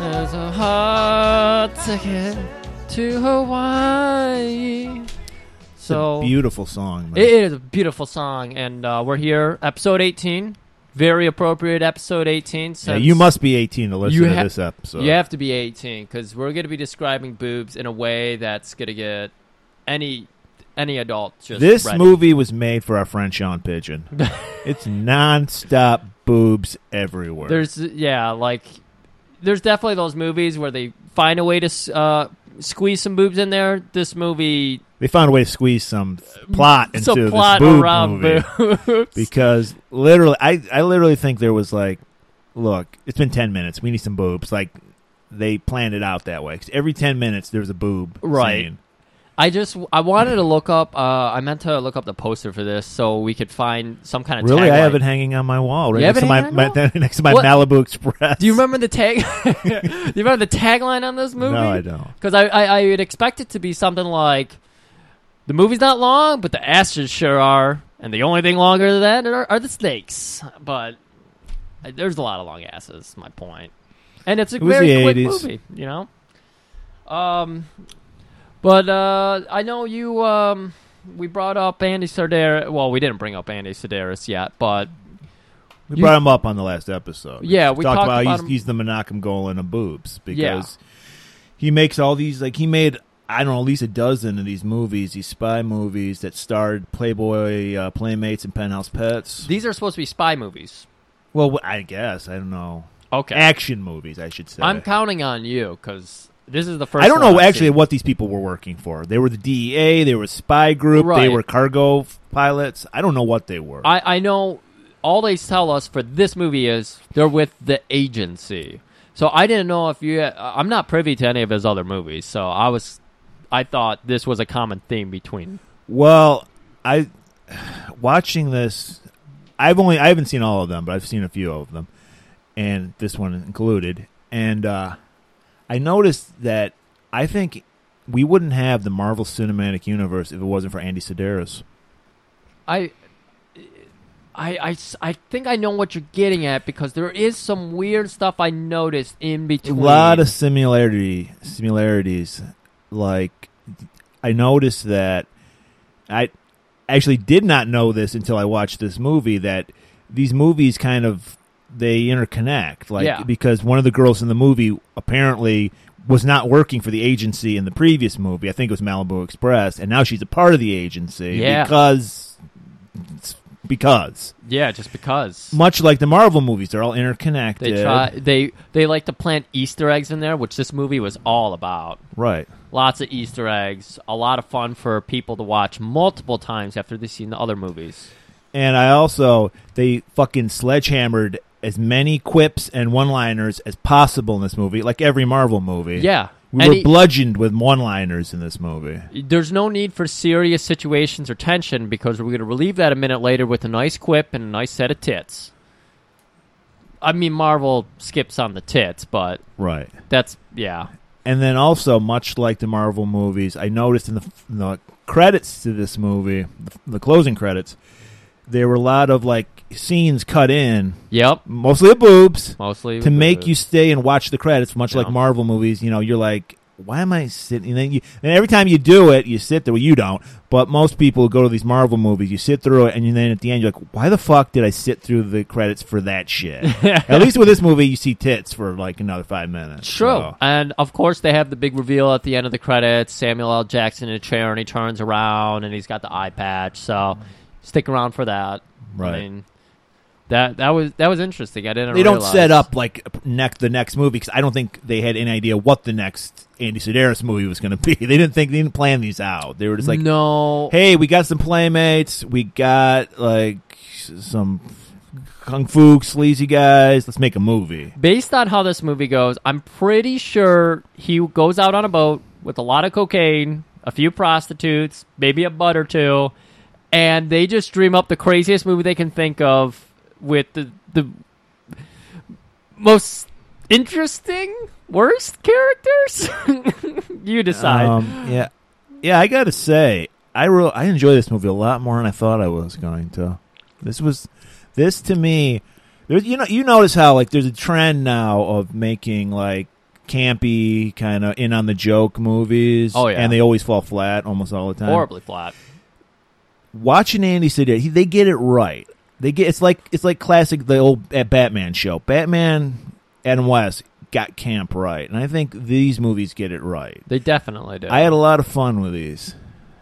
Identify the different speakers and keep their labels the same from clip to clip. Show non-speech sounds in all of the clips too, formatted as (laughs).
Speaker 1: There's a hard ticket to Hawaii. So
Speaker 2: beautiful song. man.
Speaker 1: it is a beautiful song, and uh, we're here, episode 18. Very appropriate, episode 18.
Speaker 2: Yeah,
Speaker 1: since
Speaker 2: you must be 18 to listen
Speaker 1: You
Speaker 2: to
Speaker 1: ha-
Speaker 2: this episode.
Speaker 1: You have to be 18 because we're going to be describing boobs in a way that's going to get any any adult just
Speaker 2: this
Speaker 1: ready.
Speaker 2: movie was made for our friend
Speaker 1: (laughs)
Speaker 2: Sean Pigeon. it's nonstop boobs everywhere.
Speaker 1: There's yeah, like there's definitely those movies where they find a way to s- uh, squeeze some boobs in there. This movie
Speaker 2: they found a way to squeeze some plot into
Speaker 1: so plot
Speaker 2: this boob
Speaker 1: around
Speaker 2: movie
Speaker 1: boobs.
Speaker 2: because literally, I I literally think there was like, look, it's been 10 minutes. We need some boobs. Like they planned it out that way. 'Cause every 10 minutes there's a boob
Speaker 1: Right.
Speaker 2: scene.
Speaker 1: I just I wanted to look up. Uh, I meant to look up the poster for this so we could find some kind of
Speaker 2: Really, I
Speaker 1: tagline.
Speaker 2: have it hanging on my wall right
Speaker 1: You have
Speaker 2: next
Speaker 1: it
Speaker 2: to my,
Speaker 1: hanging on
Speaker 2: my
Speaker 1: your wall?
Speaker 2: (laughs) next to my
Speaker 1: What-
Speaker 2: Malibu Express.
Speaker 1: Do you remember the tag? (laughs) Do you remember the tagline on this movie?
Speaker 2: No, I don't.
Speaker 1: Because I, I I would expect it to be something like the movie's not long, but the asses sure are, and the only thing longer than that are, are the snakes. But uh, there's a lot of long asses. is My point, and it's a
Speaker 2: It was
Speaker 1: very
Speaker 2: the
Speaker 1: quick
Speaker 2: 80s.
Speaker 1: movie, you know. Um, but uh, I know you. Um, we brought up Andy Sardaris. Well, we didn't bring up Andy Sardaris yet, but
Speaker 2: We
Speaker 1: You-
Speaker 2: brought him up on the last episode.
Speaker 1: Yeah, we talked about
Speaker 2: he's,
Speaker 1: him.
Speaker 2: he's the Menachem Golan of boobs
Speaker 1: Yeah.
Speaker 2: because he makes all these like he made I don't know at least a dozen of these movies, these spy movies that starred Playboy, uh, Playmates, and Penthouse Pets.
Speaker 1: these are supposed to be spy movies.
Speaker 2: well, wh- I guess I don't know
Speaker 1: Okay,
Speaker 2: action movies. I should say.
Speaker 1: I'm counting on you because this is the first.
Speaker 2: I don't
Speaker 1: one
Speaker 2: know
Speaker 1: I've
Speaker 2: actually
Speaker 1: seen.
Speaker 2: what these people were working for. They were the DEA, they were a spy group, they
Speaker 1: Right.
Speaker 2: were cargo f- pilots. I don't know what they were.
Speaker 1: I, I know all they tell us for this movie is they're with the agency. So I didn't know if you. I'm not privy to any of his other movies, so I was. I thought this was a common theme between.
Speaker 2: Well, I watching this. I've only I haven't seen all of them, but I've seen a few of them, and this one included. And uh, I noticed that I think we wouldn't have the Marvel Cinematic Universe if it wasn't for Andy Sedaris.
Speaker 1: I. I, I s- I think I know what you're getting at because there is some weird stuff I noticed in
Speaker 2: A
Speaker 1: between.
Speaker 2: lot of similarity similarities. Like I noticed that I actually did not know this until I watched this movie that these movies kind of they interconnect. Like
Speaker 1: Yeah.
Speaker 2: because one of the girls in the movie apparently was not working for the agency in the previous movie. I think it was Malibu Express, and now she's a part of the agency
Speaker 1: Yeah.
Speaker 2: because because
Speaker 1: yeah, just because
Speaker 2: much like the Marvel movies, they're all interconnected.
Speaker 1: they try they they like to plant Easter eggs in there, which this movie was all about.
Speaker 2: right.
Speaker 1: Lots of Easter eggs, a lot of fun for people to watch multiple times after they've seen the other movies.
Speaker 2: And I also they fucking sledgehammered as many quips and one-liners as possible in this movie, like every Marvel movie.
Speaker 1: Yeah.
Speaker 2: we
Speaker 1: And
Speaker 2: were
Speaker 1: he-
Speaker 2: bludgeoned with one-liners in this movie.
Speaker 1: There's no need for serious situations or tension because we're going to relieve that a minute later with a nice quip and a nice set of tits. I mean, Marvel skips on the tits, but
Speaker 2: Right.
Speaker 1: that's, yeah.
Speaker 2: And then also, much like the Marvel movies, I noticed in the, in the credits to this movie, the, the closing credits, there were a lot of like scenes cut in,
Speaker 1: Yep.
Speaker 2: mostly of boobs,
Speaker 1: Mostly.
Speaker 2: to make you stay and watch the credits, much like
Speaker 1: Yeah.
Speaker 2: Marvel movies. You know, you're like, why am I sitting? And, then you, and every time you do it, you sit there. Well, you don't, but most people go to these Marvel movies. You sit through it, and then at the end, you're like, why the fuck did I sit through the credits for
Speaker 1: (laughs)
Speaker 2: that shit? at least with this movie, you see tits for like another five minutes.
Speaker 1: True.
Speaker 2: So-
Speaker 1: And of course, they have the big reveal at the end of the credits Samuel L. Jackson in a chair and he turns around and he's got the eye patch. So stick around for that. I
Speaker 2: Right.
Speaker 1: mean, that, that was that was interesting. I didn't.
Speaker 2: they don't
Speaker 1: realize.
Speaker 2: set up like neck the next movie because I don't think they had any idea what the next Andy Sedaris movie was going to be. (laughs) They didn't think they didn't plan these out. They were just like,
Speaker 1: no.
Speaker 2: hey, we got some playmates. We got like some kung fu sleazy guys. Let's make a movie.
Speaker 1: Based on how this movie goes, I'm pretty sure he goes out on a boat with a lot of cocaine, a few prostitutes, maybe a butt or two, and they just dream up the craziest movie they can think of with the the most interesting, worst characters. (laughs) you decide.
Speaker 2: Um, yeah, yeah. I gotta say, I real I enjoy this movie a lot more than I thought I was going to. This was this to me. There's you know you notice how like there's a trend now of making like campy kind of in on the joke movies.
Speaker 1: Oh, yeah.
Speaker 2: and they always fall flat almost all the time.
Speaker 1: horribly flat.
Speaker 2: Watching Andy Sidia, he, they get it right. They get it's like it's like classic the old uh, Batman show. Batman Adam West got camp right, and I think these movies get it right.
Speaker 1: They definitely do.
Speaker 2: I had a lot of fun with these.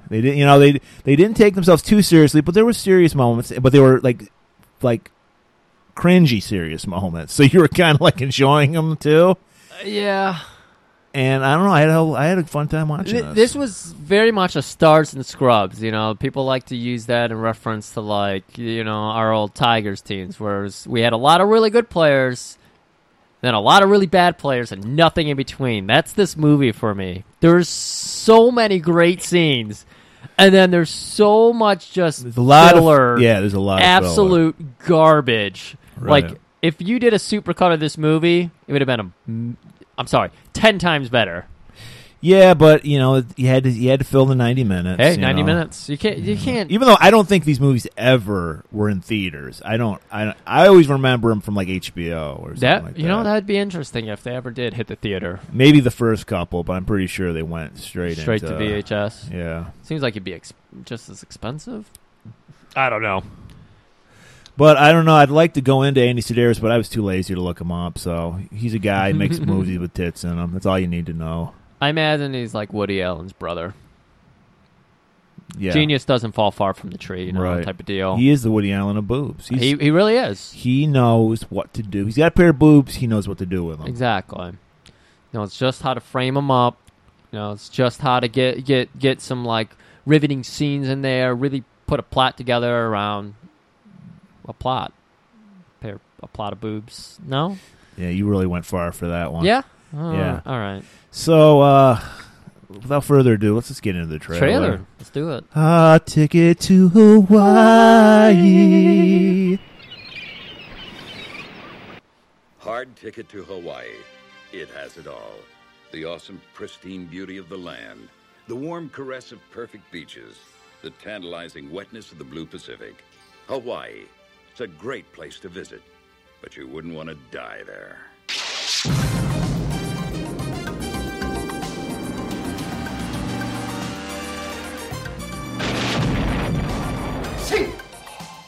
Speaker 2: They didn't, you know, they they didn't take themselves too seriously, but there were serious moments, but they were like like cringy serious moments. (laughs) So you were kind of like enjoying them too.
Speaker 1: Uh, yeah.
Speaker 2: And I don't know, I had a, I had a fun time watching
Speaker 1: Th- this was very much a stars and scrubs. You know, people like to use that in reference to like you know our old Tigers teams, whereas we had a lot of really good players, then a lot of really bad players, and nothing in between. That's this movie for me. There's so many great scenes, and then there's so much just
Speaker 2: There's a lot
Speaker 1: filler
Speaker 2: of yeah, there's a lot of
Speaker 1: absolute garbage.
Speaker 2: Right.
Speaker 1: Like if you did a supercut of this movie, it would have been a, m- I'm sorry, ten times better.
Speaker 2: filler. yeah, but you know, you had to you had to fill the ninety minutes.
Speaker 1: Hey,
Speaker 2: you
Speaker 1: ninety
Speaker 2: know.
Speaker 1: minutes. You can't. You can't.
Speaker 2: Even though I don't think these movies ever were in theaters, I don't. I don't- I always remember them from like HBO or something
Speaker 1: that
Speaker 2: like
Speaker 1: you know that'd be interesting if they ever did hit the theater
Speaker 2: Maybe the first couple, but I'm pretty sure they went straight
Speaker 1: straight to
Speaker 2: into,
Speaker 1: VHS.
Speaker 2: Yeah,
Speaker 1: Seems like it'd be ex- just as expensive. I don't know.
Speaker 2: But I don't know. I'd like to go into Andy Sedaris, but I was too lazy to look him up. So he's a guy
Speaker 1: (laughs)
Speaker 2: who makes movies with tits in them. That's all you need to know.
Speaker 1: I imagine he's like Woody Allen's brother.
Speaker 2: Yeah,
Speaker 1: Genius doesn't fall far from the tree, you know,
Speaker 2: Right.
Speaker 1: type of deal.
Speaker 2: He is the Woody Allen of boobs. He's,
Speaker 1: he,
Speaker 2: he
Speaker 1: he really is.
Speaker 2: knows what to do. He's got a pair of boobs. He knows what to do with them.
Speaker 1: Exactly. No, it's just how to frame them up. You know, it's just how to get get get some like riveting scenes in there. Really put a plot together around a plot, pair a plot of boobs. No,
Speaker 2: Yeah, you really went far for that one.
Speaker 1: yeah, Uh,
Speaker 2: Yeah.
Speaker 1: All right,
Speaker 2: So uh, without further ado, let's just get into the trailer.
Speaker 1: trailer. Let's do it.
Speaker 2: A ticket to Hawaii.
Speaker 3: Hard ticket to Hawaii. It has it all. The awesome, pristine beauty of the land, the warm caress of perfect beaches, the tantalizing wetness of the blue Pacific. Hawaii. It's a great place to visit, but you wouldn't want to die there.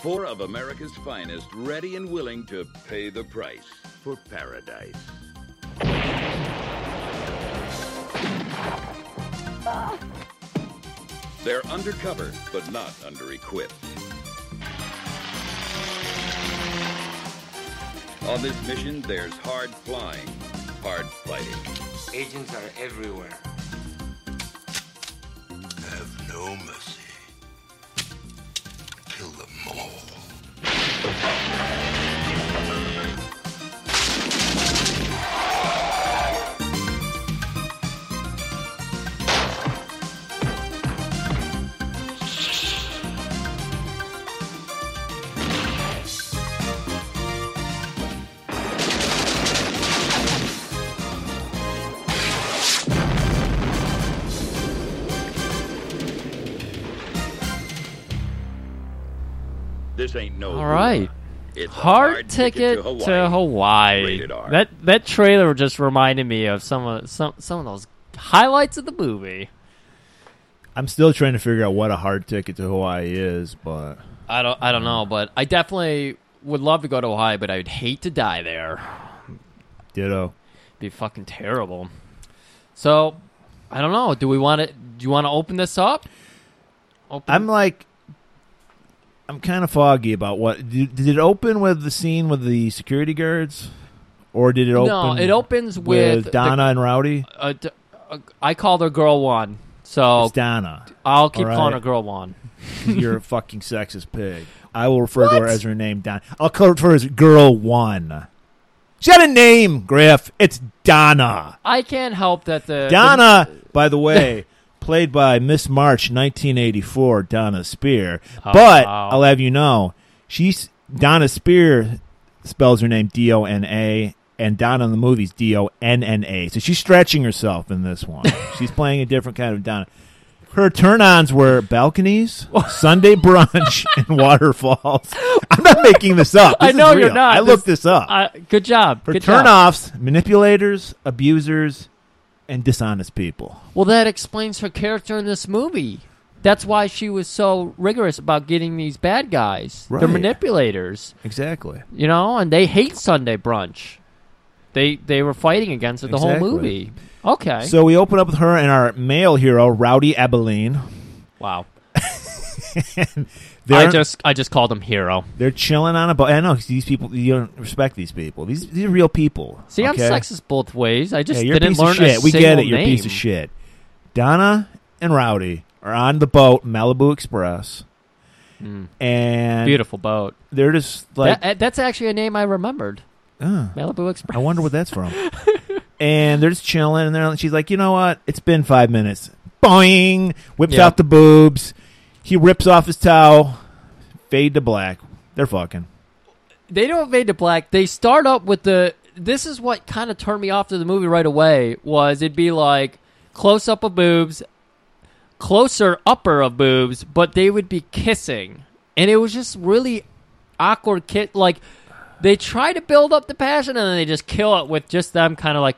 Speaker 3: Four of America's finest ready and willing to pay the price for paradise. They're undercover, but not under equipped. On this mission, there's hard flying, hard fighting,
Speaker 4: Agents are everywhere. Have no mercy. Kill them all.
Speaker 3: This ain't no.
Speaker 1: All right.
Speaker 3: hoorah. It's a
Speaker 1: Hard, ticket, to Hawaii.
Speaker 3: Rated R.
Speaker 1: That that trailer just reminded me of some of some some of those highlights of the movie.
Speaker 2: I'm still trying to figure out what a hard ticket to Hawaii is, but
Speaker 1: I don't
Speaker 2: Hmm.
Speaker 1: I don't know, but I definitely would love to go to Hawaii, but I'd hate to die there.
Speaker 2: ditto.
Speaker 1: It'd be fucking terrible. So I don't know. Do we want to? Do you want to open this up? Open,
Speaker 2: I'm like, I'm kind of foggy about what did, did it open with the scene with the security guards, or did it open?
Speaker 1: no. It opens with, the-
Speaker 2: Donna and Rowdy.
Speaker 1: uh, d- uh, I called her Girl One, so
Speaker 2: It's Donna.
Speaker 1: I'll keep
Speaker 2: All
Speaker 1: calling her
Speaker 2: right.
Speaker 1: Girl One.
Speaker 2: You're a fucking sexist pig. I will refer to her as her name, Don. I'll call her as Girl One. She had a name, Griff. It's Donna.
Speaker 1: I can't help that the the-
Speaker 2: Donna, by
Speaker 1: (laughs)
Speaker 2: the way, played by Miss March, 1984, Donna Spear. but
Speaker 1: wow.
Speaker 2: I'll have you know, she's Donna Spear spells her name D O N A, and Donna in the
Speaker 1: (laughs)
Speaker 2: movies D O N N A. So she's stretching herself in this one. she's playing a different kind of Donna. Her turn-ons
Speaker 1: (laughs)
Speaker 2: were balconies, Sunday brunch, and waterfalls. I'm not making this up. This
Speaker 1: (laughs) I
Speaker 2: is
Speaker 1: know you're
Speaker 2: real.
Speaker 1: not.
Speaker 2: I looked this up.
Speaker 1: Uh, good job.
Speaker 2: Her
Speaker 1: good job.
Speaker 2: turn-offs: manipulators, abusers, and dishonest people.
Speaker 1: Well, that explains her character in this movie. That's why she was so rigorous about getting these bad guys. They're
Speaker 2: Right.
Speaker 1: manipulators,
Speaker 2: Exactly.
Speaker 1: you know, and they hate Sunday brunch. They they were fighting against it the
Speaker 2: Exactly.
Speaker 1: whole movie. Okay.
Speaker 2: So we open up with her and our male hero, Rowdy Abilene.
Speaker 1: wow.
Speaker 2: They're,
Speaker 1: I just I just called him hero.
Speaker 2: they're chilling on a boat. I know 'cause these people. You don't respect these people. These these are real people.
Speaker 1: See,
Speaker 2: okay?
Speaker 1: I'm sexist both ways. I just
Speaker 2: yeah, you're a
Speaker 1: didn't
Speaker 2: piece
Speaker 1: learn
Speaker 2: of shit.
Speaker 1: a
Speaker 2: we
Speaker 1: single
Speaker 2: get it. You're a piece
Speaker 1: name.
Speaker 2: of shit. Donna and Rowdy are on the boat Malibu Express, and
Speaker 1: Hmm. Beautiful boat.
Speaker 2: They're just like,
Speaker 1: That- uh, that's actually a name I remembered.
Speaker 2: "Ugh,
Speaker 1: Malibu Express.
Speaker 2: I wonder what that's from. and they're just chilling, and they're, she's like, you know what? It's been five minutes. Boing! Whips
Speaker 1: Yeah.
Speaker 2: out the boobs. He rips off his towel. Fade to black. They're fucking.
Speaker 1: they don't fade to black. They start up with the. This is what kind of turned me off to the movie right away. Was it'd be like close up of boobs, closer upper of boobs, but they would be kissing, and it was just really awkward. Kit like they try to build up the passion, and then they just kill it with just them kind of like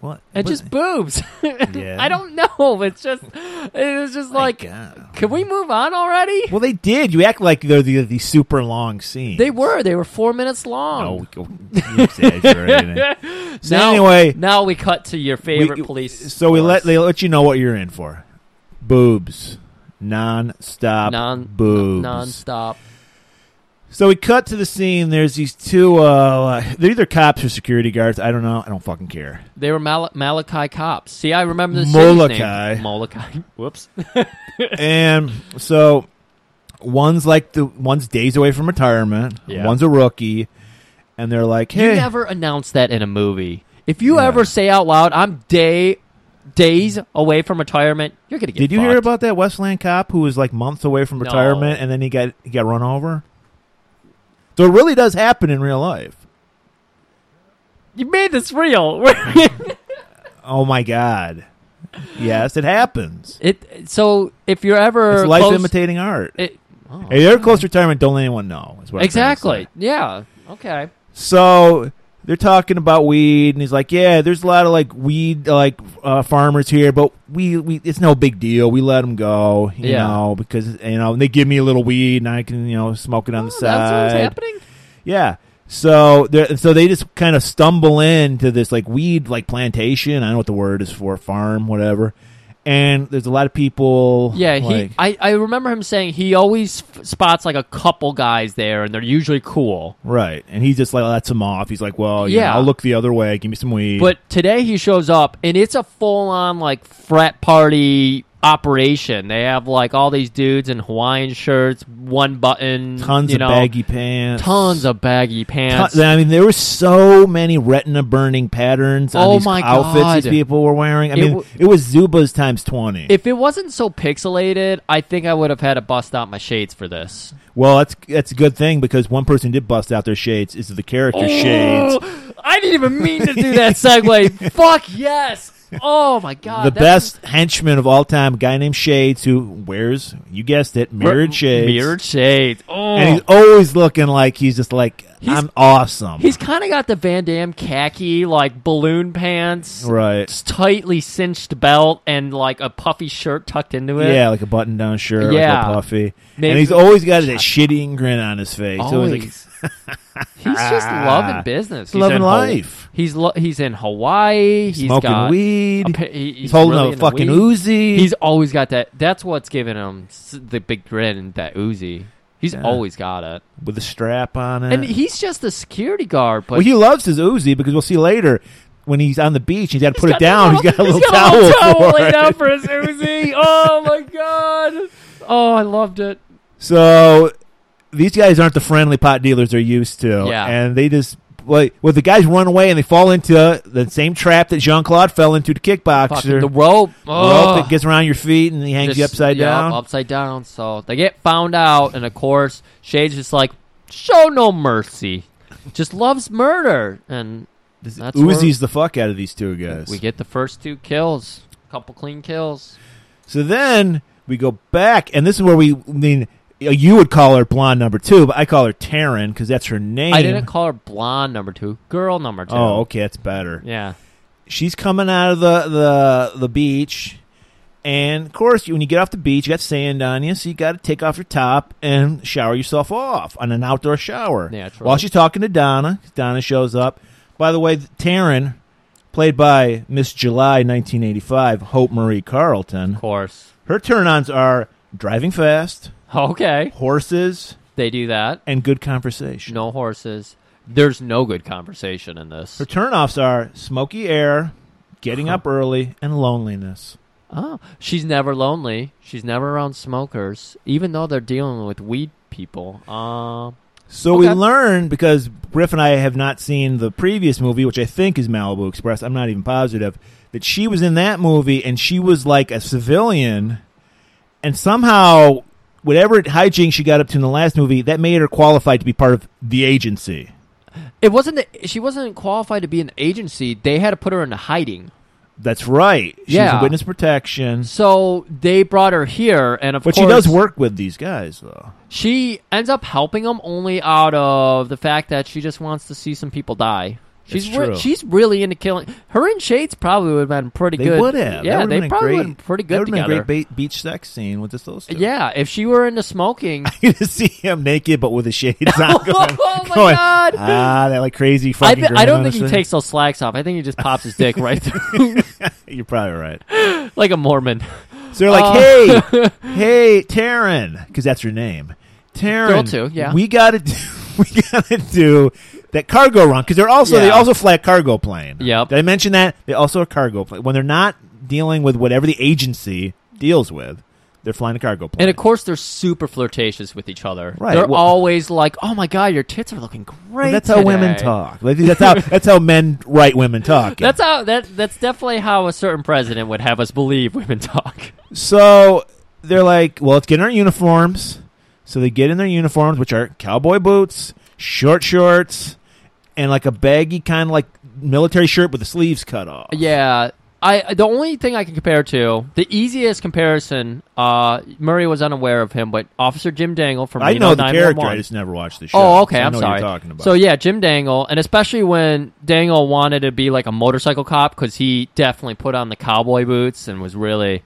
Speaker 2: What?
Speaker 1: and just boobs. (laughs)
Speaker 2: Yeah.
Speaker 1: I don't know. It's just it was just like,
Speaker 2: God.
Speaker 1: can we move on already?
Speaker 2: Well, they did. You act like they're the, the super long scene.
Speaker 1: They were they were four minutes long.
Speaker 2: Oh, you
Speaker 1: (laughs)
Speaker 2: exaggerated it. So
Speaker 1: Now-
Speaker 2: anyway,
Speaker 1: now we cut to your
Speaker 2: we-
Speaker 1: favorite police.
Speaker 2: So we let
Speaker 1: force.
Speaker 2: they let you know what you're in for. Boobs, non-stop
Speaker 1: non
Speaker 2: boobs.
Speaker 1: nonstop.
Speaker 2: So we cut to the scene. There's these two. Uh, they're either cops or security guards. I don't know. I don't
Speaker 1: (laughs)
Speaker 2: fucking care.
Speaker 1: They were Mal- Malachi cops. See, I remember the city's
Speaker 2: Molokai.
Speaker 1: name.
Speaker 2: (laughs)
Speaker 1: Molokai. Whoops.
Speaker 2: and so one's like the one's days away from retirement.
Speaker 1: Yeah.
Speaker 2: One's a rookie, and they're like,
Speaker 1: You
Speaker 2: "Hey,
Speaker 1: never announce that in a movie. If you
Speaker 2: Yeah.
Speaker 1: ever say out loud, "I'm day days away from retirement," you're gonna get.
Speaker 2: did you hear
Speaker 1: fucked.
Speaker 2: about that Westland cop who was like months away from
Speaker 1: No.
Speaker 2: retirement and then he got he got run over?" So it really does happen in real life.
Speaker 1: You made this real. (laughs)
Speaker 2: Oh my god. Yes, it happens.
Speaker 1: it. So if you're ever
Speaker 2: It's life
Speaker 1: close-
Speaker 2: imitating art.
Speaker 1: it- oh.
Speaker 2: If you're close to retirement, don't let anyone know. Is what I'm trying
Speaker 1: exactly.
Speaker 2: to say.
Speaker 1: Yeah. Okay.
Speaker 2: So they're talking about weed, and he's like, "Yeah, there's a lot of like weed like uh, farmers here, but we, we it's no big deal. We let them go, you
Speaker 1: Yeah.
Speaker 2: know, because you know they give me a little weed, and I can you know smoke it on the
Speaker 1: Oh, that's what was
Speaker 2: side.
Speaker 1: happening.
Speaker 2: Yeah. So they so they just kind of stumble into this like weed like plantation. I don't know what the word is for farm, whatever. And there's a lot of people.
Speaker 1: Yeah, he,
Speaker 2: like,
Speaker 1: I, I remember him saying he always f- spots like a couple guys there, and they're usually cool.
Speaker 2: right. And he just like lets him off. He's like, well, yeah,
Speaker 1: Yeah.
Speaker 2: I'll look the other way. Give me some weed.
Speaker 1: But today he shows up, and it's a full on like frat party operation. They have like all these dudes in Hawaiian shirts, one button,
Speaker 2: tons
Speaker 1: you
Speaker 2: of
Speaker 1: know,
Speaker 2: baggy pants.
Speaker 1: tons of baggy pants.
Speaker 2: Ton- I mean, there were so many retina burning patterns on
Speaker 1: Oh
Speaker 2: these
Speaker 1: my
Speaker 2: outfits these
Speaker 1: God.
Speaker 2: people were wearing. I
Speaker 1: It
Speaker 2: mean,
Speaker 1: w-
Speaker 2: it was Zubas times twenty.
Speaker 1: if it wasn't so pixelated, I think I would have had to bust out my shades for this.
Speaker 2: well, that's that's a good thing because one person did bust out their shades. Is the character shades?
Speaker 1: Oh, I didn't even mean to do that
Speaker 2: (laughs)
Speaker 1: segue. Fuck yes. Oh my god.
Speaker 2: the
Speaker 1: that's-
Speaker 2: best henchman of all time, a guy named Shades, who wears, you guessed it, mirrored shades.
Speaker 1: Mirrored shades. Oh.
Speaker 2: And he's always looking like he's just like,
Speaker 1: He's-
Speaker 2: I'm awesome.
Speaker 1: He's kind of got the Van Damme khaki, like balloon pants,
Speaker 2: right.
Speaker 1: s- tightly cinched belt, and like a puffy shirt tucked into it.
Speaker 2: Yeah, like a button down shirt,
Speaker 1: Yeah.
Speaker 2: like a puffy. and
Speaker 1: Maybe-
Speaker 2: he's always got that shitty grin on his face. So he's
Speaker 1: always.
Speaker 2: like,
Speaker 1: he's just
Speaker 2: (laughs)
Speaker 1: loving business.
Speaker 2: loving
Speaker 1: in Haw-
Speaker 2: life.
Speaker 1: he's lo- he's in Hawaii. He's
Speaker 2: smoking
Speaker 1: got
Speaker 2: weed.
Speaker 1: a pa- he- he's,
Speaker 2: he's holding
Speaker 1: really
Speaker 2: a
Speaker 1: into
Speaker 2: fucking
Speaker 1: weed.
Speaker 2: Uzi.
Speaker 1: He's always got that. That's what's giving him s- the big grin and that Uzi. He's
Speaker 2: Yeah.
Speaker 1: always got it,
Speaker 2: with a strap on it.
Speaker 1: and he's just a security guard. But
Speaker 2: well, he loves his Uzi because we'll see later when he's on the beach, he's got to put
Speaker 1: got
Speaker 2: it
Speaker 1: the
Speaker 2: down. He's got a little towel. for
Speaker 1: laid
Speaker 2: it.
Speaker 1: out for his Uzi. Oh my god! Oh, I loved it.
Speaker 2: So these guys aren't the friendly pot dealers they're used to.
Speaker 1: Yeah.
Speaker 2: And they just like well the guys run away and they fall into the same trap that Jean Claude fell into the kickboxer.
Speaker 1: Fucking the rope,
Speaker 2: rope
Speaker 1: Ugh.
Speaker 2: that gets around your feet and he hangs
Speaker 1: Just-
Speaker 2: you upside
Speaker 1: yeah, oh,
Speaker 2: down.
Speaker 1: Upside down. So they get found out, and of course, Shade's just like, show no mercy, just loves murder, and
Speaker 2: This
Speaker 1: That's
Speaker 2: Uzis the fuck out of these two guys.
Speaker 1: We get the first two kills, couple clean kills.
Speaker 2: So then we go back, and this is where we I mean. uh, You would call her blonde number two, but I call her Taryn because that's her name.
Speaker 1: I didn't call her blonde number two, girl number two.
Speaker 2: Oh, okay, that's better.
Speaker 1: yeah.
Speaker 2: She's coming out of the the the beach, and of course, when you get off the beach, you got sand on you, so you got to take off your top and shower yourself off on an outdoor shower.
Speaker 1: Yeah, that's right.
Speaker 2: While she's talking to Donna, 'cause Donna shows up. By the way, Taryn, played by Miss July, nineteen eighty five, Hope Marie Carlton.
Speaker 1: Of course.
Speaker 2: Her turn ons are driving fast,
Speaker 1: Okay,
Speaker 2: horses,
Speaker 1: they do that.
Speaker 2: and good conversation.
Speaker 1: No horses. There's no good conversation in this.
Speaker 2: Her turn offs are smoky air,
Speaker 1: Uh-huh.
Speaker 2: getting up early, and loneliness.
Speaker 1: Oh, she's never lonely. She's never around smokers, even though they're dealing with weed people. Um,
Speaker 2: So we
Speaker 1: Okay.
Speaker 2: learned because Griff and I have not seen the previous movie, which I think is Malibu Express. I'm not even positive that she was in that movie and she was like a civilian, and somehow whatever hijinks she got up to in the last movie that made her qualified to be part of the agency.
Speaker 1: it wasn't that she wasn't qualified to be an agency. They had to put her into hiding.
Speaker 2: That's right. She's in
Speaker 1: Yeah.
Speaker 2: witness protection,
Speaker 1: So they brought her here, and of
Speaker 2: but
Speaker 1: course,
Speaker 2: she does work with these guys though.
Speaker 1: She ends up helping them only out of the fact that she just wants to see some people die.
Speaker 2: It's
Speaker 1: She's re-
Speaker 2: true.
Speaker 1: she's really into killing. Her and Shades probably would have been pretty
Speaker 2: They
Speaker 1: good.
Speaker 2: would have.
Speaker 1: Yeah,
Speaker 2: That would've
Speaker 1: they
Speaker 2: been a
Speaker 1: probably
Speaker 2: great-
Speaker 1: would have been pretty
Speaker 2: That
Speaker 1: good
Speaker 2: would've been
Speaker 1: together.
Speaker 2: a great ba- beach sex scene with just those two.
Speaker 1: yeah, if she were into smoking,
Speaker 2: (laughs) you just see him naked but with the shades on. Going,
Speaker 1: (laughs) Oh, my
Speaker 2: (laughs) going,
Speaker 1: God.
Speaker 2: Ah, that like crazy
Speaker 1: I,
Speaker 2: fucking.
Speaker 1: th- I don't
Speaker 2: grandma
Speaker 1: think he
Speaker 2: thing."
Speaker 1: takes those slacks off. I think he just pops his dick right
Speaker 2: (laughs)
Speaker 1: through,
Speaker 2: You're probably right.
Speaker 1: like a Mormon. (laughs)
Speaker 2: So they're like,
Speaker 1: Uh,
Speaker 2: hey, hey, Taryn, because that's your name, Taryn.
Speaker 1: Girl too, yeah.
Speaker 2: We gotta, do, (laughs) we gotta do that cargo run because they're also they
Speaker 1: Yeah.
Speaker 2: also fly a cargo plane.
Speaker 1: Yep.
Speaker 2: Did I mention that they also are cargo plane when they're not dealing with whatever the agency deals with? They're flying a cargo plane.
Speaker 1: And of course, they're super flirtatious with each other.
Speaker 2: Right,
Speaker 1: They're
Speaker 2: well-
Speaker 1: always like, "Oh my god, your tits are looking great."
Speaker 2: that's how women
Speaker 1: today."
Speaker 2: talk. Like,
Speaker 1: (laughs)
Speaker 2: that's how that's how men write women talk.
Speaker 1: That's how that that's definitely how a certain president would have us believe women talk.
Speaker 2: So they're like, well, let's get in our uniforms. So they get in their uniforms, which are cowboy boots, short shorts, and like a baggy kind of like military shirt with the sleeves cut off.
Speaker 1: Yeah. I the only thing I can compare to the easiest comparison. Uh, Murray was unaware of him, but Officer Jim Dangle from
Speaker 2: I
Speaker 1: Reno
Speaker 2: know the character.
Speaker 1: 911
Speaker 2: I just never watched the show.
Speaker 1: Oh, okay.
Speaker 2: so I
Speaker 1: I'm
Speaker 2: know what
Speaker 1: sorry.
Speaker 2: You're talking about.
Speaker 1: So yeah, Jim Dangle, and especially when Dangle wanted to be like a motorcycle cop because he definitely put on the cowboy boots and was really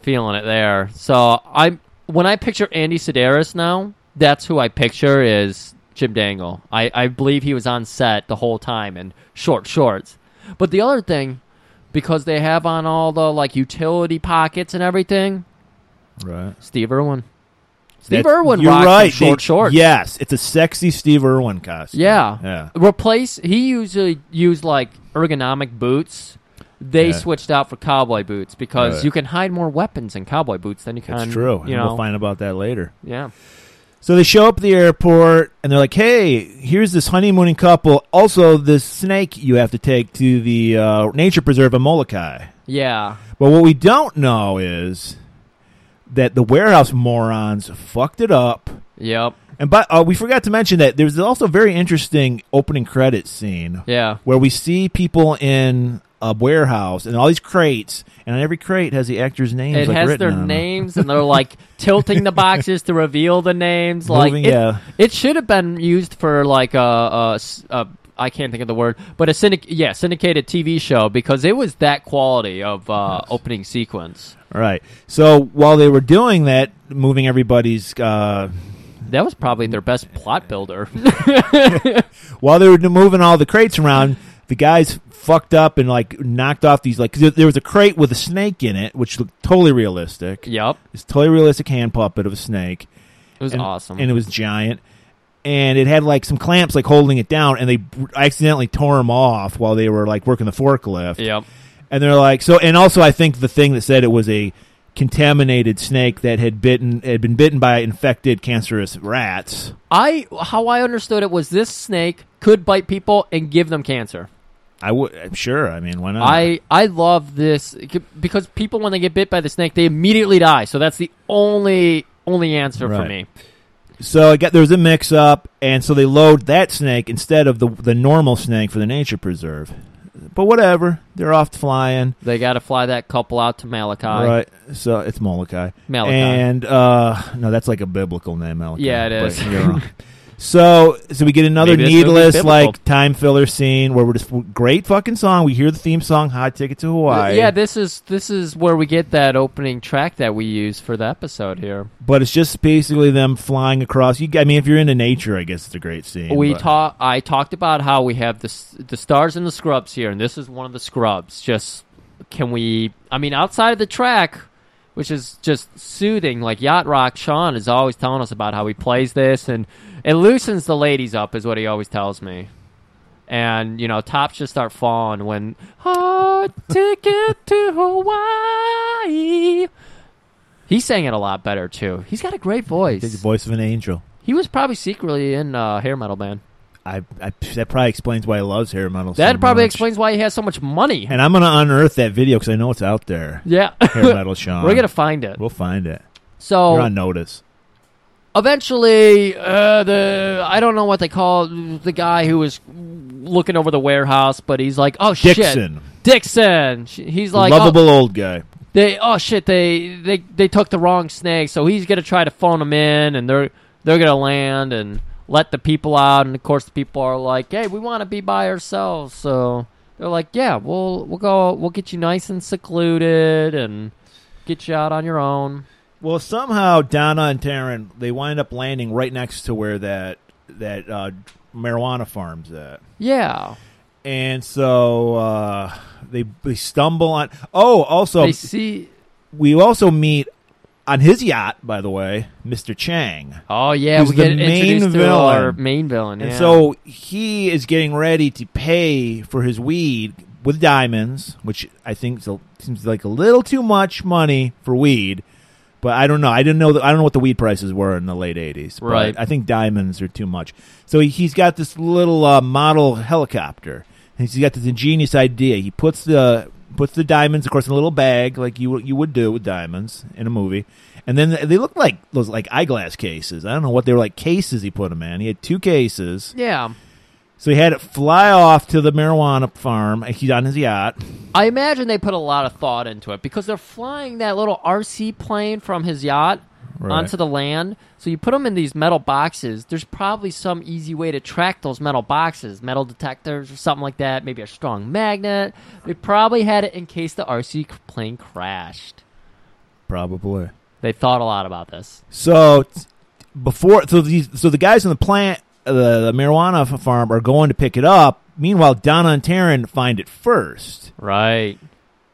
Speaker 1: feeling it there. So I, when I picture Andy Sedaris now, that's who I picture is Jim Dangle. I, I believe he was on set the whole time in short shorts. But the other thing, because they have on all the like utility pockets and everything,
Speaker 2: right.
Speaker 1: Steve Irwin. Steve
Speaker 2: That's-
Speaker 1: Irwin
Speaker 2: you're
Speaker 1: rocks
Speaker 2: right.
Speaker 1: the short
Speaker 2: They-
Speaker 1: shorts.
Speaker 2: Yes, it's a sexy Steve Irwin costume.
Speaker 1: Yeah.
Speaker 2: yeah.
Speaker 1: Replace. He usually used like ergonomic boots. They
Speaker 2: Yeah.
Speaker 1: switched out for cowboy boots because
Speaker 2: Right.
Speaker 1: you can hide more weapons in cowboy boots than you can.
Speaker 2: That's true.
Speaker 1: You
Speaker 2: and
Speaker 1: know.
Speaker 2: we'll find about that later.
Speaker 1: yeah.
Speaker 2: So they show up at the airport and they're like, "Hey, here's this honeymooning couple. Also, this snake you have to take to the uh, nature preserve in Molokai."
Speaker 1: Yeah.
Speaker 2: But what we don't know is that the warehouse morons fucked it up.
Speaker 1: Yep.
Speaker 2: And but uh, we forgot to mention that there's also a very interesting opening credit scene
Speaker 1: Yeah.
Speaker 2: where we see people in a warehouse and all these crates, and on every crate has the actors' names.
Speaker 1: It
Speaker 2: like,
Speaker 1: has
Speaker 2: written
Speaker 1: their
Speaker 2: on them. (laughs)
Speaker 1: names, and they're like tilting the boxes to reveal the names. Like,
Speaker 2: Moving,
Speaker 1: it,
Speaker 2: yeah.
Speaker 1: it should have been used for like a, a, s- a- I can't think of the word, but a syndic- yeah, syndicated TV show because it was that quality of uh, opening sequence.
Speaker 2: All right. So while they were doing that, moving everybody's. Uh,
Speaker 1: That was probably their best plot builder. (laughs)
Speaker 2: while they were moving all the crates around, the guys fucked up and like knocked off these like 'cause there- there was a crate with a snake in it, which looked totally realistic.
Speaker 1: yep.
Speaker 2: It's totally realistic hand puppet of a snake.
Speaker 1: It was
Speaker 2: and,
Speaker 1: awesome.
Speaker 2: and it was giant, and it had like some clamps like holding it down, and they br- accidentally tore them off while they were like working the forklift.
Speaker 1: yep.
Speaker 2: And they're like, so, and also I think the thing that said it was a contaminated snake that had bitten had been bitten by infected cancerous rats.
Speaker 1: I how I understood it was this snake could bite people and give them cancer.
Speaker 2: I would, I'm sure. I mean, why not?
Speaker 1: I I love this because people when they get bit by the snake they immediately die. So that's the only only answer for
Speaker 2: Right.
Speaker 1: me.
Speaker 2: So I got there was a mix up, and so they load that snake instead of the the normal snake for the nature preserve. But whatever, they're off flying,
Speaker 1: They got to fly that couple out to Malachi.
Speaker 2: right? So it's Molokai.
Speaker 1: Malachi.
Speaker 2: And uh, no, that's like a biblical name, Malachi.
Speaker 1: Yeah, it
Speaker 2: but
Speaker 1: is.
Speaker 2: you're wrong. so so we get another
Speaker 1: Maybe this movie's
Speaker 2: needless
Speaker 1: biblical.
Speaker 2: like time filler scene where we're just great fucking song. We hear the theme song, "Hot Ticket to Hawaii."
Speaker 1: Yeah, this is this is where we get that opening track that we use for the episode here.
Speaker 2: but it's just basically them flying across. You, I mean, if you're into nature, I guess it's a great scene.
Speaker 1: we
Speaker 2: but-
Speaker 1: talk. I talked about how we have the s- the stars and the scrubs here, and this is one of the scrubs. Just can we? I mean, outside of the track, which is just soothing, like yacht rock. Sean is always telling us about how he plays this, and it loosens the ladies up, is what he always tells me. And you know, tops just start falling when hard ticket to Hawaii. He sang it a lot better too. He's got a great voice.
Speaker 2: It's the voice of an angel.
Speaker 1: He was probably secretly in a hair metal band.
Speaker 2: I, I that probably explains why he loves hair metal. so
Speaker 1: That probably
Speaker 2: much.
Speaker 1: explains why he has so much money.
Speaker 2: And I'm gonna unearth that video because I know it's out there.
Speaker 1: yeah,
Speaker 2: (laughs) Hair metal,
Speaker 1: (laughs)
Speaker 2: Sean.
Speaker 1: we're gonna Oh. find it.
Speaker 2: uh, we'll find it.
Speaker 1: So
Speaker 2: You're on notice.
Speaker 1: eventually, uh, the I don't know what they call the guy who was looking over the warehouse, but he's like, oh
Speaker 2: Dixon.
Speaker 1: shit, Dixon. Sh- He's like, oh,
Speaker 2: Lovable old guy.
Speaker 1: they oh shit they they they took the wrong snake so he's gonna try to phone them in and they're they're gonna land and let the people out and of course the people are like hey we want to be by ourselves so they're like yeah we'll we'll go we'll get you nice and secluded and get you out on your own
Speaker 2: Well, somehow Donna and Taryn they wind up landing right next to where that that uh, marijuana farm's at.
Speaker 1: yeah
Speaker 2: And so uh, they they stumble on. Oh, also
Speaker 1: they see
Speaker 2: we also meet on his yacht, by the way, Mr. Chang.
Speaker 1: oh yeah
Speaker 2: Who's
Speaker 1: we get
Speaker 2: the main
Speaker 1: introduced to
Speaker 2: villain.
Speaker 1: our main villain
Speaker 2: And
Speaker 1: yeah.
Speaker 2: so he is getting ready to pay for his weed with diamonds, which I think is a, seems like a little too much money for weed. But I don't know. I didn't know. The, I don't know what the weed prices were in the late '80s. but
Speaker 1: Right.
Speaker 2: I think diamonds are too much. So he- he's got this little uh, model helicopter, and he's got this ingenious idea. He puts the puts the diamonds, of course, in a little bag, like you would- you would do with diamonds in a movie. And then they look like those like eyeglass cases. I don't know what they were like cases. He put them in. He had two cases.
Speaker 1: yeah
Speaker 2: So he had it fly off to the marijuana farm. He's on his yacht.
Speaker 1: I imagine they put a lot of thought into it because they're flying that little RC plane from his yacht
Speaker 2: Right.
Speaker 1: onto the land. So you put them in these metal boxes. There's probably some easy way to track those metal boxes, metal detectors or something like that. Maybe a strong magnet. They probably had it in case the RC c- plane crashed.
Speaker 2: Probably.
Speaker 1: They thought a lot about this.
Speaker 2: So t- before, so these, so the guys in the plant, uh, the, the marijuana f- farm, are going to pick it up. Meanwhile, Donna and Taryn find it first,
Speaker 1: Right.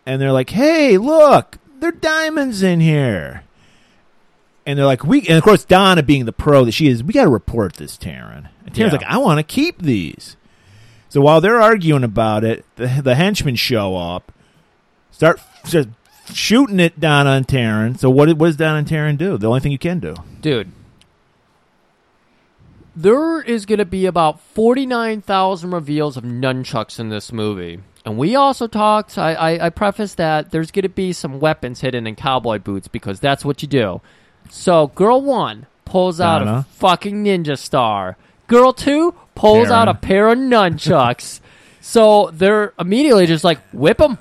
Speaker 2: and they're like, "Hey, look, there are diamonds in here." And they're like, "We," and of course, Donna, being the pro that she is, we got to report this, Taryn. And Taryn's
Speaker 1: Yeah.
Speaker 2: like, "I want to keep these." So while they're arguing about it, the, the henchmen show up, start just shooting at Donna and Taryn. So what, did- what does Donna and Taryn do? The only thing you can do.
Speaker 1: Dude. There is going to be about 49,000 reveals of nunchucks in this movie. And we also talked, I, I, I prefaced that there's going to be some weapons hidden in cowboy boots because that's what you do. So, girl one pulls out
Speaker 2: Donna.
Speaker 1: a fucking ninja star, girl two pulls
Speaker 2: Karen.
Speaker 1: out a pair of
Speaker 2: (laughs)
Speaker 1: nunchucks. so, they're immediately just like, whip them.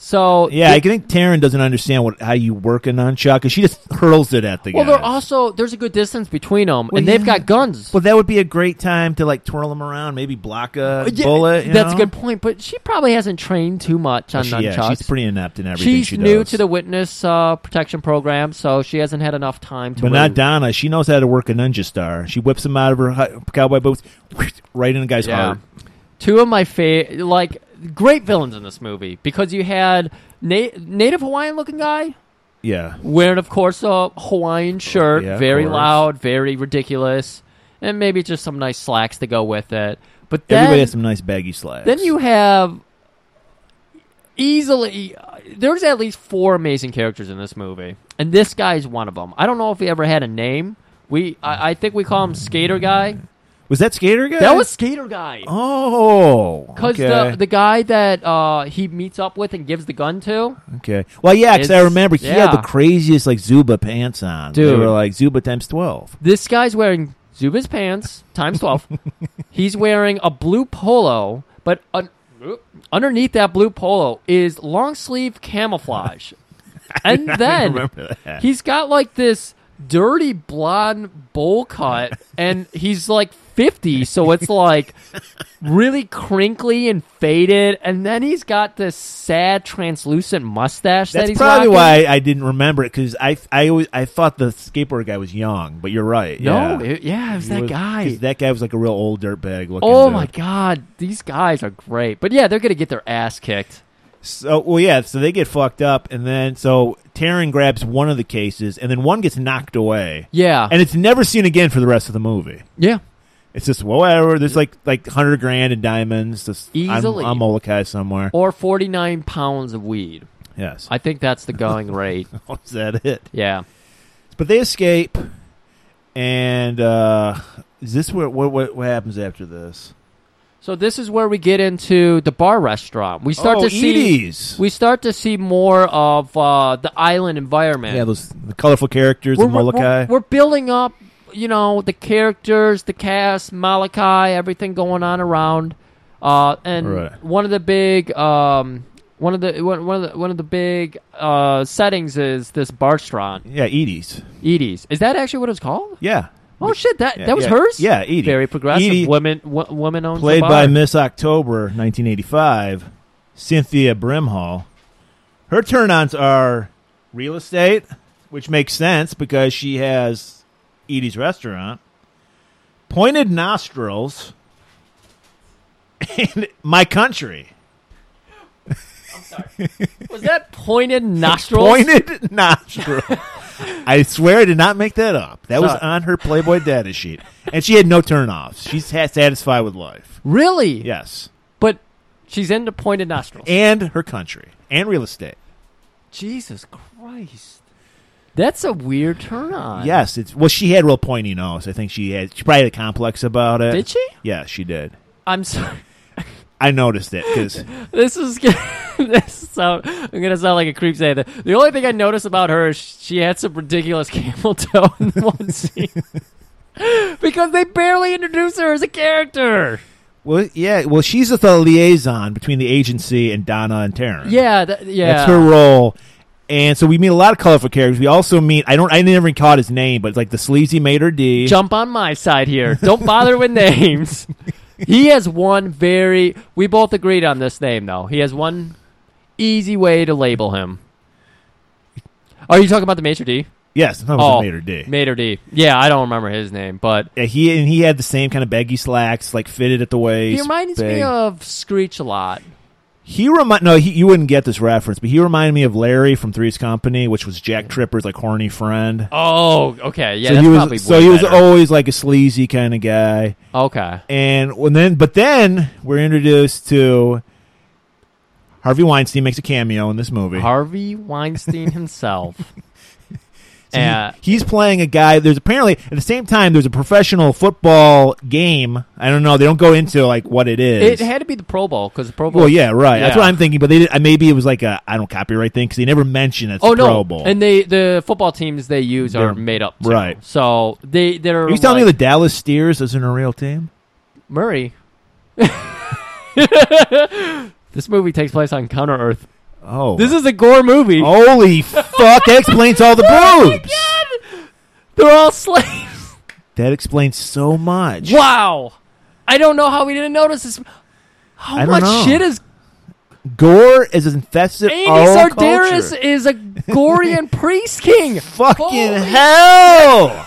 Speaker 1: So,
Speaker 2: Yeah, I think Taryn doesn't understand what how you work a nunchuck because she just hurls it at the
Speaker 1: well,
Speaker 2: guys.
Speaker 1: they're also, there's a good distance between them, and they've
Speaker 2: yeah.
Speaker 1: got guns.
Speaker 2: Well, that would be a great time to like twirl them around, maybe block a
Speaker 1: Uh, Yeah,
Speaker 2: bullet. you
Speaker 1: that's
Speaker 2: know?
Speaker 1: a good point, but she probably hasn't trained too much on
Speaker 2: She-
Speaker 1: nunchucks.
Speaker 2: yeah, she's pretty inept in everything
Speaker 1: She's
Speaker 2: she does.
Speaker 1: new to the witness uh, protection program, so she hasn't had enough time to.
Speaker 2: but not
Speaker 1: really-
Speaker 2: Donna. She knows how to work a ninja star. She whips him out of her hi- cowboy boots, (laughs) right in the guy's
Speaker 1: Yeah.
Speaker 2: heart.
Speaker 1: Two of my favorite, like great villains in this movie, because you had na- native Hawaiian looking guy
Speaker 2: Yeah,
Speaker 1: wearing, of course, a Hawaiian shirt,
Speaker 2: Oh, Yeah, of
Speaker 1: very
Speaker 2: course.
Speaker 1: loud, very ridiculous, and maybe just some nice slacks to go with it. But then,
Speaker 2: everybody has some nice baggy slacks.
Speaker 1: Then you have easily there's at least four amazing characters in this movie, and this guy's one of them. I don't know if he ever had a name. We I, I think we call him Skater Guy.
Speaker 2: Was that Skater guy?
Speaker 1: That was Skater Guy.
Speaker 2: Oh,
Speaker 1: Because
Speaker 2: okay.
Speaker 1: the, the guy that uh, he meets up with and gives the gun to,
Speaker 2: okay. Well, yeah, because I
Speaker 1: It's-
Speaker 2: remember he had the
Speaker 1: yeah.
Speaker 2: craziest like Zuba pants on. They
Speaker 1: Dude.
Speaker 2: were like Zuba times twelve.
Speaker 1: this guy's wearing Zuba's pants times 12.
Speaker 2: (laughs)
Speaker 1: He's wearing a blue polo, but un- oop, underneath that blue polo is long sleeve
Speaker 2: (laughs)
Speaker 1: camouflage. And then
Speaker 2: remember that.
Speaker 1: he's got like this dirty blonde bowl cut, and he's like 50, so it's like really crinkly and faded. And then he's got this sad, translucent mustache that
Speaker 2: That's
Speaker 1: he's
Speaker 2: probably
Speaker 1: rocking.
Speaker 2: why I didn't remember it because I I always I thought the skateboard guy was young, but you're right.
Speaker 1: No,
Speaker 2: yeah.
Speaker 1: it- yeah, it was
Speaker 2: He
Speaker 1: that
Speaker 2: was-
Speaker 1: guy.
Speaker 2: 'cause That guy was like a real old dirtbag looking.
Speaker 1: Oh
Speaker 2: dude.
Speaker 1: my god, these guys are great. But yeah, they're gonna get their ass kicked.
Speaker 2: So well, yeah. So they get fucked up, and then so Taryn grabs one of the cases, and then one gets knocked away,
Speaker 1: Yeah.
Speaker 2: and it's never seen again for the rest of the movie.
Speaker 1: yeah.
Speaker 2: It's just whatever. There's like like hundred grand in diamonds. Just
Speaker 1: Easily. Oh.
Speaker 2: on, on Molokai somewhere.
Speaker 1: Or forty nine pounds of weed.
Speaker 2: Yes, (laughs)
Speaker 1: I think that's the going rate.
Speaker 2: is that it?
Speaker 1: Yeah.
Speaker 2: But they escape, and uh is this where what what, what happens after this?
Speaker 1: So this is where we get into the bar restaurant. We start
Speaker 2: Oh,
Speaker 1: to see
Speaker 2: Edie's.
Speaker 1: we start to see more of uh, the island environment.
Speaker 2: yeah, those the colorful characters in Molokai.
Speaker 1: We're, we're building up, you know, the characters, the cast, Malachi, everything going on around. Uh, and
Speaker 2: Right.
Speaker 1: one of the big, um, one of the one one of the one of the big uh, settings is this barstron,
Speaker 2: yeah, Edie's.
Speaker 1: Edie's. Is that actually what it's called?
Speaker 2: Yeah,
Speaker 1: Oh shit, that
Speaker 2: Yeah,
Speaker 1: that was
Speaker 2: yeah.
Speaker 1: hers.
Speaker 2: Yeah, Edie.
Speaker 1: Very progressive
Speaker 2: Edie-
Speaker 1: woman. W- woman owns the
Speaker 2: played by
Speaker 1: bar.
Speaker 2: Miss October, 1985, Cynthia Brimhall. Her turn-ons are real estate, which makes sense because she has Edie's restaurant, pointed nostrils, (laughs) and my country.
Speaker 1: Was that
Speaker 2: (laughs)
Speaker 1: pointed nostrils? (laughs)
Speaker 2: Pointed (laughs) nostril. I swear I did not make that up. That was
Speaker 1: Sorry.
Speaker 2: on her Playboy data sheet. And she had no turn-offs. She's ha- satisfied with life.
Speaker 1: Really?
Speaker 2: Yes.
Speaker 1: But she's into pointed nostrils.
Speaker 2: And her country. And real estate.
Speaker 1: Jesus Christ. That's a weird turn on.
Speaker 2: Yes, it's well. She had real pointy nose. I think she had. She probably had a complex about it.
Speaker 1: Did she?
Speaker 2: Yeah, she did.
Speaker 1: I'm sorry.
Speaker 2: I noticed it because
Speaker 1: This is gonna- (laughs) this is sound, I'm gonna sound like a creep saying that. The only thing I noticed about her is she had some ridiculous (laughs) camel toe in one scene (laughs) because they barely introduce her as a character.
Speaker 2: well, yeah, well, she's the liaison between the agency and Donna and Taryn.
Speaker 1: Yeah, that, yeah.
Speaker 2: that's her role. And so we meet a lot of colorful characters. We also meet. I don't. I never caught his name, but it's like the sleazy maitre d.
Speaker 1: Jump on my side here. Don't bother with
Speaker 2: (laughs)
Speaker 1: names. He has one very. We both agreed on this name though. He has one easy way to label him. Are you talking about the maitre d?
Speaker 2: Yes, that was
Speaker 1: oh,
Speaker 2: a maitre d.
Speaker 1: Maitre d. Yeah, I don't remember his name, but
Speaker 2: yeah, he and he had the same kind of baggy slacks, like fitted at the waist.
Speaker 1: He reminds
Speaker 2: big.
Speaker 1: me of Screech a lot.
Speaker 2: He remind no, he, you wouldn't get this reference, but he reminded me of Larry from Three's Company, which was Jack Tripper's like horny friend.
Speaker 1: Oh, okay, yeah,
Speaker 2: so
Speaker 1: that's
Speaker 2: he
Speaker 1: probably
Speaker 2: was so
Speaker 1: way
Speaker 2: he was
Speaker 1: better.
Speaker 2: always like a sleazy kind of guy,
Speaker 1: okay.
Speaker 2: and when then but then we're introduced to Harvey Weinstein makes a cameo in this movie.
Speaker 1: Harvey Weinstein
Speaker 2: (laughs)
Speaker 1: himself.
Speaker 2: He-
Speaker 1: Uh,
Speaker 2: he's playing a guy. There's apparently at the same time there's a professional football game. I don't know. They don't go into like what it
Speaker 1: it
Speaker 2: is.
Speaker 1: had to be the Pro Bowl because the Pro Bowl.
Speaker 2: well, yeah, right. That's
Speaker 1: Yeah.
Speaker 2: what I'm thinking. But they did, maybe it was like a I don't copyright thing because they never mention it's
Speaker 1: Oh
Speaker 2: a
Speaker 1: no!
Speaker 2: Pro Bowl.
Speaker 1: And they the football teams they use are
Speaker 2: They're-
Speaker 1: made up, too.
Speaker 2: right.
Speaker 1: So they they're.
Speaker 2: Are you telling me the
Speaker 1: like,
Speaker 2: Dallas Steers isn't a real team?
Speaker 1: Murray? (laughs) this movie takes place on Counter Earth.
Speaker 2: Oh,
Speaker 1: This is a gore movie. (laughs) Oh
Speaker 2: holy fuck! That explains all the boobs.
Speaker 1: They're all (laughs) slaves.
Speaker 2: that explains so much.
Speaker 1: Wow. I don't know how we didn't notice this. How
Speaker 2: I don't
Speaker 1: much
Speaker 2: know.
Speaker 1: shit is
Speaker 2: Gore is infested
Speaker 1: Amy
Speaker 2: all
Speaker 1: Sardaris
Speaker 2: culture.
Speaker 1: is a
Speaker 2: (laughs)
Speaker 1: Gorian priest king.
Speaker 2: Fucking
Speaker 1: Holy-
Speaker 2: hell!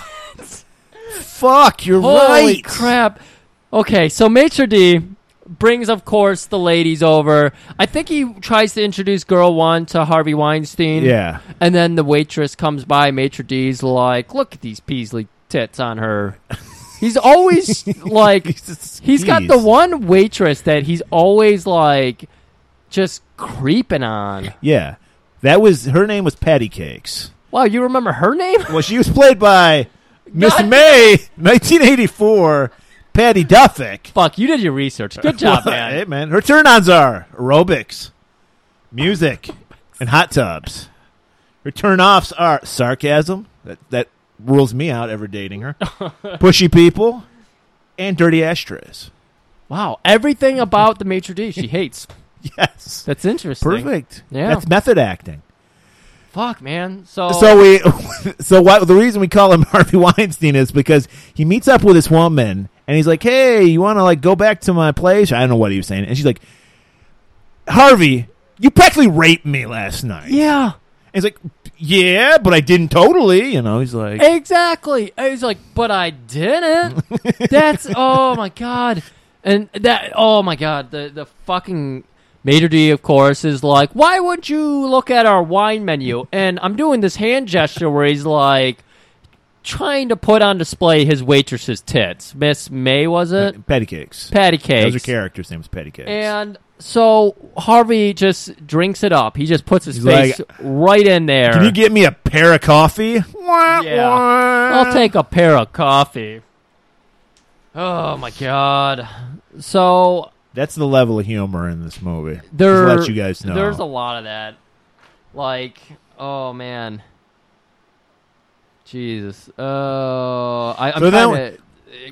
Speaker 2: Fuck, you're
Speaker 1: Holy
Speaker 2: right.
Speaker 1: crap. Okay, so Maitre D brings, of course, the ladies over. I think he tries to introduce girl one to Harvey Weinstein.
Speaker 2: Yeah.
Speaker 1: And then the waitress comes by. Maitre D's like, look at these Peasley tits on her. He's
Speaker 2: (laughs)
Speaker 1: always like,
Speaker 2: He's just
Speaker 1: he's got the
Speaker 2: skeezed.
Speaker 1: one waitress that he's always like, just creeping on.
Speaker 2: Yeah, that was her name was Patty Cakes.
Speaker 1: Wow, you remember her name? (laughs)
Speaker 2: (laughs) Well, she was played by Miss
Speaker 1: God.
Speaker 2: May, 1984. Patty Duffick.
Speaker 1: Fuck, you did your research. Good job, man.
Speaker 2: Hey, man. Her turn ons are aerobics, music, and hot tubs. Her turn offs are sarcasm. That, that rules me out ever
Speaker 1: (laughs)
Speaker 2: dating her. Pushy people and dirty ashtrays. (laughs)
Speaker 1: Wow, everything about the maitre d she hates.
Speaker 2: Yes.
Speaker 1: That's interesting.
Speaker 2: Perfect.
Speaker 1: Yeah.
Speaker 2: That's method acting.
Speaker 1: Fuck, man. So,
Speaker 2: So we, (laughs) so what? The reason we call him (laughs) Harvey Weinstein is because he meets up with this woman, and he's like, "Hey, you want to like go back to my place?" I don't know what he was saying, and she's like, "Harvey, you practically raped me last night."
Speaker 1: yeah,
Speaker 2: and he's like, "Yeah, but I didn't totally." You know, he's like,
Speaker 1: exactly. I was like, but I
Speaker 2: (laughs)
Speaker 1: didn't. That's oh my god, and that oh my god, the the fucking maitre d of course is like, why would you look at our wine menu? And I'm doing this hand gesture where he's like. Trying to put on display his waitress's tits. Miss May, was it?
Speaker 2: "Patty cakes."
Speaker 1: Patty
Speaker 2: That
Speaker 1: cakes.
Speaker 2: was her character's name was Patty Cakes.
Speaker 1: And so Harvey just drinks it up. He just puts his
Speaker 2: He's
Speaker 1: face
Speaker 2: like,
Speaker 1: right in there.
Speaker 2: Can you get me a pair of coffee? Wah,
Speaker 1: Yeah.
Speaker 2: wah.
Speaker 1: I'll take a pair of coffee. Oh my god. So
Speaker 2: That's the level of humor in this movie. Just
Speaker 1: there
Speaker 2: let you guys know.
Speaker 1: There's a lot of that. Like, oh man. Jesus. Uh I, I'm
Speaker 2: So then
Speaker 1: trying to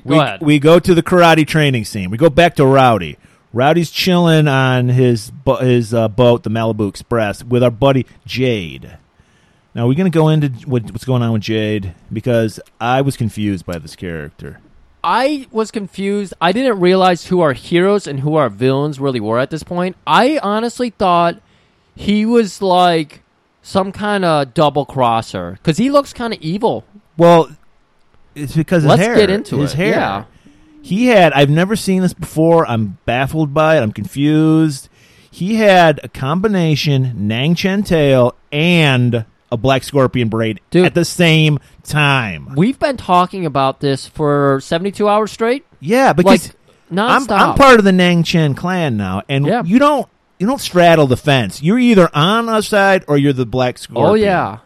Speaker 1: go
Speaker 2: we,
Speaker 1: ahead.
Speaker 2: we go to the karate training scene. We go back to Rowdy. Rowdy's chilling on his bo- his uh, boat, the Malibu Express, with our buddy Jade. Now we're going to go into what, what's going on with Jade because I was confused by this character.
Speaker 1: I was confused. I didn't realize who our heroes and who our villains really were at this point. I honestly thought he was like some kind of double crosser because he looks kind of evil.
Speaker 2: Well, it's because his
Speaker 1: Let's
Speaker 2: hair.
Speaker 1: get into
Speaker 2: his
Speaker 1: it,
Speaker 2: hair.
Speaker 1: yeah.
Speaker 2: He had. I've never seen this before. I'm baffled by it. I'm confused. He had a combination Nang Chen tail and a black scorpion braid
Speaker 1: Dude.
Speaker 2: at the same time.
Speaker 1: We've been talking about this for seventy-two hours straight,
Speaker 2: Yeah,
Speaker 1: like
Speaker 2: because I'm,
Speaker 1: nonstop.
Speaker 2: I'm part of the Nang Chen clan now, and
Speaker 1: Yeah.
Speaker 2: you don't you don't straddle the fence. You're either on our side or you're the black scorpion.
Speaker 1: oh yeah,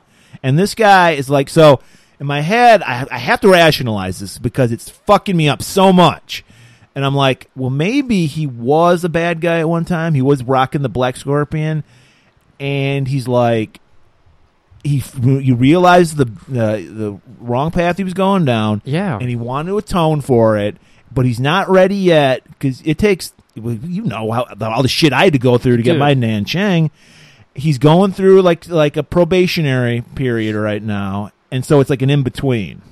Speaker 2: And this guy is like, so in my head, I, I have to rationalize this because it's fucking me up so much. And I'm like, well, maybe he was a bad guy at one time. He was rocking the Black Scorpion, and he's like, he you realize the uh, the the wrong path he was going down.
Speaker 1: Yeah.
Speaker 2: and he wanted to atone for it, but he's not ready yet because it takes. well, You know how all the shit I had to go through to get
Speaker 1: Dude.
Speaker 2: my Nan Chang he's going through like like a probationary period right now, and so it's like an in between.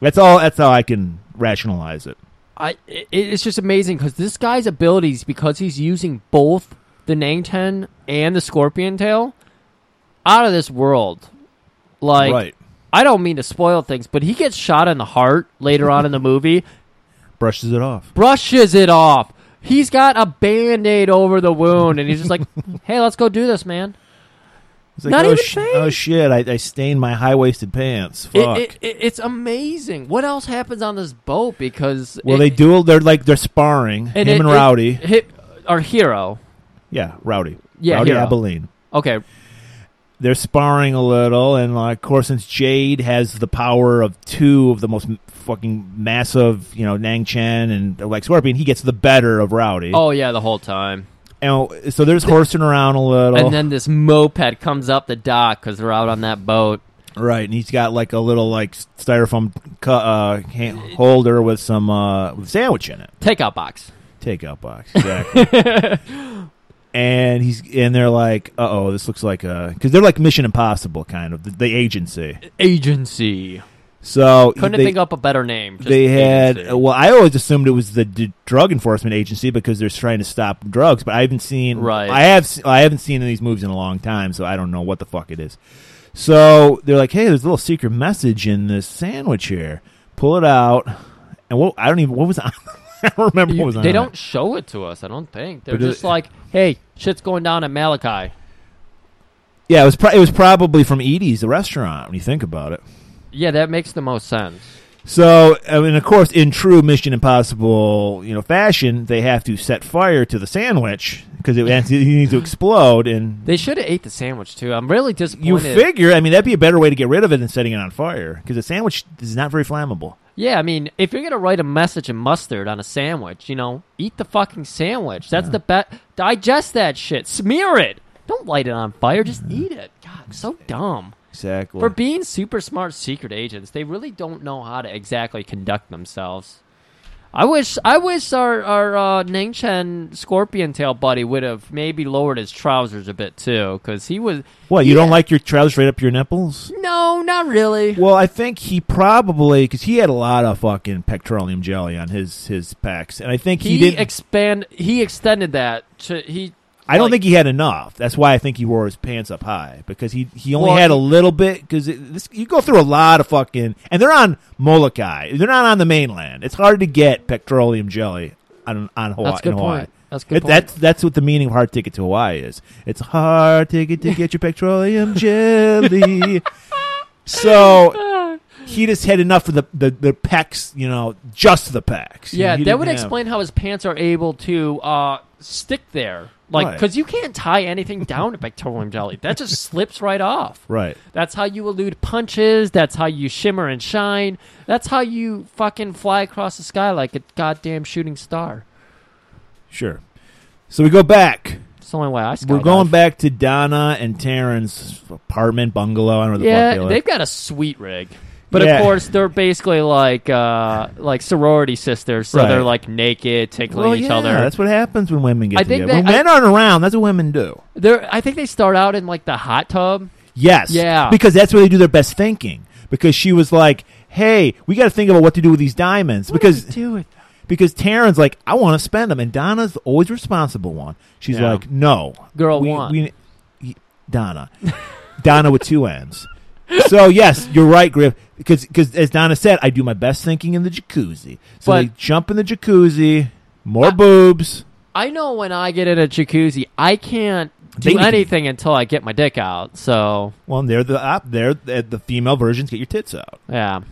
Speaker 2: That's all. That's how I can rationalize it.
Speaker 1: I it, it's just amazing because this guy's abilities because he's using both the Nangten and the Scorpion Tail out of this world. Like I don't mean to spoil things, but he gets shot in the heart later on in the
Speaker 2: (laughs)
Speaker 1: movie,
Speaker 2: brushes it off.
Speaker 1: brushes it off. He's got a band aid over the wound, and he's just like, (laughs) hey, let's go do this, man.
Speaker 2: It's like,
Speaker 1: Not
Speaker 2: oh,
Speaker 1: even saying-
Speaker 2: oh shit! I, I stained my high waisted pants.
Speaker 1: It,
Speaker 2: Fuck.
Speaker 1: it- it- it's amazing. What else happens on this boat? Because.
Speaker 2: well,
Speaker 1: it-
Speaker 2: they do. They're like they're sparring.
Speaker 1: and
Speaker 2: him
Speaker 1: it-
Speaker 2: and
Speaker 1: it-
Speaker 2: Rowdy.
Speaker 1: hit- our hero.
Speaker 2: yeah, Rowdy.
Speaker 1: Yeah,
Speaker 2: Rowdy
Speaker 1: hero.
Speaker 2: Abilene.
Speaker 1: Okay.
Speaker 2: they're sparring a little, and like, of course, since Jade has the power of two of the most m- fucking massive, you know, Nang Chen and Lex Scorpion, he gets the better of Rowdy.
Speaker 1: Oh, yeah, the whole time.
Speaker 2: And so there's horsing around a little,
Speaker 1: And then this moped comes up the dock because they're out on that boat.
Speaker 2: right? And he's got like a little like styrofoam cu- uh, hand- holder with some uh, with sandwich in it.
Speaker 1: Takeout box.
Speaker 2: takeout box exactly
Speaker 1: (laughs)
Speaker 2: and he's and they're like uh-oh this looks like a because they're like mission impossible kind of the, the agency
Speaker 1: Agency.
Speaker 2: so
Speaker 1: Couldn't
Speaker 2: they,
Speaker 1: think up a better name. Just
Speaker 2: they had
Speaker 1: agency.
Speaker 2: well i always assumed it was the d- drug enforcement agency because they're trying to stop drugs but i haven't seen
Speaker 1: Right.
Speaker 2: i have se- i haven't seen these movies in a long time so i don't know what the fuck it is so they're like hey there's a little secret message in this sandwich here pull it out and what i don't even what was (laughs) on i don't remember
Speaker 1: You-
Speaker 2: what was on
Speaker 1: they
Speaker 2: it.
Speaker 1: don't show it to us. I don't think they're
Speaker 2: But it-
Speaker 1: just like, "Hey, shit's going down at Malachi."
Speaker 2: Yeah, it was pro- it was probably from Edie's, the restaurant. When you think about it,
Speaker 1: Yeah, that makes the most sense.
Speaker 2: so I mean, of course, in true Mission Impossible, you know, fashion, they have to set fire to the sandwich because (laughs) it, has- it needs to explode. And
Speaker 1: They should have ate the sandwich too. I'm really disappointed.
Speaker 2: you figure, I mean, that'd be a better way to get rid of it than setting it on fire because the sandwich is not very flammable.
Speaker 1: Yeah, I mean, if you're gonna write a message in mustard on a sandwich, you know, eat the fucking sandwich. That's the best. Digest that shit. Smear it. Don't light it on fire. Just
Speaker 2: Mm-hmm.
Speaker 1: eat it. God, so dumb.
Speaker 2: Exactly.
Speaker 1: For being super smart secret agents, they really don't know how to exactly conduct themselves. I wish, I wish our our uh, Ningchen Scorpion Tail buddy would have maybe lowered his trousers a bit too, because he was
Speaker 2: what you don't like your trousers right up your nipples?
Speaker 1: no, not really.
Speaker 2: Well, I think he probably because he had a lot of fucking petroleum jelly on his his packs, and I think he,
Speaker 1: He,
Speaker 2: didn't.
Speaker 1: expand, he extended that to he.
Speaker 2: I don't
Speaker 1: like-
Speaker 2: think he had enough. That's why I think he wore his pants up high because he he only
Speaker 1: Well,
Speaker 2: had a little bit because this you go through a lot of fucking and they're on Molokai. They're not on the mainland. It's hard to get petroleum jelly on on Hawaii.
Speaker 1: That's a good
Speaker 2: in Hawaii.
Speaker 1: point. That's a good point.
Speaker 2: That's that's what the meaning of hard ticket to Hawaii is. It's a hard ticket to get
Speaker 1: (laughs)
Speaker 2: your petroleum jelly. So he just had enough of the, the, the pecs, you know, just the pecs. You know,
Speaker 1: Yeah,
Speaker 2: he
Speaker 1: that
Speaker 2: didn't
Speaker 1: would
Speaker 2: have-
Speaker 1: explain how his pants are able to uh, stick there, like
Speaker 2: Right.
Speaker 1: because you can't tie
Speaker 2: (laughs)
Speaker 1: anything down to petroleum jelly. That just slips right off.
Speaker 2: Right.
Speaker 1: That's how you elude punches. That's how you shimmer and shine. That's how you fucking fly across the sky like a goddamn shooting star.
Speaker 2: Sure. So we go back.
Speaker 1: It's the only way I.
Speaker 2: We're
Speaker 1: skydive.
Speaker 2: going back to Donna and Taryn's apartment bungalow. I don't know. where The
Speaker 1: Yeah,
Speaker 2: fuck
Speaker 1: they've
Speaker 2: live.
Speaker 1: got a sweet rig. But
Speaker 2: Yeah.
Speaker 1: of course, they're basically like uh, like sorority sisters, so
Speaker 2: Right.
Speaker 1: they're like naked, tickling
Speaker 2: Well,
Speaker 1: each
Speaker 2: yeah,
Speaker 1: other.
Speaker 2: That's what happens when women get
Speaker 1: I think
Speaker 2: together.
Speaker 1: that-
Speaker 2: when men
Speaker 1: I-
Speaker 2: aren't around, that's what women do.
Speaker 1: They're, I think they start out in like the hot tub.
Speaker 2: Yes.
Speaker 1: Yeah.
Speaker 2: Because that's where they do their best thinking. Because she was like, "Hey, we got to think about what to do with these diamonds." because
Speaker 1: do with
Speaker 2: because Taryn's like, "I want to spend them," and Donna's the always responsible one. She's
Speaker 1: Yeah.
Speaker 2: like, "No,
Speaker 1: Girl
Speaker 2: we,
Speaker 1: one.
Speaker 2: we- y- Donna, (laughs) Donna with two N's." So yes, you're right, Griff. Because as Donna said, I do my best thinking in the jacuzzi. So
Speaker 1: But-
Speaker 2: they jump in the jacuzzi, more
Speaker 1: I-
Speaker 2: boobs.
Speaker 1: I know when I get in a jacuzzi, I can't do
Speaker 2: They-
Speaker 1: anything until I get my dick out. So
Speaker 2: Well, and they're the op, they're the, the female versions. Get your tits out.
Speaker 1: yeah,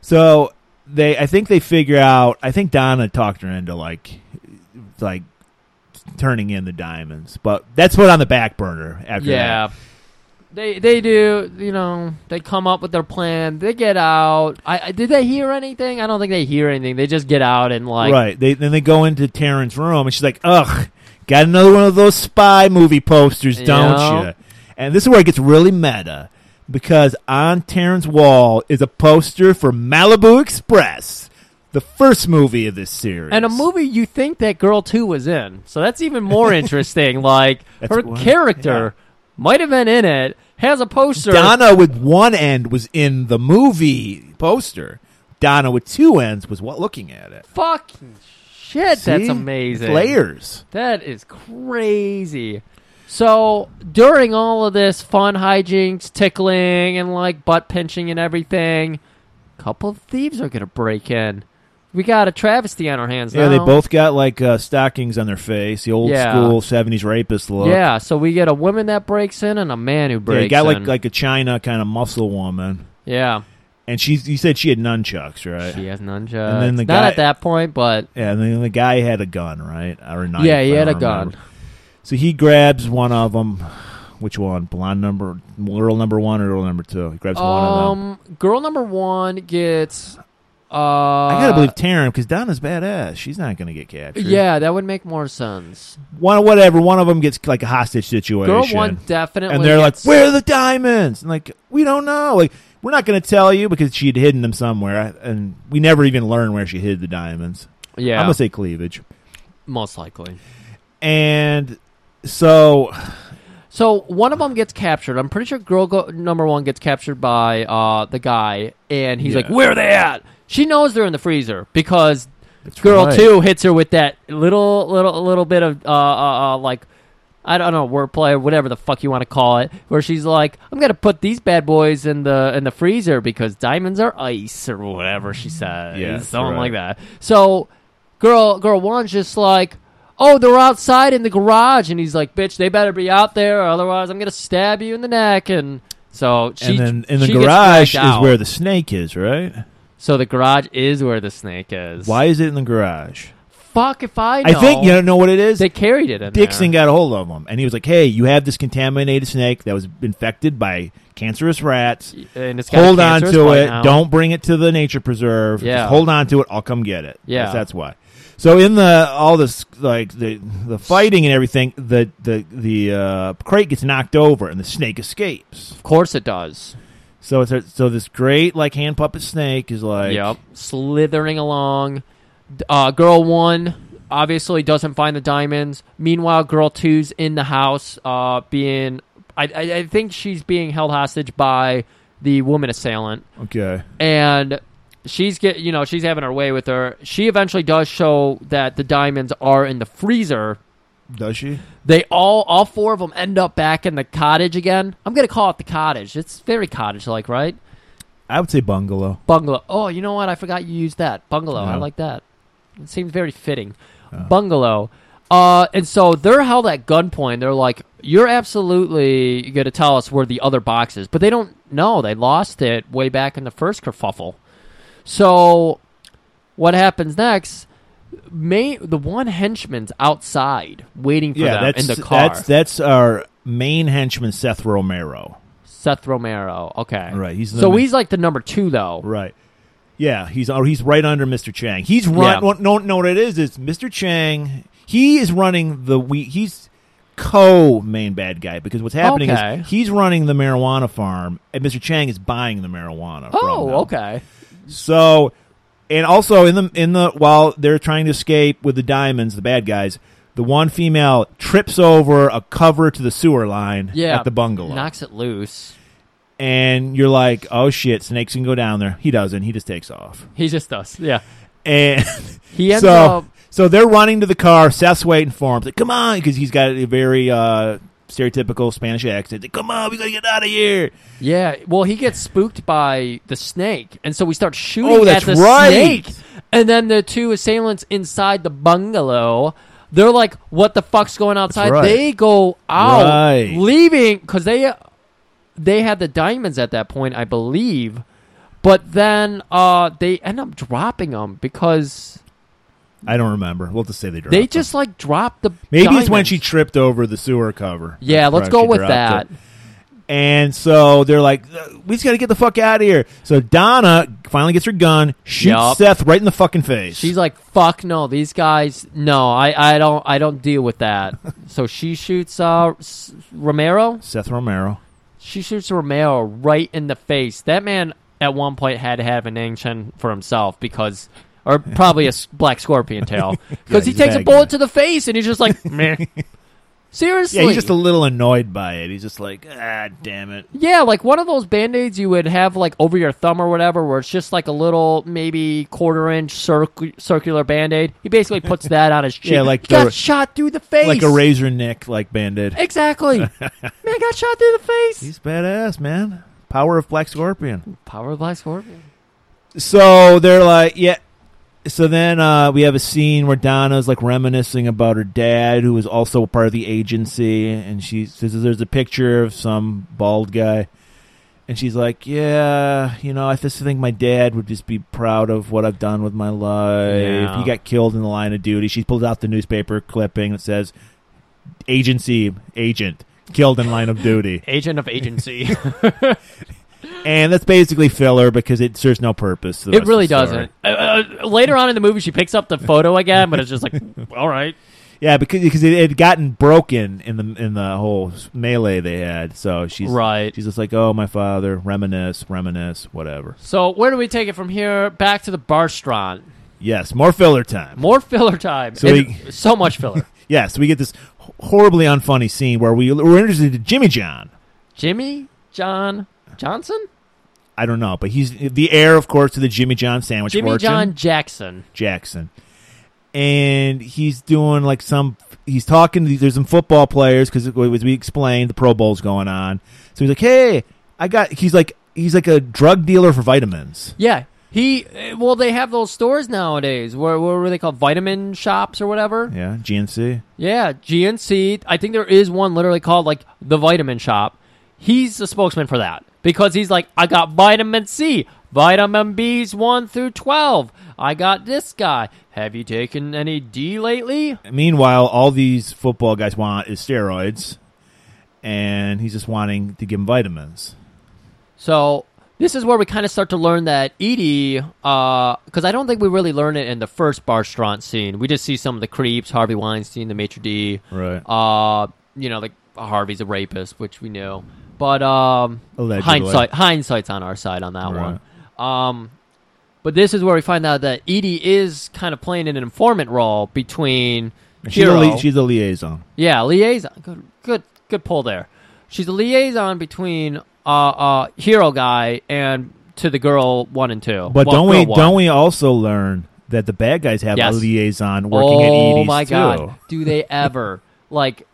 Speaker 2: So they, I think they figure out. I think Donna talked her into like, like turning in the diamonds. But that's put on the back burner after that.
Speaker 1: yeah. They they do you know they come up with their plan. They get out. I, I did they hear anything? I don't think they hear anything. They just get out and like
Speaker 2: right. They then they go into Taryn's room and she's like, "Ugh, got another one of those spy movie posters, don't
Speaker 1: Yeah.
Speaker 2: you?" And this is where it gets really meta because on Taryn's wall is a poster for Malibu Express, the first movie of this series,
Speaker 1: and a movie you think that girl two was in. So that's even
Speaker 2: (laughs)
Speaker 1: more interesting. like
Speaker 2: That's
Speaker 1: her
Speaker 2: what-
Speaker 1: character might have been in it. Has a poster.
Speaker 2: Donna with one end was in the movie poster. Donna with two ends was what looking at it.
Speaker 1: Fucking shit!
Speaker 2: See?
Speaker 1: That's
Speaker 2: It's
Speaker 1: amazing.
Speaker 2: Layers.
Speaker 1: That is crazy. So during all of this fun hijinks, tickling, and like butt pinching and everything, a couple of thieves are gonna break in. We got a travesty on our hands.
Speaker 2: Yeah, they
Speaker 1: now.
Speaker 2: both got like uh, stockings on their face, the old
Speaker 1: Yeah.
Speaker 2: school '70s rapist look.
Speaker 1: Yeah, so we get a woman that breaks in and a man who
Speaker 2: Yeah,
Speaker 1: breaks.
Speaker 2: you got like
Speaker 1: in.
Speaker 2: like a China kind of muscle woman,
Speaker 1: yeah,
Speaker 2: and she's you said she had nunchucks, right?
Speaker 1: she has nunchucks.
Speaker 2: And then the
Speaker 1: Not
Speaker 2: guy-
Speaker 1: at that point, but
Speaker 2: yeah, and then the guy had a gun, right? Or a knife,
Speaker 1: yeah, he
Speaker 2: I
Speaker 1: had a
Speaker 2: don't
Speaker 1: gun.
Speaker 2: remember. So he grabs one of them. Which one? Blonde number, girl number one, or girl number two? He grabs one of them.
Speaker 1: Um, girl number one gets. Uh,
Speaker 2: I gotta believe Taryn because Donna's badass. She's not gonna get captured.
Speaker 1: Yeah, that would make more sense.
Speaker 2: one whatever. One of them gets like a hostage situation.
Speaker 1: Girl one definitely.
Speaker 2: and they're like,
Speaker 1: gets-
Speaker 2: "Where are the diamonds?" And like, we don't know. Like, we're not going to tell you because she had hidden them somewhere, and we never even learned where she hid the diamonds.
Speaker 1: Yeah,
Speaker 2: I'm gonna say cleavage.
Speaker 1: most likely.
Speaker 2: And so,
Speaker 1: So one of them gets captured. I'm pretty sure girl go- number one gets captured by uh, the guy, and he's
Speaker 2: Yeah.
Speaker 1: like, "Where are they at?" She knows they're in the freezer because girl
Speaker 2: right.
Speaker 1: two hits her with that little, little, little bit of uh, uh, uh, like I don't know wordplay or whatever the fuck you want to call it, where she's like, "I'm gonna put these bad boys in the in the freezer because diamonds are ice or whatever she says,
Speaker 2: Yes,
Speaker 1: something
Speaker 2: right.
Speaker 1: like that." So girl girl one's just like oh they're outside in the garage and he's like bitch they better be out there or otherwise i'm gonna stab you in the neck and so she,
Speaker 2: and then in the
Speaker 1: she gets
Speaker 2: garage
Speaker 1: dragged
Speaker 2: is
Speaker 1: out.
Speaker 2: where the snake is, right?
Speaker 1: so the garage is where the snake is
Speaker 2: Why is it in the garage?
Speaker 1: fuck if I know.
Speaker 2: I think you know what it is.
Speaker 1: they carried it in
Speaker 2: Dixon
Speaker 1: there.
Speaker 2: got a hold of him, and he was like, "Hey, you have this contaminated snake that was infected by cancerous rats.
Speaker 1: and it's got a
Speaker 2: Hold on
Speaker 1: cancerous
Speaker 2: to
Speaker 1: bite
Speaker 2: it.
Speaker 1: now.
Speaker 2: Don't bring it to the nature preserve.
Speaker 1: Yeah.
Speaker 2: Just hold on to it. I'll come get it.
Speaker 1: Yeah.
Speaker 2: That's- that's why." So in the all this like the the fighting and everything, the the the uh, crate gets knocked over and the snake escapes.
Speaker 1: Of course it does.
Speaker 2: So it's a, so this great like hand puppet snake is like
Speaker 1: yep, slithering along. D- Uh, girl one obviously doesn't find the diamonds. Meanwhile, girl two's in the house, uh, being I, I, I think she's being held hostage by the woman assailant,
Speaker 2: okay
Speaker 1: and she's get you know she's having her way with her. She eventually does show that the diamonds are in the freezer.
Speaker 2: does she
Speaker 1: They all all four of them end up back in the cottage again. I'm gonna call it the cottage. It's very cottage like, right?
Speaker 2: I would say bungalow
Speaker 1: Bungalow. Oh, you know what? I forgot you used that. Bungalow. I
Speaker 2: No.
Speaker 1: like that. It seems very fitting. Bungalow. Uh, and so they're held at gunpoint. They're like, "You're absolutely going to tell us where the other box is," but they don't know. They lost it way back in the first kerfuffle. So, what happens next? May the one henchman's outside waiting for them in
Speaker 2: that's
Speaker 1: the car.
Speaker 2: that's that's our main henchman Seth Romero
Speaker 1: Seth Romero. Okay,
Speaker 2: Right, he's the
Speaker 1: so
Speaker 2: ma-
Speaker 1: he's like the number two though.
Speaker 2: Right. Yeah, he's oh, he's right under Mr. Chang. He's run.
Speaker 1: Yeah.
Speaker 2: No, no, what it is is Mr. Chang. He is running the we. He's co main bad guy because what's happening
Speaker 1: Okay.
Speaker 2: is he's running the marijuana farm, and Mr. Chang is buying the marijuana. from
Speaker 1: Oh,
Speaker 2: them.
Speaker 1: okay.
Speaker 2: So, and also in the in the while they're trying to escape with the diamonds, the bad guys. The one female trips over a cover to the sewer line
Speaker 1: Yeah,
Speaker 2: at the bungalow
Speaker 1: knocks it loose.
Speaker 2: and you're like, oh shit, snakes can go down there. He doesn't. He just takes off.
Speaker 1: He just does.
Speaker 2: (laughs)
Speaker 1: Yeah.
Speaker 2: And
Speaker 1: (laughs) He ends
Speaker 2: so,
Speaker 1: up-
Speaker 2: so they're running to the car. Seth's waiting for him. He's like, come on, because he's got a very uh, stereotypical Spanish accent. He's like, come on, we gotta get out of here.
Speaker 1: Yeah. Well, he gets spooked by the snake, and so we start shooting
Speaker 2: Oh, that's
Speaker 1: at the
Speaker 2: right.
Speaker 1: snake. And then the two assailants inside the bungalow, they're like, "What the fuck's going outside?"
Speaker 2: right.
Speaker 1: They go out,
Speaker 2: Right.
Speaker 1: leaving because they they had the diamonds at that point, I believe. But then uh, they end up dropping them because
Speaker 2: I don't remember. We'll just say they dropped.
Speaker 1: they
Speaker 2: him.
Speaker 1: just like dropped the.
Speaker 2: maybe it's when
Speaker 1: diamonds.
Speaker 2: she tripped over the sewer cover.
Speaker 1: Yeah,
Speaker 2: That's
Speaker 1: let's
Speaker 2: why
Speaker 1: go
Speaker 2: she
Speaker 1: with
Speaker 2: dropped
Speaker 1: that.
Speaker 2: it. And so they're like, "Uh, we just gotta get the fuck out of here. So Donna finally gets her gun, shoots
Speaker 1: Yup.
Speaker 2: Seth right in the fucking face.
Speaker 1: She's like, "Fuck no, these guys. No, I, I don't, I don't deal with that."
Speaker 2: (laughs)
Speaker 1: so she shoots uh, S- Romero.
Speaker 2: Seth Romero.
Speaker 1: She shoots Romero right in the face. That man at one point had to have an action for himself because, or probably
Speaker 2: (laughs)
Speaker 1: a s- black scorpion tail, because he
Speaker 2: he's a
Speaker 1: takes a
Speaker 2: bad
Speaker 1: bullet
Speaker 2: guy.
Speaker 1: to the face and he's just like,
Speaker 2: (laughs)
Speaker 1: "Meh." Seriously,
Speaker 2: Yeah, he's just a little annoyed by it. He's just like, ah, damn it.
Speaker 1: Yeah, like one of those band-aids you would have like over your thumb or whatever where it's just like a little maybe quarter inch circ- circular band-aid. He basically puts
Speaker 2: (laughs)
Speaker 1: that on his cheek.
Speaker 2: Yeah,
Speaker 1: He
Speaker 2: like
Speaker 1: got
Speaker 2: the-
Speaker 1: shot through the face.
Speaker 2: Like a razor nick, like bandit. (laughs)
Speaker 1: Exactly. Man got shot through the face.
Speaker 2: He's badass, man. Power of Black Scorpion.
Speaker 1: Power of Black Scorpion.
Speaker 2: So they're like, yeah. So then uh, we have a scene where Donna's like reminiscing about her dad, who was also part of the agency, and she says there's a picture of some bald guy, and she's like, yeah, you know, I just think my dad would just be proud of what I've done with my life.
Speaker 1: Yeah.
Speaker 2: He got killed in the line of duty. She pulls out the newspaper clipping that says, "Agency agent killed in line of duty."
Speaker 1: Agent of (laughs) agency.
Speaker 2: And that's basically filler because it serves no purpose. to the
Speaker 1: it
Speaker 2: rest of
Speaker 1: really
Speaker 2: the story.
Speaker 1: doesn't. Uh, uh, later on in the movie, she picks up the photo again, but it's
Speaker 2: (laughs)
Speaker 1: just like, all right.
Speaker 2: Yeah, because because it had gotten broken in the in the whole melee they had. So she's
Speaker 1: Right.
Speaker 2: She's just like, oh, my father, reminisce, reminisce, whatever.
Speaker 1: So where do we take it from here? Back to the barstrand.
Speaker 2: Yes, more filler time.
Speaker 1: More filler time.
Speaker 2: So
Speaker 1: And
Speaker 2: we-
Speaker 1: so much filler. (laughs)
Speaker 2: Yes, we get this h- horribly unfunny scene where we we're introduced to Jimmy John.
Speaker 1: Jimmy John Johnson?
Speaker 2: I don't know, but he's the heir, of course, to the Jimmy John sandwich
Speaker 1: Jimmy
Speaker 2: fortune.
Speaker 1: John Jackson.
Speaker 2: Jackson. And he's doing like some. He's talking. to There's some football players because, as we explained, the Pro Bowl's going on. So he's like, "Hey, I got." He's like, he's like a drug dealer for vitamins.
Speaker 1: Yeah. He eh, well, they have those stores nowadays. Where what were they called? Vitamin shops or whatever.
Speaker 2: Yeah, GNC.
Speaker 1: Yeah, GNC. I think there is one literally called like the Vitamin Shop. He's the spokesman for that because he's like, I got vitamin C, Vitamin B's 1 through 12. I got this guy. Have you taken any D lately?
Speaker 2: Meanwhile, all these football guys want is steroids, and he's just wanting to give him vitamins.
Speaker 1: So this is where we kind of start to learn that Edie, because I don't think we really learn it in the first bar restaurant scene. We just see some of the creeps, Harvey Weinstein, the maitre d.
Speaker 2: Right.
Speaker 1: Uh, you know, like Harvey's a rapist, which we knew. But um,
Speaker 2: Allegedly.
Speaker 1: hindsight, hindsight's on our side on that
Speaker 2: Right.
Speaker 1: one. Um, but this is where we find out that Edie is kind of playing an informant role between.
Speaker 2: And she's, a
Speaker 1: Hero-
Speaker 2: li- she's a liaison.
Speaker 1: yeah, liaison. Good, good, good pull there. She's a liaison between uh, uh, hero guy and to the girl one and two.
Speaker 2: But
Speaker 1: Well,
Speaker 2: don't
Speaker 1: girl
Speaker 2: we
Speaker 1: one.
Speaker 2: don't we also learn that the bad guys have
Speaker 1: Yes.
Speaker 2: a liaison working at
Speaker 1: Oh
Speaker 2: Edie's
Speaker 1: my
Speaker 2: too?
Speaker 1: god! Do they ever like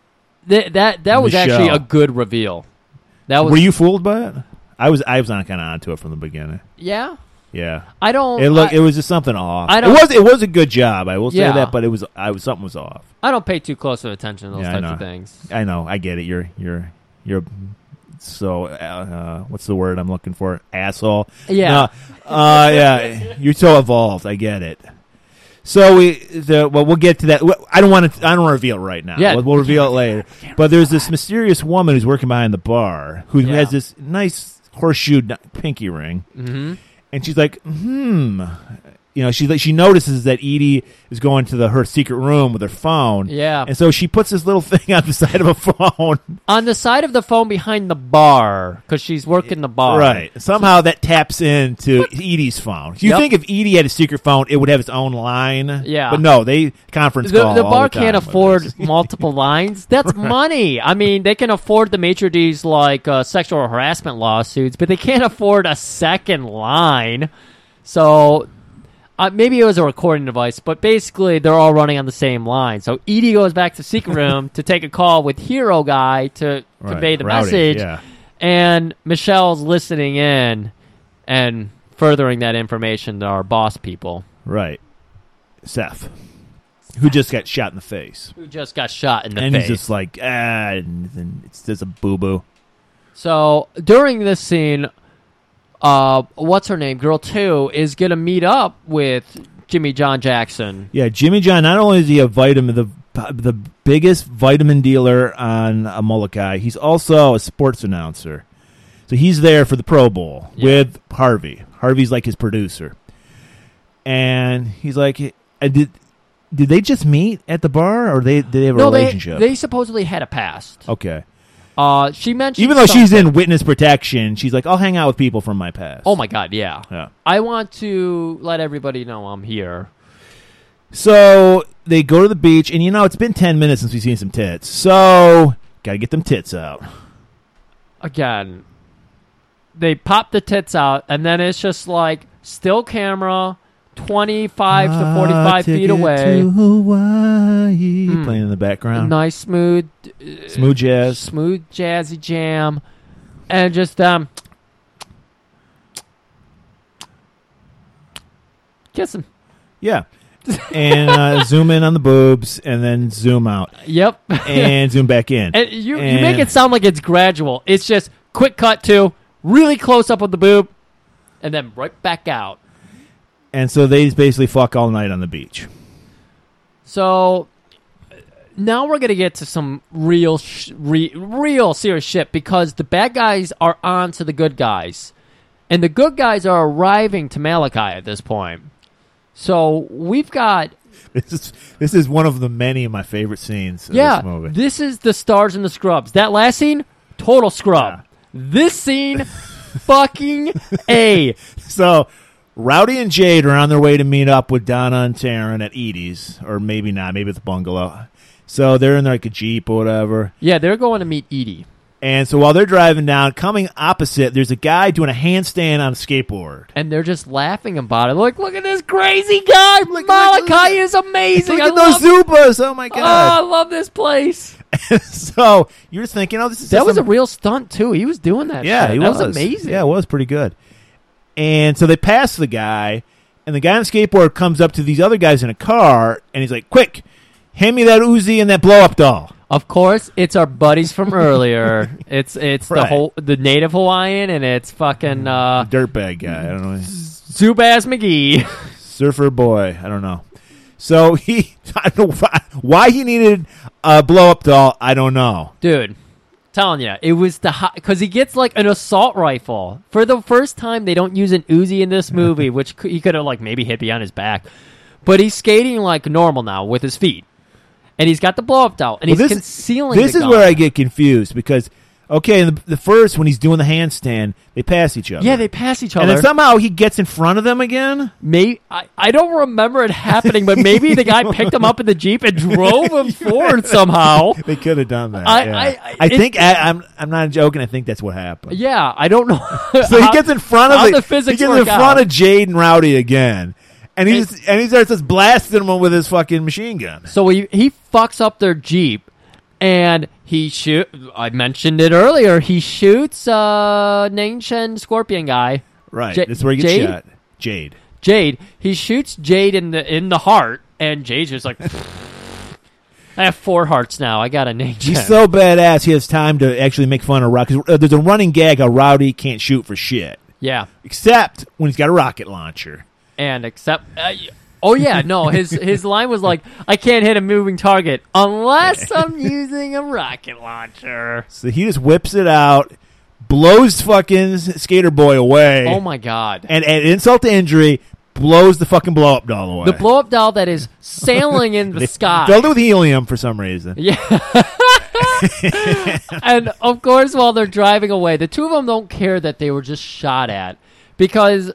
Speaker 1: th- that? That was actually
Speaker 2: Michelle.
Speaker 1: a good reveal. That was
Speaker 2: Were you fooled by it? I was. I was not kind of onto it from the beginning.
Speaker 1: yeah.
Speaker 2: Yeah.
Speaker 1: I don't.
Speaker 2: It look.
Speaker 1: Oh, I,
Speaker 2: it was just something off.
Speaker 1: I
Speaker 2: it
Speaker 1: don't-
Speaker 2: was. It was a good job. I will say
Speaker 1: Yeah.
Speaker 2: that. But it was. I was. Something was off.
Speaker 1: I don't pay too close of attention to those
Speaker 2: Yeah, I
Speaker 1: types of
Speaker 2: know.
Speaker 1: things.
Speaker 2: I know. I get it. You're. You're. You're. So, uh, uh, what's the word I'm looking for? Asshole.
Speaker 1: Yeah.
Speaker 2: No, uh, yeah. You're so evolved. I get it. So we. The, well, we'll get to that. Well, I don't want to. I don't want to reveal it right now.
Speaker 1: Yeah.
Speaker 2: We'll, we'll reveal
Speaker 1: (laughs)
Speaker 2: it later. But there's this mysterious woman who's working behind the bar who
Speaker 1: Yeah.
Speaker 2: has this nice horseshoe n- pinky ring.
Speaker 1: hmm
Speaker 2: and she's like, hmm. You know, she she notices that Edie is going to the her secret room with her phone.
Speaker 1: Yeah.
Speaker 2: and so she puts this little (laughs) thing on the side of a phone.
Speaker 1: On the side of the phone behind the bar, because she's working the bar.
Speaker 2: Right. Somehow that taps into Edie's phone. You
Speaker 1: Yep.
Speaker 2: think if Edie had a secret phone, it would have its own line.
Speaker 1: Yeah.
Speaker 2: but no, they conference
Speaker 1: the,
Speaker 2: call.
Speaker 1: the
Speaker 2: all
Speaker 1: bar
Speaker 2: time
Speaker 1: can't
Speaker 2: with
Speaker 1: afford
Speaker 2: this. (laughs)
Speaker 1: multiple lines. That's money. I mean, they can afford the maitre d's like uh, sexual harassment lawsuits, but they can't (laughs) afford a second line. So uh, maybe it was a recording device, but basically they're all running on the same line. So Edie goes back to
Speaker 2: (laughs)
Speaker 1: secret room to take a call with Hero Guy to
Speaker 2: Right.
Speaker 1: convey the
Speaker 2: Rowdy,
Speaker 1: message,
Speaker 2: yeah.
Speaker 1: and Michelle's listening in and furthering that information to our boss people
Speaker 2: Right, Seth, who just got shot in the face,
Speaker 1: who just got shot in the
Speaker 2: and
Speaker 1: face.
Speaker 2: he's just like, ah, and, and it's just a boo boo.
Speaker 1: So during this scene, uh, what's her name? Girl two is gonna meet up with Jimmy John Jackson.
Speaker 2: Yeah, Jimmy John. Not only is he a vitamin, the the biggest vitamin dealer on uh, Molokai, he's also a sports announcer. So he's there for the Pro Bowl
Speaker 1: Yeah.
Speaker 2: with Harvey. Harvey's like his producer, and he's like, I "Did did they just meet at the bar, or they did they have a
Speaker 1: no, they,
Speaker 2: relationship?"
Speaker 1: they supposedly had a past.
Speaker 2: okay.
Speaker 1: Uh, she mentioned
Speaker 2: Even though
Speaker 1: some-
Speaker 2: she's in witness protection, she's like, "I'll hang out with people from my past."
Speaker 1: Oh my god, yeah.
Speaker 2: Yeah.
Speaker 1: I want to let everybody know I'm here.
Speaker 2: So they go to the beach, and you know it's been ten minutes since we've seen some tits. So gotta get them tits out.
Speaker 1: Again, they pop the tits out, and then it's just like still camera, twenty five to forty five feet away. Hmm.
Speaker 2: playing in the background.
Speaker 1: Nice, smooth, uh,
Speaker 2: Smooth jazz.
Speaker 1: smooth jazzy jam and just um kiss him (laughs)
Speaker 2: Yeah. and uh, zoom in on the boobs, and then zoom out,
Speaker 1: (laughs) yep
Speaker 2: and zoom back in.
Speaker 1: and you, you make
Speaker 2: and-
Speaker 1: it sound like it's gradual it's just quick cut to really close up of the boob and then right back out
Speaker 2: And so they just basically fuck all night on the beach. (laughs)
Speaker 1: so uh, now we're gonna get to some real sh- re- real serious shit because the bad guys are on to the good guys and the good guys are arriving to malachi at this point so we've got
Speaker 2: This is this is one of the many of my favorite scenes. Of
Speaker 1: Yeah,
Speaker 2: this movie.
Speaker 1: is the stars and the scrubs. That last scene, total scrub. This
Speaker 2: (laughs)
Speaker 1: scene, fucking a.
Speaker 2: so Rowdy and Jade are on their way to meet up with Donna and Taryn at Edie's, or maybe not, maybe at the bungalow. So they're in like a jeep or whatever.
Speaker 1: Yeah, they're going to meet Edie.
Speaker 2: And so while they're driving down, coming opposite, there's a guy doing a handstand on a skateboard.
Speaker 1: And they're just laughing about it. Like, look at this crazy guy.
Speaker 2: look,
Speaker 1: Malachi
Speaker 2: look.
Speaker 1: is amazing.
Speaker 2: Look
Speaker 1: I
Speaker 2: at
Speaker 1: love,
Speaker 2: those Zubas! Oh my
Speaker 1: oh,
Speaker 2: god!
Speaker 1: I love this place.
Speaker 2: (laughs) so you're thinking, oh, this is
Speaker 1: That
Speaker 2: just
Speaker 1: was a
Speaker 2: some-
Speaker 1: real stunt, too. He was doing that.
Speaker 2: yeah,
Speaker 1: shit.
Speaker 2: he
Speaker 1: that
Speaker 2: was.
Speaker 1: amazing.
Speaker 2: Yeah, it was pretty good. And so they pass the guy, and the guy on the skateboard comes up to these other guys in a car, and he's like, "Quick, hand me that Uzi and that blow up doll."
Speaker 1: Of course, it's our buddies from
Speaker 2: (laughs)
Speaker 1: earlier. It's it's the
Speaker 2: Right.
Speaker 1: whole the native Hawaiian, and it's fucking uh,
Speaker 2: dirtbag guy. I don't know,
Speaker 1: Zubaz McGee. (laughs)
Speaker 2: surfer boy. I don't know. So he, (laughs) I don't know why, why he needed a blow up doll. I don't know.
Speaker 1: dude telling you it was the hot because he gets like an assault rifle for the first time they don't use an uzi in this
Speaker 2: (laughs)
Speaker 1: movie which c- he could have like maybe hit behind his back but he's skating like normal now with his feet and he's got the blow up doll and
Speaker 2: Well,
Speaker 1: he's
Speaker 2: this,
Speaker 1: concealing
Speaker 2: This
Speaker 1: the
Speaker 2: is
Speaker 1: gun.
Speaker 2: where I get confused because okay, in the, the first when he's doing the handstand, they pass each other.
Speaker 1: yeah they pass each
Speaker 2: and
Speaker 1: other
Speaker 2: then somehow he gets in front of them again.
Speaker 1: May I, I don't remember it happening but maybe the guy picked him up in the jeep and drove
Speaker 2: (laughs)
Speaker 1: him forward somehow
Speaker 2: They could have done that.
Speaker 1: I-
Speaker 2: yeah.
Speaker 1: I- I- it-
Speaker 2: think I, I'm I'm not joking. I think that's what happened.
Speaker 1: yeah i don't know
Speaker 2: (laughs) So he gets in front of
Speaker 1: how the
Speaker 2: he
Speaker 1: physics
Speaker 2: gets in
Speaker 1: work
Speaker 2: front
Speaker 1: out.
Speaker 2: of Jade and Rowdy again, and he's and he starts just blasting them with his fucking machine gun.
Speaker 1: So he he fucks up their jeep, and he shoot. I mentioned it earlier. He shoots uh Nangshen Scorpion guy,
Speaker 2: Right,
Speaker 1: Ja-
Speaker 2: that's where he gets
Speaker 1: Jade?
Speaker 2: shot. Jade.
Speaker 1: Jade. He shoots Jade in the in the heart, and Jade's just like. (laughs) I have four hearts now. I got a Nangshen.
Speaker 2: He's so badass. He has time to actually make fun of Rowdy. 'Cause, uh, there's a running gag: how Rowdy can't shoot for shit.
Speaker 1: yeah,
Speaker 2: except when he's got a rocket launcher.
Speaker 1: and except. Uh, y- Oh yeah, no.
Speaker 2: (laughs)
Speaker 1: His his line was like, "I can't hit a moving target unless
Speaker 2: (laughs)
Speaker 1: I'm using a rocket launcher."
Speaker 2: So he just whips it out, blows fucking skater boy away,
Speaker 1: Oh my god!
Speaker 2: and and insult to injury, blows the fucking blow up doll away.
Speaker 1: The blow up doll that is sailing in
Speaker 2: (laughs)
Speaker 1: the sky.
Speaker 2: filled it with helium for some reason.
Speaker 1: and of course, while they're driving away, the two of them don't care that they were just shot at because, uh,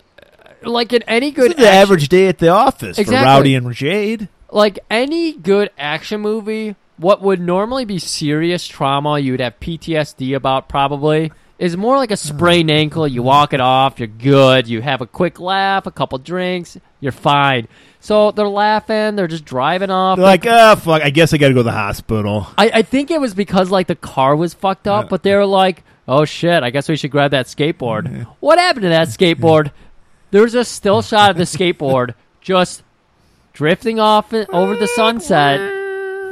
Speaker 1: like in any
Speaker 2: This
Speaker 1: good
Speaker 2: is the
Speaker 1: action-
Speaker 2: average day at the office for
Speaker 1: Exactly.
Speaker 2: Rowdy and Jade.
Speaker 1: like any good action movie, what would normally be serious trauma you'd have PTSD about probably is more like a sprained ankle. You walk it off, you're good. You have a quick laugh, a couple drinks, you're fine. So they're laughing, they're just driving off.
Speaker 2: They're like, ah, fuck, I guess I gotta go to the hospital.
Speaker 1: I, I think it was because like the car was fucked up, but they were like, "Oh shit, I guess we should grab that skateboard." what happened to that skateboard? There's a still shot of the (laughs) skateboard just drifting off i- over the sunset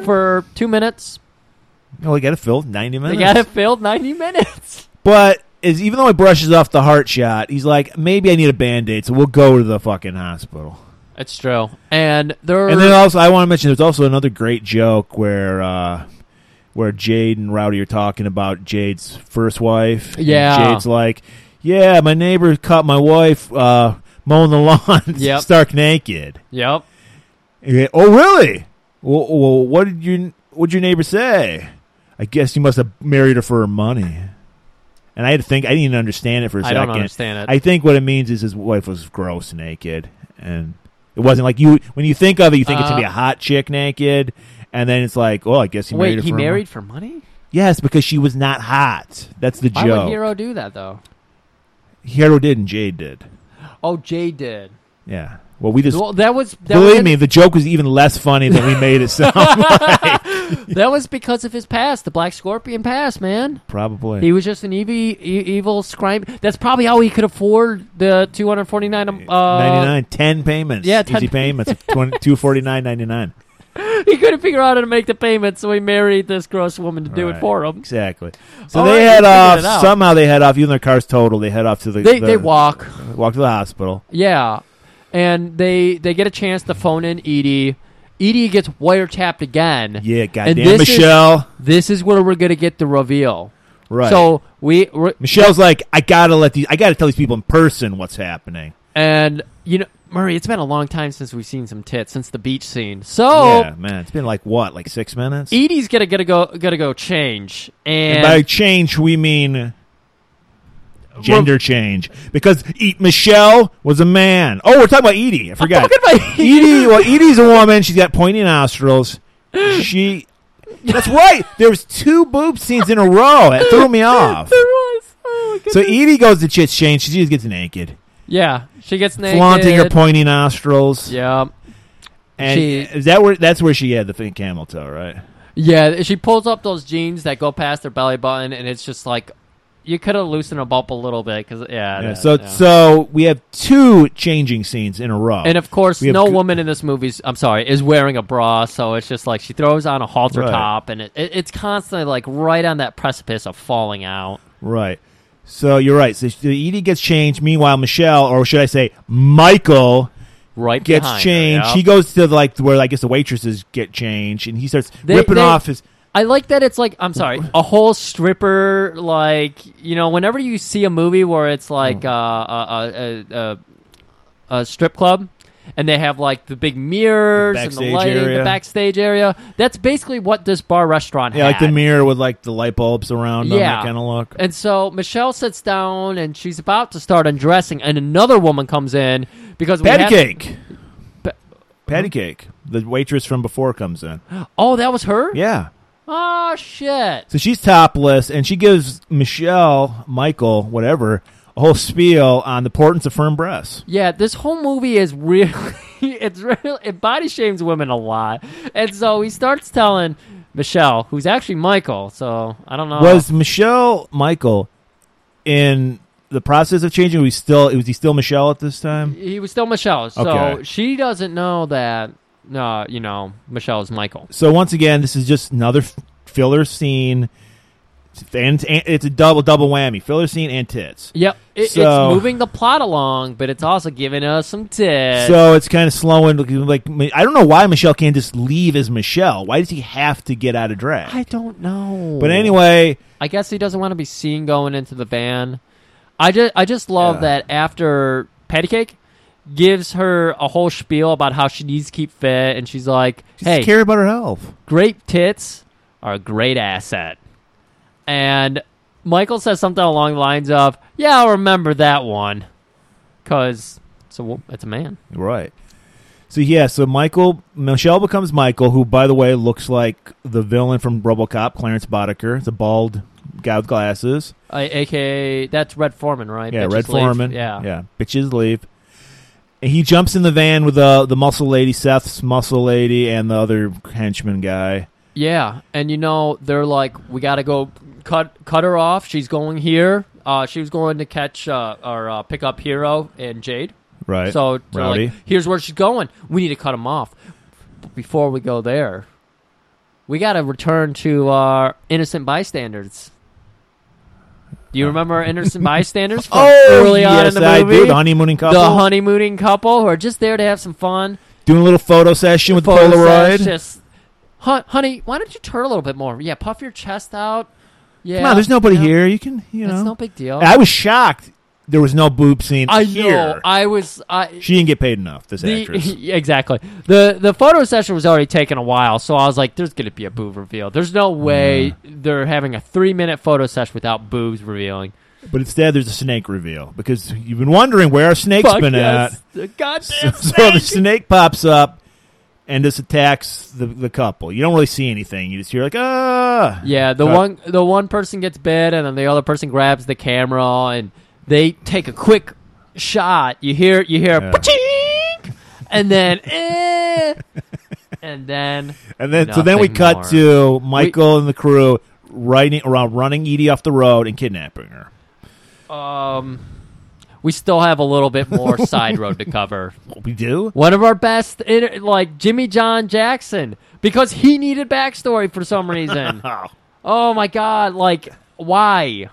Speaker 1: for two minutes.
Speaker 2: Oh, we gotta fill 90
Speaker 1: They
Speaker 2: minutes.
Speaker 1: got it filled ninety minutes.
Speaker 2: But is, even though he brushes off the heart shot, he's like, maybe I need a band aid, so we'll go to the fucking hospital.
Speaker 1: It's true, and there.
Speaker 2: And then also, I want to mention there's also another great joke where uh, where Jade and Rowdy are talking about Jade's first wife. and
Speaker 1: Yeah.
Speaker 2: Jade's like, yeah, my neighbor caught my wife uh, mowing the lawn, (laughs)
Speaker 1: Yep.
Speaker 2: stark naked.
Speaker 1: yep.
Speaker 2: And he- oh, really? Well, well, what did you what your neighbor say? I guess you must have married her for her money. And I had to think. I didn't even understand it for a
Speaker 1: I
Speaker 2: second.
Speaker 1: don't understand it.
Speaker 2: I think what it means is his wife was gross naked, and it wasn't like you. When you think of it, you think it's gonna be
Speaker 1: Uh,
Speaker 2: a hot chick naked, and then it's like, oh, I guess he married.
Speaker 1: Wait,
Speaker 2: her
Speaker 1: he
Speaker 2: for her
Speaker 1: married
Speaker 2: money.
Speaker 1: for money?
Speaker 2: Yes, because she was not hot. That's the
Speaker 1: Why
Speaker 2: joke.
Speaker 1: would Hero do that though?
Speaker 2: Hero did, and Jade did.
Speaker 1: Oh, Jay did.
Speaker 2: Yeah. Well, we just
Speaker 1: Well, that was that
Speaker 2: believe
Speaker 1: was-
Speaker 2: me. The joke was even less funny than we
Speaker 1: (laughs)
Speaker 2: made it sound.
Speaker 1: That was because of his past, the Black Scorpion past, man.
Speaker 2: Probably.
Speaker 1: He was just an evil, e- evil crime. That's probably how he could afford the two hundred forty nine. Uh,
Speaker 2: 99 10 payments
Speaker 1: yeah, 10 (laughs)
Speaker 2: easy payments of 20, 249.99
Speaker 1: he couldn't figure out how to make the payments, so he married this gross woman to do
Speaker 2: Right.
Speaker 1: it for him.
Speaker 2: exactly so
Speaker 1: All
Speaker 2: they
Speaker 1: right,
Speaker 2: head
Speaker 1: you figured
Speaker 2: off
Speaker 1: it out.
Speaker 2: somehow they head off even their car's total they head off to the
Speaker 1: They
Speaker 2: the-
Speaker 1: they walk,
Speaker 2: walk to the hospital
Speaker 1: yeah, and they they get a chance to phone in Edie. Edie gets wiretapped again.
Speaker 2: yeah
Speaker 1: And
Speaker 2: goddamn
Speaker 1: this
Speaker 2: michelle
Speaker 1: Is, this is where we're gonna get the reveal.
Speaker 2: right
Speaker 1: So we we're-
Speaker 2: michelle's like i gotta let these i gotta tell these people in person what's happening
Speaker 1: and you know Murray, it's been a long time since we've seen some tits since the beach scene. So
Speaker 2: yeah man it's been like what like six minutes
Speaker 1: Edie's gonna gonna go gonna go change and,
Speaker 2: and by change we mean gender change because E- Michelle was a man. Oh, we're talking about Edie. I forgot.
Speaker 1: talking about Edie.
Speaker 2: Edie. Well, Edie's a woman. She's got pointy nostrils. She. That's right. There was two boob scenes in a row. It threw me
Speaker 1: (laughs)
Speaker 2: off.
Speaker 1: There was. Oh, my
Speaker 2: So
Speaker 1: goodness.
Speaker 2: Edie goes to chit change. She just gets naked,
Speaker 1: yeah, she gets naked.
Speaker 2: flaunting her pointy nostrils.
Speaker 1: Yeah,
Speaker 2: And
Speaker 1: She-
Speaker 2: is that where? That's where she had the fake camel toe, right?
Speaker 1: yeah. She pulls up those jeans that go past her belly button, and it's just like you could have loosened them up a little bit because yeah.
Speaker 2: Yeah,
Speaker 1: that-
Speaker 2: so
Speaker 1: yeah.
Speaker 2: so we have two changing scenes in a row,
Speaker 1: and of course,
Speaker 2: we have
Speaker 1: no
Speaker 2: g-
Speaker 1: woman in this movie. I'm sorry, is wearing a bra, so it's just like she throws on a halter
Speaker 2: Right.
Speaker 1: top, and it, it, it's constantly like right on that precipice of falling out.
Speaker 2: right. So you're right. So the Edie gets changed. Meanwhile, Michelle, or should I say, Michael,
Speaker 1: Right,
Speaker 2: gets
Speaker 1: behind her,
Speaker 2: changed.
Speaker 1: yeah.
Speaker 2: He goes to like where I guess the waitresses get changed, and he starts
Speaker 1: They-
Speaker 2: ripping
Speaker 1: they-
Speaker 2: off his.
Speaker 1: I like that it's like I'm sorry, a whole stripper like you know whenever you see a movie where it's like
Speaker 2: Hmm.
Speaker 1: uh, a, a, a, a, a strip club and they have like the big mirrors and the
Speaker 2: backstage
Speaker 1: lighting,
Speaker 2: area.
Speaker 1: the backstage area. That's basically what this bar restaurant
Speaker 2: Yeah, like the
Speaker 1: had.
Speaker 2: mirror with like the light bulbs around, on
Speaker 1: Yeah.
Speaker 2: that kind of look.
Speaker 1: And so Michelle sits down and she's about to start undressing, and another woman comes in because we
Speaker 2: Patty
Speaker 1: have-
Speaker 2: cake,
Speaker 1: Pa-
Speaker 2: patty cake. The waitress from before comes
Speaker 1: (gasps)
Speaker 2: in.
Speaker 1: Oh, that was her.
Speaker 2: Yeah,
Speaker 1: Oh shit.
Speaker 2: So she's topless, and she gives Michelle, Michael, whatever, a whole spiel on the importance of firm breasts.
Speaker 1: Yeah, this whole movie is really (laughs) it's real it body shames women a lot. And so he starts telling Michelle, who's actually Michael, so I don't know.
Speaker 2: Was Michelle Michael in the process of changing? Was he still was he still Michelle at this time?
Speaker 1: he was still Michelle. So
Speaker 2: Okay.
Speaker 1: she doesn't know that uh, you know, Michelle is Michael.
Speaker 2: So once again, this is just another f- filler scene, and and it's a double double whammy: filler scene and tits.
Speaker 1: Yep. It,
Speaker 2: So-
Speaker 1: it's moving the plot along, but it's also giving us some tips.
Speaker 2: So it's kind of slowing. Like I don't know why Michelle can't just leave as Michelle. Why does he have to get out of drag?
Speaker 1: I don't know.
Speaker 2: but anyway,
Speaker 1: I guess he doesn't want to be seen going into the van. I just I just love
Speaker 2: Yeah.
Speaker 1: that after Patty Cake gives her a whole spiel about how she needs to keep fit, and she's like,
Speaker 2: just
Speaker 1: "Hey,
Speaker 2: care about her health.
Speaker 1: great tits are a great asset." And Michael says something along the lines of, "Yeah, I'll remember that one, cause it's a wo- it's a man."
Speaker 2: Right. So yeah, so Michael Michelle becomes Michael, who by the way looks like the villain from RoboCop, Clarence Boddicker. It's a bald guy with glasses.
Speaker 1: I, AKA that's Red Foreman, right?
Speaker 2: yeah,
Speaker 1: Bitches
Speaker 2: Red
Speaker 1: leave.
Speaker 2: Foreman.
Speaker 1: Yeah.
Speaker 2: yeah. Bitches leave. And he jumps in the van with uh, the the muscle lady, Seth's muscle lady, and the other henchman guy.
Speaker 1: Yeah, and you know they're like, we gotta go cut cut her off. She's going here. Uh, she was going to catch uh, or uh, pick up Hero and Jade.
Speaker 2: Right.
Speaker 1: So they're
Speaker 2: Rowdy.
Speaker 1: like, here's where she's going. We need to cut them off. But before we go there, we gotta return to our innocent bystanders. Do you remember our
Speaker 2: (laughs)
Speaker 1: innocent bystanders from early on in the
Speaker 2: Oh, yes, I
Speaker 1: movie?
Speaker 2: do. The honeymooning couple.
Speaker 1: The honeymooning couple who are just there to have some fun
Speaker 2: Doing a little photo session with the
Speaker 1: photo
Speaker 2: Polaroid.
Speaker 1: sets, Just, "Hon- honey, why don't you turn a little bit more? Yeah, puff your chest out. Yeah,
Speaker 2: Come on, there's nobody
Speaker 1: yeah,
Speaker 2: here. You can, you
Speaker 1: It's
Speaker 2: know.
Speaker 1: no big deal.
Speaker 2: I was shocked. There was no boob scene.
Speaker 1: I
Speaker 2: here.
Speaker 1: know. I was. I
Speaker 2: She didn't get paid enough. This
Speaker 1: the, (laughs)
Speaker 2: actress.
Speaker 1: exactly the the photo session was already taking a while, so I was like, "There's going to be a boob reveal. There's no way they're having a three minute photo session without boobs revealing."
Speaker 2: But instead, there's a snake reveal because you've been wondering where our snake's
Speaker 1: Fuck
Speaker 2: been
Speaker 1: yes,
Speaker 2: at.
Speaker 1: The goddamn
Speaker 2: So, (laughs) so the
Speaker 1: snake!
Speaker 2: snake pops up and just attacks the, the couple. You don't really see anything. You just hear like ah.
Speaker 1: Yeah, the
Speaker 2: Cut.
Speaker 1: one the one person gets bit, and then the other person grabs the camera, and they take a quick shot. You hear you hear
Speaker 2: Yeah.
Speaker 1: a "Pachink!" and then eh, and then
Speaker 2: And then so then we
Speaker 1: nothing
Speaker 2: cut
Speaker 1: more.
Speaker 2: to Michael and the crew riding around running Edie off the road and kidnapping her.
Speaker 1: um we still have a little bit more side road to cover.
Speaker 2: What we do?
Speaker 1: One of our best, inter- like Jimmy John Jackson, because he needed backstory for some
Speaker 2: (laughs)
Speaker 1: reason. Oh my god, like why?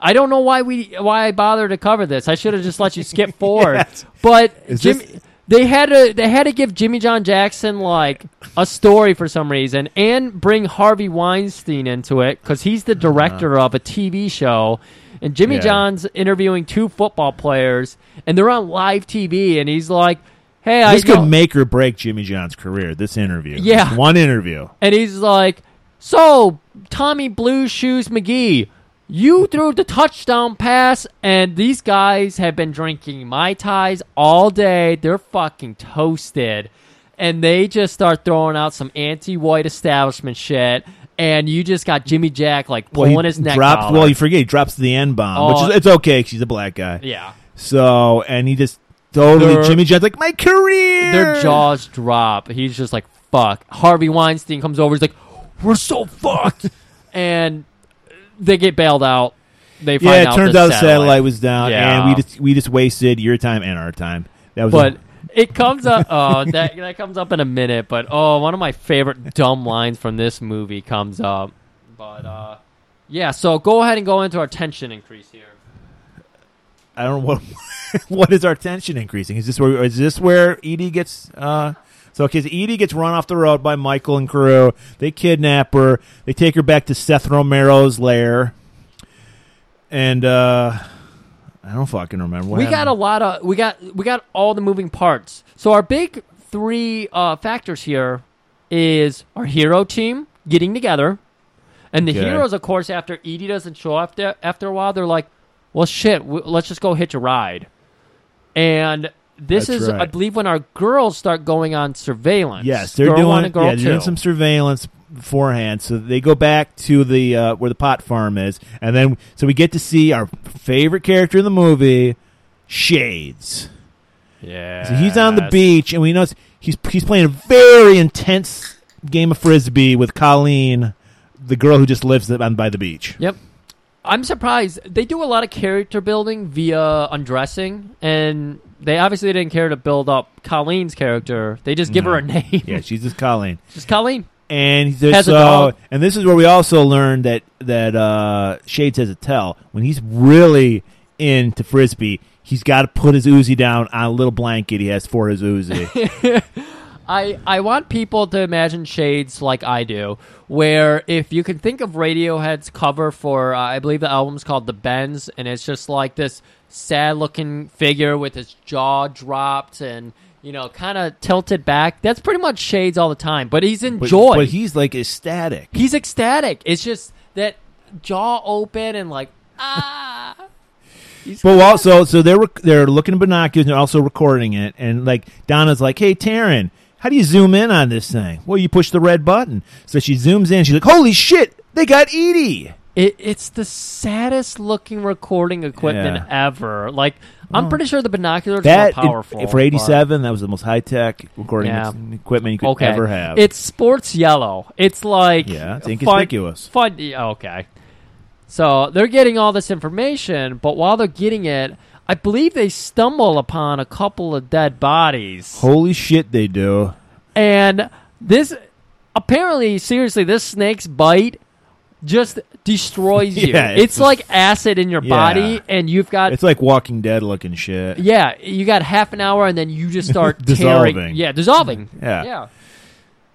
Speaker 1: I don't know why we why I bothered to cover this. I should have just let you
Speaker 2: (laughs)
Speaker 1: skip forward.
Speaker 2: Yes.
Speaker 1: But
Speaker 2: Is
Speaker 1: Jimmy
Speaker 2: this-
Speaker 1: they had to they had to give Jimmy John Jackson like a story for some reason and bring Harvey Weinstein into it cuz he's the director of a TV show and Jimmy
Speaker 2: Uh-huh. Yeah.
Speaker 1: John's interviewing two football players and they're on live TV and he's like, "Hey, I
Speaker 2: This could
Speaker 1: know-
Speaker 2: make or break Jimmy John's career. This interview.
Speaker 1: Yeah.
Speaker 2: Just one interview.
Speaker 1: and he's like, "So, Tommy Blue Shoes McGee, you threw the touchdown pass, and these guys have been drinking mai tais all day. They're fucking toasted, and they just start throwing out some anti-white establishment shit." And you just got Jimmy Jack like
Speaker 2: Well,
Speaker 1: pulling
Speaker 2: he
Speaker 1: his neck.
Speaker 2: drops,
Speaker 1: collar.
Speaker 2: well, you forget he drops the N bomb,
Speaker 1: Oh.
Speaker 2: which is it's okay because he's a black guy.
Speaker 1: yeah,
Speaker 2: So, and he just totally
Speaker 1: Their-
Speaker 2: Jimmy John's like my career.
Speaker 1: their jaws drop. He's just like, "Fuck." Harvey Weinstein (laughs) comes over. He's like, "We're so fucked," and they get bailed out. they find
Speaker 2: yeah, it
Speaker 1: out
Speaker 2: turns
Speaker 1: the
Speaker 2: out the
Speaker 1: satellite.
Speaker 2: satellite was down,
Speaker 1: Yeah.
Speaker 2: and we just we just wasted your time and our time. That
Speaker 1: (laughs)
Speaker 2: was
Speaker 1: But it comes up. Oh, (laughs) that that comes up in a minute. But oh, one of my favorite dumb lines from this movie comes up. But uh, yeah. So go ahead and go into our tension increase here.
Speaker 2: I don't know what (laughs) what is our tension increasing. Is this where is this where Edie gets? Uh, so because Edie gets run off the road by Michael and crew, they kidnap her. They take her back to Seth Romero's lair, and uh, I don't fucking remember. What
Speaker 1: we got a lot of we got we got all the moving parts. So our big three uh, factors here is our hero team getting together, and the
Speaker 2: Okay.
Speaker 1: heroes, of course, after Edie doesn't show up there, after a while, they're like, "Well, shit, w- let's just go hitch a ride." And this
Speaker 2: That's
Speaker 1: is, I
Speaker 2: right.
Speaker 1: believe, when our girls start going on surveillance.
Speaker 2: yes, they're
Speaker 1: Girl
Speaker 2: doing
Speaker 1: one and girl
Speaker 2: yeah, they're doing
Speaker 1: two.
Speaker 2: some surveillance beforehand. So they go back to the uh, where the pot farm is, and then so we get to see our favorite character in the movie, Shades.
Speaker 1: Yeah,
Speaker 2: So he's on the beach, and we know it's- he's he's playing a very intense game of frisbee with Colleen, the girl who just lives on by the beach.
Speaker 1: Yep. I'm surprised they do a lot of character building via undressing, and they obviously didn't care to build up Colleen's character. They just give her a name.
Speaker 2: Yeah, she's just Colleen,
Speaker 1: (laughs) just Colleen.
Speaker 2: and there's
Speaker 1: Has a
Speaker 2: so
Speaker 1: dog.
Speaker 2: and this is where we also learned that that uh, Shades has a tell when he's really into frisbee. He's got to put his Uzi down on a little blanket he has for his
Speaker 1: (laughs)
Speaker 2: Uzi.
Speaker 1: I I want people to imagine shades like I do, where if you can think of Radiohead's cover for uh, I believe the album's called The Bends, and it's just like this sad looking figure with his jaw dropped and you know kind of tilted back. That's pretty much shades all the time, but he's in
Speaker 2: but,
Speaker 1: joy.
Speaker 2: but he's like ecstatic.
Speaker 1: He's ecstatic. It's just that jaw open and like ah.
Speaker 2: But also, so they're rec- they're looking at binoculars and they're also recording it. And like Donna's like, "Hey, Taryn, how do you zoom in on this thing?" Well, you push the red button. So she zooms in. She's like, "Holy shit, they got Edie!"
Speaker 1: It, it's the saddest looking recording equipment ever. Like I'm pretty sure the binoculars
Speaker 2: That
Speaker 1: are more powerful
Speaker 2: for '87, that was the most high tech recording
Speaker 1: Yeah.
Speaker 2: equipment you
Speaker 1: but-
Speaker 2: could ever have.
Speaker 1: It's sports yellow. It's like
Speaker 2: Yeah, it's
Speaker 1: fun-
Speaker 2: inconspicuous.
Speaker 1: Fun. yeah, Okay. So they're getting all this information, but while they're getting it, I believe they stumble upon a couple of dead bodies.
Speaker 2: holy shit they do.
Speaker 1: And this apparently, seriously, this snake's bite just
Speaker 2: (laughs)
Speaker 1: destroys you.
Speaker 2: Yeah,
Speaker 1: it's
Speaker 2: it's
Speaker 1: like acid in your
Speaker 2: Yeah.
Speaker 1: body, and you've got
Speaker 2: It's like Walking Dead looking shit.
Speaker 1: yeah, you got half an hour, and then you just start Tearing,
Speaker 2: (laughs) Dissolving. Mm-hmm.
Speaker 1: yeah, dissolving.
Speaker 2: Yeah.
Speaker 1: yeah.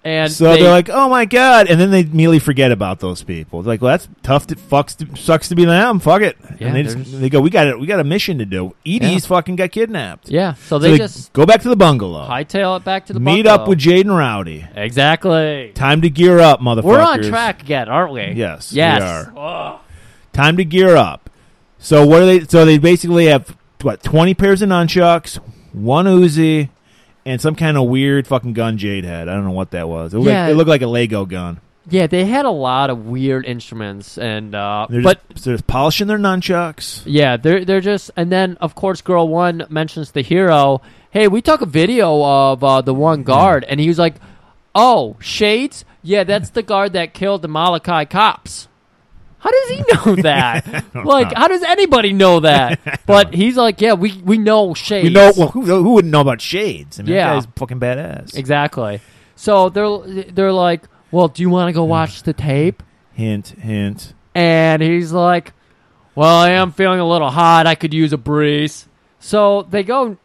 Speaker 1: And
Speaker 2: So
Speaker 1: they,
Speaker 2: they, are like, "Oh my god!" And then they immediately forget about those people. It's like, well, that's tough. To, fucks to, sucks to be them. Fuck it.
Speaker 1: Yeah,
Speaker 2: and they
Speaker 1: they're
Speaker 2: just,
Speaker 1: just-
Speaker 2: they go, "We got it. We got a mission to do." Edie's
Speaker 1: Yeah.
Speaker 2: fucking got kidnapped.
Speaker 1: yeah, so
Speaker 2: So
Speaker 1: they, just
Speaker 2: go back to the bungalow.
Speaker 1: hightail it back to the
Speaker 2: meet
Speaker 1: bungalow.
Speaker 2: up with Jade and Rowdy.
Speaker 1: exactly.
Speaker 2: Time to gear up, motherfuckers.
Speaker 1: We're on track again, aren't we?
Speaker 2: Yes, we
Speaker 1: yes.
Speaker 2: Time to gear up. So what are they? So they basically have what twenty pairs of nunchucks, one Uzi, and some kind of weird fucking gun Jade had. I don't know what that was. It looked,
Speaker 1: Yeah.
Speaker 2: like, it looked like a Lego gun.
Speaker 1: Yeah, they had a lot of weird instruments, and uh,
Speaker 2: They're
Speaker 1: but
Speaker 2: just, they're just polishing their nunchucks.
Speaker 1: Yeah, they're they're just and then of course girl one mentions the hero. Hey, we took a video of uh, the one guard, and he was like, "Oh, Shades, yeah, that's the guard that killed the Malachi cops." How does he (laughs) know that? like, how does anybody know (laughs) that? But he's like, "Yeah, we we know Shades."
Speaker 2: You know, well, who, who wouldn't know about shades? I mean,
Speaker 1: Yeah.
Speaker 2: that guy's fucking badass.
Speaker 1: exactly. So they're they're like, "Well, do you want to go watch the tape?"
Speaker 2: Hint, hint.
Speaker 1: and he's like, "Well, I am feeling a little hot. I could use a breeze." So they go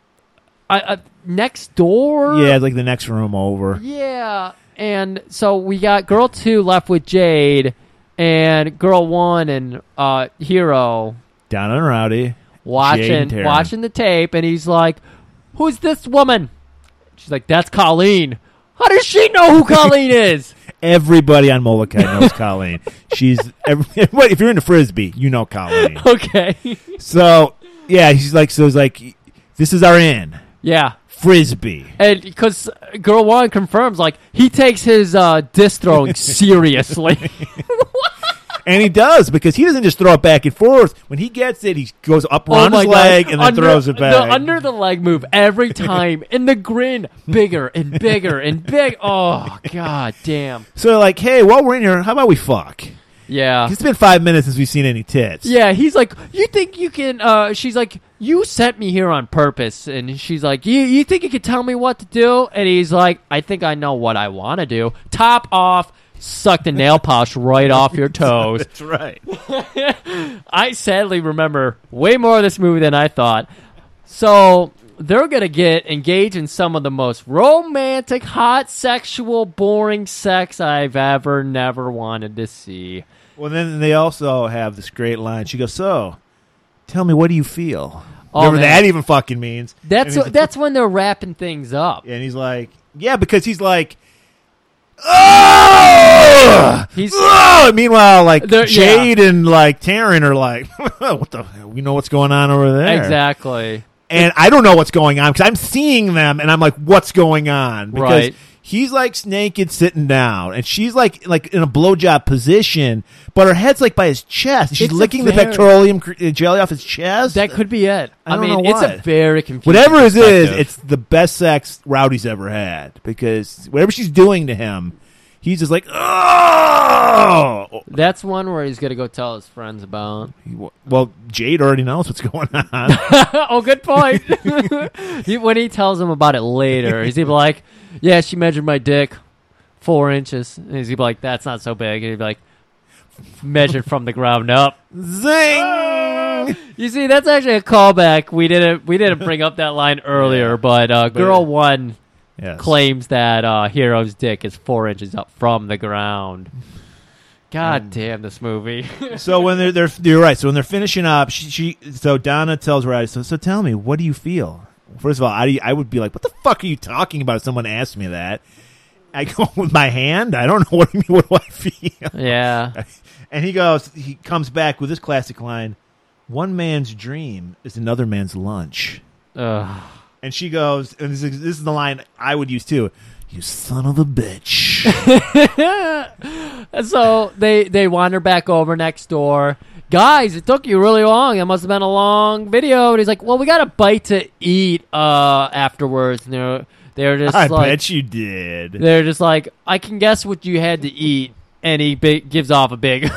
Speaker 1: I, I, next door.
Speaker 2: Yeah, it's like the next room over.
Speaker 1: yeah. And so we got girl two left with Jade, and girl one and uh, Hero
Speaker 2: Down and Rowdy.
Speaker 1: watching
Speaker 2: and Taryn.
Speaker 1: watching the tape, and he's like, "Who's this woman?" She's like, "That's Colleen." How does she know who
Speaker 2: (laughs)
Speaker 1: Colleen is?
Speaker 2: Everybody on Molokai
Speaker 1: (laughs)
Speaker 2: knows Colleen. She's every, (laughs) everybody- if you're into frisbee, you know Colleen.
Speaker 1: Okay. (laughs)
Speaker 2: So yeah, he's like so. He's like, this is our in
Speaker 1: yeah.
Speaker 2: frisbee.
Speaker 1: And because Girl One confirms, like he takes his uh, disc throwing
Speaker 2: (laughs)
Speaker 1: seriously.
Speaker 2: And he does because he doesn't just throw it back and forth. When he gets it, he goes
Speaker 1: (laughs)
Speaker 2: up
Speaker 1: Oh
Speaker 2: around
Speaker 1: my
Speaker 2: his leg
Speaker 1: God.
Speaker 2: and then
Speaker 1: Under-
Speaker 2: throws it
Speaker 1: the
Speaker 2: back.
Speaker 1: under the leg move
Speaker 2: (laughs)
Speaker 1: every time, and the grin bigger and
Speaker 2: (laughs)
Speaker 1: bigger and big. Oh god damn!
Speaker 2: so they're like, hey, while we're in here, how about we fuck?
Speaker 1: Yeah.
Speaker 2: It's been five minutes since we've seen any tits.
Speaker 1: Yeah, he's like, you think you can? Uh, she's like, you sent me here on purpose, and she's like, you you think you could tell me what to do? And he's like, I think I know what I want to do. Top off, suck the nail polish right off your toes.
Speaker 2: That's right.
Speaker 1: I sadly remember way more of this movie than I thought. So they're gonna get engaged in some of the most romantic, hot, sexual, boring sex I've ever never wanted to see.
Speaker 2: Well, then they also have this great line. She goes, "So, tell me, what do you feel?"
Speaker 1: Oh,
Speaker 2: Whatever
Speaker 1: man.
Speaker 2: that even fucking means.
Speaker 1: That's
Speaker 2: and he's,
Speaker 1: that's when they're wrapping things up.
Speaker 2: and he's like, "Yeah," because he's like, "Oh."
Speaker 1: He's
Speaker 2: Oh! Meanwhile, like
Speaker 1: They're- yeah.
Speaker 2: Jade and like Taryn are like, (laughs) "What the? We know what's going on over there."
Speaker 1: exactly.
Speaker 2: and I don't know what's going on because I'm seeing them and I'm like, what's going on? Because
Speaker 1: Right.
Speaker 2: he's like naked sitting down and she's like like in a blowjob position, but her head's like by his chest. She's
Speaker 1: It's a
Speaker 2: licking the
Speaker 1: very-
Speaker 2: petroleum cr- uh, jelly off his chest.
Speaker 1: That could be it.
Speaker 2: I
Speaker 1: I,
Speaker 2: don't
Speaker 1: mean,
Speaker 2: know
Speaker 1: it's a
Speaker 2: what.
Speaker 1: very confusing.
Speaker 2: whatever it is,
Speaker 1: perspective.
Speaker 2: it's the best sex Rowdy's ever had because whatever she's doing to him, he's just like, oh.
Speaker 1: that's one where he's gonna go tell his friends about.
Speaker 2: Well, Jade already knows what's (laughs) going on.
Speaker 1: oh, good point. (laughs) He- when he tells him about it later, he's gonna be like, "Yeah, she measured my dick four inches," and he's gonna be like, "That's not so big," and he'd be like, "Measured from the ground up."
Speaker 2: Zing!
Speaker 1: You see, that's actually a callback. We didn't we didn't bring up that line earlier, but uh, girl one
Speaker 2: Yes.
Speaker 1: claims that uh, Hero's dick is four inches up from the ground. God damn this movie.
Speaker 2: So when they're they're you're right. So when they're finishing up, she, she so Donna tells Riley. So so tell me, what do you feel? First of all, I I would be like, what the fuck are you talking about? If someone asked me that, I (laughs) go with my hand. I don't know (laughs) what I mean. What do I feel?
Speaker 1: yeah.
Speaker 2: And he goes, he comes back with this classic line: "One man's dream is another man's lunch."
Speaker 1: Ugh.
Speaker 2: And she goes, and this is, this is the line I would use too. You son of a bitch. (laughs)
Speaker 1: So they they wander back over next door. Guys, it took you really long. It must have been a long video. And he's like, "Well, we got a bite to eat uh, afterwards." And they're they're just
Speaker 2: (laughs) I
Speaker 1: like
Speaker 2: bet you did.
Speaker 1: they're just like, "I can guess what you had to eat." And he bi- gives off a big, (laughs)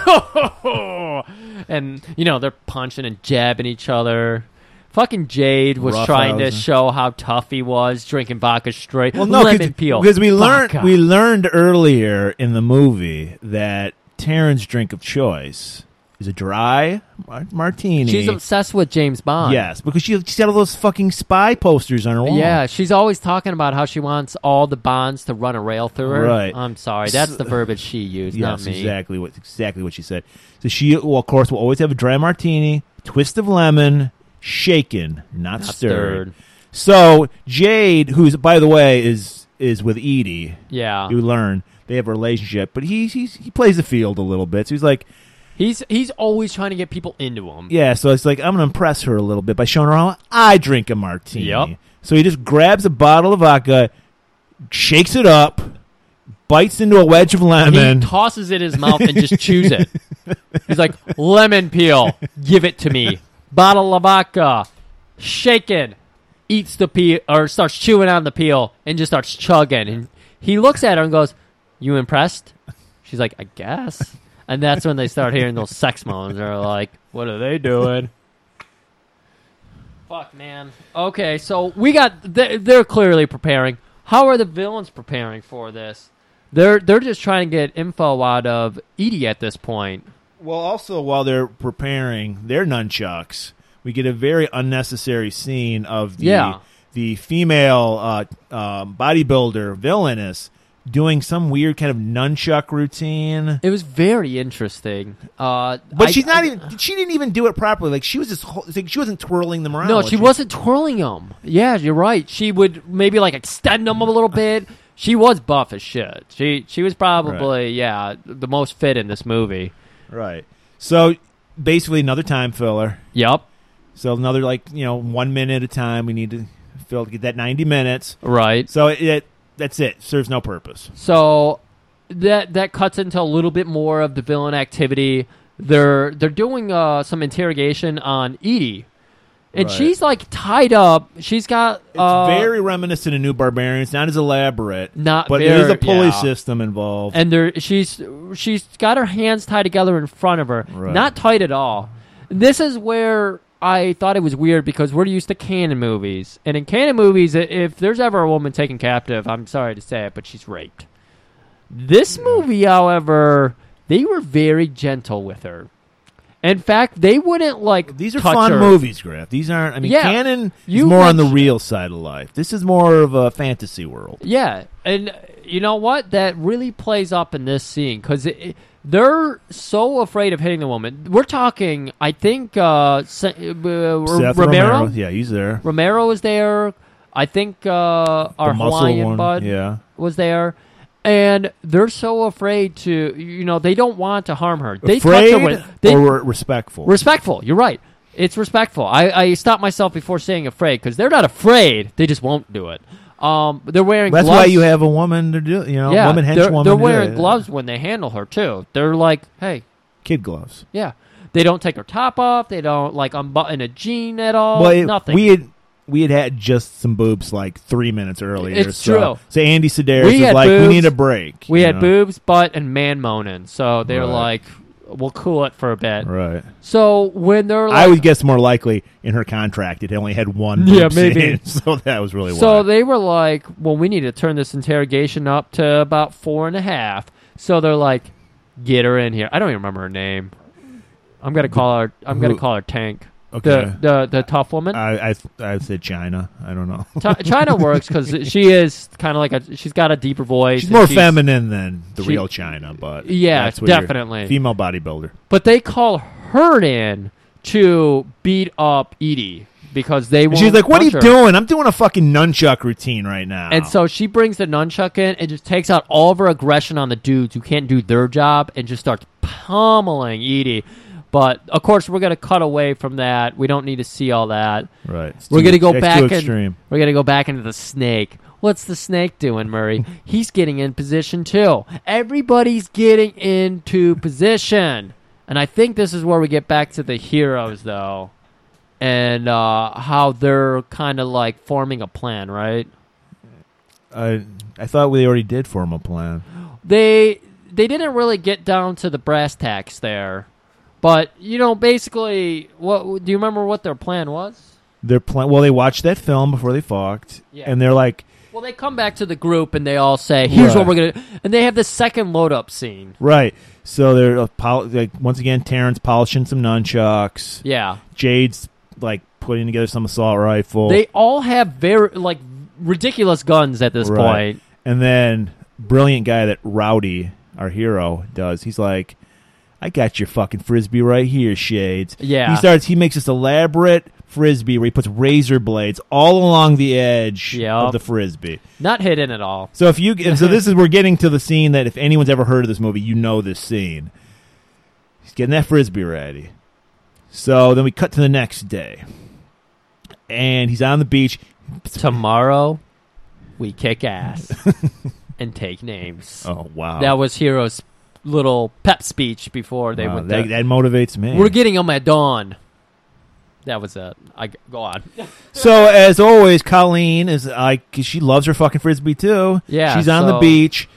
Speaker 1: and you know they're punching and jabbing each other. Fucking Jade was
Speaker 2: Roughhousing.
Speaker 1: trying to show how tough he was, drinking vodka straight.
Speaker 2: Well, no,
Speaker 1: lemon peel
Speaker 2: because we learned
Speaker 1: Vodka.
Speaker 2: we learned earlier in the movie that Taryn's drink of choice is a dry mar- martini.
Speaker 1: She's obsessed with James Bond.
Speaker 2: yes, because she she's got all those fucking spy posters on her wall.
Speaker 1: Yeah, she's always talking about how she wants all the bonds to run a rail through her.
Speaker 2: Right.
Speaker 1: I'm sorry, that's the verbiage she used,
Speaker 2: yes,
Speaker 1: not me.
Speaker 2: exactly what exactly what she said. So she, well, of course, will always have a dry martini, twist of lemon, shaken, not, stirred.
Speaker 1: stirred.
Speaker 2: So Jade, who's by the way is is with Edie.
Speaker 1: Yeah.
Speaker 2: You learn they have a relationship, but he he's, he plays the field a little bit. So he's like.
Speaker 1: He's he's always trying to get people into him.
Speaker 2: Yeah, so it's like I'm gonna impress her a little bit by showing her how I drink a martini.
Speaker 1: Yep.
Speaker 2: So he just grabs a bottle of vodka, shakes it up, bites into a wedge of
Speaker 1: he
Speaker 2: lemon.
Speaker 1: tosses it in his mouth and just chews it. He's like, lemon peel, give it to me. Bottle of vodka, shaken, eats the peel or starts chewing on the peel and just starts chugging. And he looks at her and goes, "You impressed?" She's like, "I guess." And that's when they start hearing those sex moans. They're like, "What are they doing?" Fuck, man. Okay, so we got they- they're clearly preparing. How are the villains preparing for this? They're they're just trying to get info out of Edie at this point.
Speaker 2: well, also while they're preparing their nunchucks, we get a very unnecessary scene of the
Speaker 1: Yeah.
Speaker 2: the female uh, um, bodybuilder villainess doing some weird kind of nunchuck routine.
Speaker 1: It was very interesting. Uh,
Speaker 2: But
Speaker 1: I-
Speaker 2: she's not
Speaker 1: I-
Speaker 2: even. She didn't even do it properly. Like she was just. Whole, like, she wasn't twirling them around.
Speaker 1: No,
Speaker 2: when
Speaker 1: she wasn't twirling them. Yeah, you're right. She would maybe like extend them a
Speaker 2: (laughs)
Speaker 1: little bit. She was buff as shit. She she was probably yeah the most fit in this movie.
Speaker 2: Right. So basically, another time filler.
Speaker 1: Yep.
Speaker 2: So another like you know one minute at a time. We need to fill to get that ninety minutes.
Speaker 1: Right.
Speaker 2: So it, it that's it. Serves no purpose.
Speaker 1: So that that cuts into a little bit more of the villain activity. They're they're doing uh, some interrogation on Edie, and
Speaker 2: Right.
Speaker 1: she's like tied up. She's got
Speaker 2: It's
Speaker 1: uh,
Speaker 2: very reminiscent of New Barbarian. It's not as elaborate,
Speaker 1: Not
Speaker 2: but there's
Speaker 1: very-
Speaker 2: a pulley
Speaker 1: yeah.
Speaker 2: system involved.
Speaker 1: and there she's she's got her hands tied together in front of her,
Speaker 2: Right.
Speaker 1: not tight at all. This is where I thought it was weird because we're used to canon movies, and in canon movies, i- if there's ever a woman taken captive, I'm sorry to say it, but she's raped. This movie, however, they were very gentle with her. In fact, they wouldn't like
Speaker 2: These are
Speaker 1: touch
Speaker 2: fun
Speaker 1: her.
Speaker 2: movies, Griff. These aren't. I mean,
Speaker 1: Yeah.
Speaker 2: canon is
Speaker 1: You
Speaker 2: more on the
Speaker 1: mentioned-
Speaker 2: real side of life. This is more of a fantasy world.
Speaker 1: Yeah, and uh, you know what? That really plays up in this scene because they're so afraid of hitting the woman. We're talking, I think, uh, Se- uh, Romero?
Speaker 2: Seth
Speaker 1: Romero.
Speaker 2: yeah, he's there.
Speaker 1: Romero was there. I think uh, our
Speaker 2: the muscle
Speaker 1: Hawaiian
Speaker 2: one,
Speaker 1: bud
Speaker 2: yeah.
Speaker 1: was there. And they're so afraid to, you know, they don't want to harm her. They
Speaker 2: Afraid
Speaker 1: touch her with, they,
Speaker 2: or re- respectful.
Speaker 1: respectful. You're right. It's respectful. I, I stopped myself before saying afraid because they're not afraid. They just won't do it. Um, they're wearing.
Speaker 2: That's
Speaker 1: gloves
Speaker 2: why you have a woman to do. You know,
Speaker 1: yeah,
Speaker 2: woman henchwoman.
Speaker 1: they're,
Speaker 2: to
Speaker 1: they're
Speaker 2: do
Speaker 1: wearing
Speaker 2: it.
Speaker 1: gloves when they handle her too. They're like, hey,
Speaker 2: kid gloves.
Speaker 1: yeah. They don't take her top off. They don't like unbutton a jean at all.
Speaker 2: well, it-
Speaker 1: Oh, nothing.
Speaker 2: we had we had had just some boobs like three minutes earlier.
Speaker 1: It's
Speaker 2: so,
Speaker 1: true.
Speaker 2: So Andy Sedaris
Speaker 1: We
Speaker 2: is
Speaker 1: had
Speaker 2: like,
Speaker 1: boobs.
Speaker 2: we need a break.
Speaker 1: We
Speaker 2: you
Speaker 1: had
Speaker 2: know?
Speaker 1: boobs, butt, and man moaning. So they're like,
Speaker 2: Right.
Speaker 1: we'll cool it for a bit.
Speaker 2: Right.
Speaker 1: So when they're like,
Speaker 2: I would guess more likely in her contract it only had one.
Speaker 1: Yeah,
Speaker 2: boob
Speaker 1: maybe.
Speaker 2: scene, (laughs) so that was really
Speaker 1: So
Speaker 2: why.
Speaker 1: they were like, well, we need to turn this interrogation up to about four and a half. So they're like, get her in here. I don't even remember her name. I'm gonna call her. I'm gonna
Speaker 2: who-
Speaker 1: call her Tank.
Speaker 2: Okay. Uh,
Speaker 1: The the, the tough woman.
Speaker 2: I I I said China. I don't know.
Speaker 1: Chi- China works because she is kind of like a. She's got a deeper voice.
Speaker 2: (laughs) She's
Speaker 1: and
Speaker 2: more feminine than the
Speaker 1: she-
Speaker 2: real China, but
Speaker 1: Yeah,
Speaker 2: that's what you're-
Speaker 1: definitely.
Speaker 2: female bodybuilder.
Speaker 1: But they call her in to beat up Edie because they.
Speaker 2: And
Speaker 1: Won't
Speaker 2: she's like, "What are
Speaker 1: touch
Speaker 2: you
Speaker 1: her."
Speaker 2: doing? I'm doing a fucking nunchuck routine right now."
Speaker 1: And so she brings the nunchuck in and just takes out all of her aggression on the dudes who can't do their job and just starts pummeling Edie. But of course, we're gonna cut away from that. We don't need to see all that.
Speaker 2: right, It's
Speaker 1: We're
Speaker 2: too-
Speaker 1: gonna go
Speaker 2: that's
Speaker 1: back
Speaker 2: too
Speaker 1: and
Speaker 2: extreme.
Speaker 1: we're gonna go back into the snake. What's the snake doing,
Speaker 2: (laughs)
Speaker 1: Murray? He's getting in position too. Everybody's getting into position, and I think this is where we get back to the heroes, though, and uh, how they're kind of like forming a plan, right?
Speaker 2: I I thought we already did form a plan.
Speaker 1: They they didn't really get down to the brass tacks there, but you know, basically, what do you remember what their plan was?
Speaker 2: They're plan. Well, they watched that film before they fucked,
Speaker 1: Yeah.
Speaker 2: and they're like,
Speaker 1: Well, they come back to the group and they all say, "Here's what
Speaker 2: Right.
Speaker 1: we're gonna," and they have the second load up scene.
Speaker 2: right. So they're uh, pol- like once again, Terrence polishing some nunchucks.
Speaker 1: Yeah,
Speaker 2: Jade's like putting together some assault rifle.
Speaker 1: they all have very like ridiculous guns at this
Speaker 2: Right.
Speaker 1: point.
Speaker 2: And then brilliant guy that Rowdy, our hero, does. He's like, I got your fucking frisbee right here, shades.
Speaker 1: Yeah.
Speaker 2: He starts. He makes this elaborate frisbee where he puts razor blades all along the edge
Speaker 1: Yup.
Speaker 2: of the frisbee.
Speaker 1: Not hidden at all.
Speaker 2: So if you and so this is we're getting to the scene that if anyone's ever heard of this movie, you know this scene. He's getting that frisbee ready. So then we cut to the next day, and he's on the beach.
Speaker 1: Tomorrow, we kick
Speaker 2: (laughs)
Speaker 1: ass and take names.
Speaker 2: Oh wow!
Speaker 1: That was Hero's little pep speech before they
Speaker 2: Wow,
Speaker 1: went.
Speaker 2: that,
Speaker 1: to-
Speaker 2: that motivates me.
Speaker 1: We're getting them at dawn. That was it. I go on.
Speaker 2: So as always, Colleen is like 'cause she loves her fucking frisbee too.
Speaker 1: Yeah,
Speaker 2: she's on the
Speaker 1: so-
Speaker 2: beach.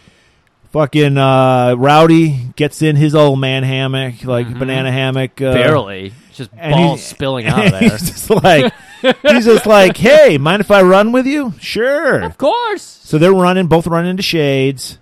Speaker 2: Fucking uh, Rowdy gets in his old man hammock, like banana hammock, uh,
Speaker 1: Mm-hmm. Barely, just
Speaker 2: and
Speaker 1: balls
Speaker 2: he's-
Speaker 1: spilling
Speaker 2: and
Speaker 1: out
Speaker 2: (laughs)
Speaker 1: of there.
Speaker 2: He's just like, he's
Speaker 1: (laughs)
Speaker 2: just like, hey, mind if I run with you? Sure.
Speaker 1: Of course.
Speaker 2: So they're running, both running into Shades,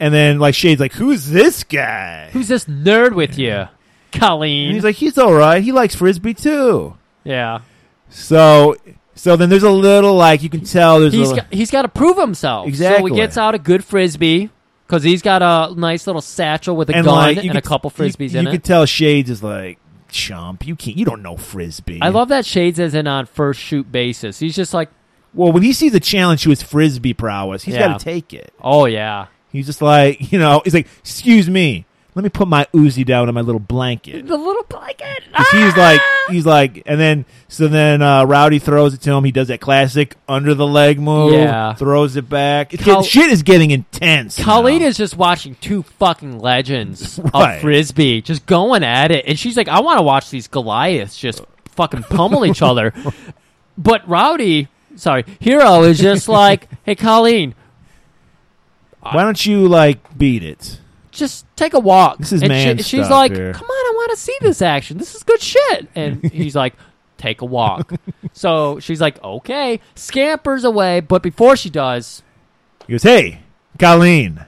Speaker 2: and then like Shades, like, who's this guy?
Speaker 1: Who's this nerd with you, Colleen?
Speaker 2: And he's like, he's all right. He likes frisbee too.
Speaker 1: yeah.
Speaker 2: So, so then there's a little like you can tell there's
Speaker 1: He's
Speaker 2: a,
Speaker 1: got, he's got to prove himself. So
Speaker 2: Exactly.
Speaker 1: he gets out a good frisbee because he's got a nice little satchel with a gun and a
Speaker 2: could-
Speaker 1: couple frisbees
Speaker 2: you,
Speaker 1: in
Speaker 2: you
Speaker 1: it.
Speaker 2: could tell Shades is like chump. You can't. You don't know frisbee.
Speaker 1: I love that Shades isn't on first shoot basis. He's just like,
Speaker 2: Well, when he sees a challenge to his frisbee prowess, he's
Speaker 1: Yeah.
Speaker 2: got to take it.
Speaker 1: oh yeah,
Speaker 2: He's just like you know. He's like, excuse me. Let me put my Uzi down on my little
Speaker 1: (laughs)
Speaker 2: blanket.
Speaker 1: the little blanket.
Speaker 2: 'Cause he's like, he's like, and then so then uh, Rowdy throws it to him. He does that classic under the leg move.
Speaker 1: Yeah.
Speaker 2: throws it back. It's
Speaker 1: Col-
Speaker 2: getting, shit is getting intense.
Speaker 1: Colleen
Speaker 2: now.
Speaker 1: is just watching two fucking legends
Speaker 2: (laughs) Right.
Speaker 1: of frisbee just going at it, and she's like, "I want to watch these Goliaths just fucking pummel
Speaker 2: (laughs)
Speaker 1: each other. But Rowdy, sorry, Hero is just like, hey, Colleen,
Speaker 2: Why don't you like beat it?
Speaker 1: just take a walk.
Speaker 2: This is
Speaker 1: and
Speaker 2: man
Speaker 1: She's
Speaker 2: stuff
Speaker 1: like,
Speaker 2: here.
Speaker 1: come on, I want to see this action. This is good shit.
Speaker 2: (laughs)
Speaker 1: And he's like, take a walk. so she's like, okay, scampers away. But before she does,
Speaker 2: He goes, "Hey, Colleen,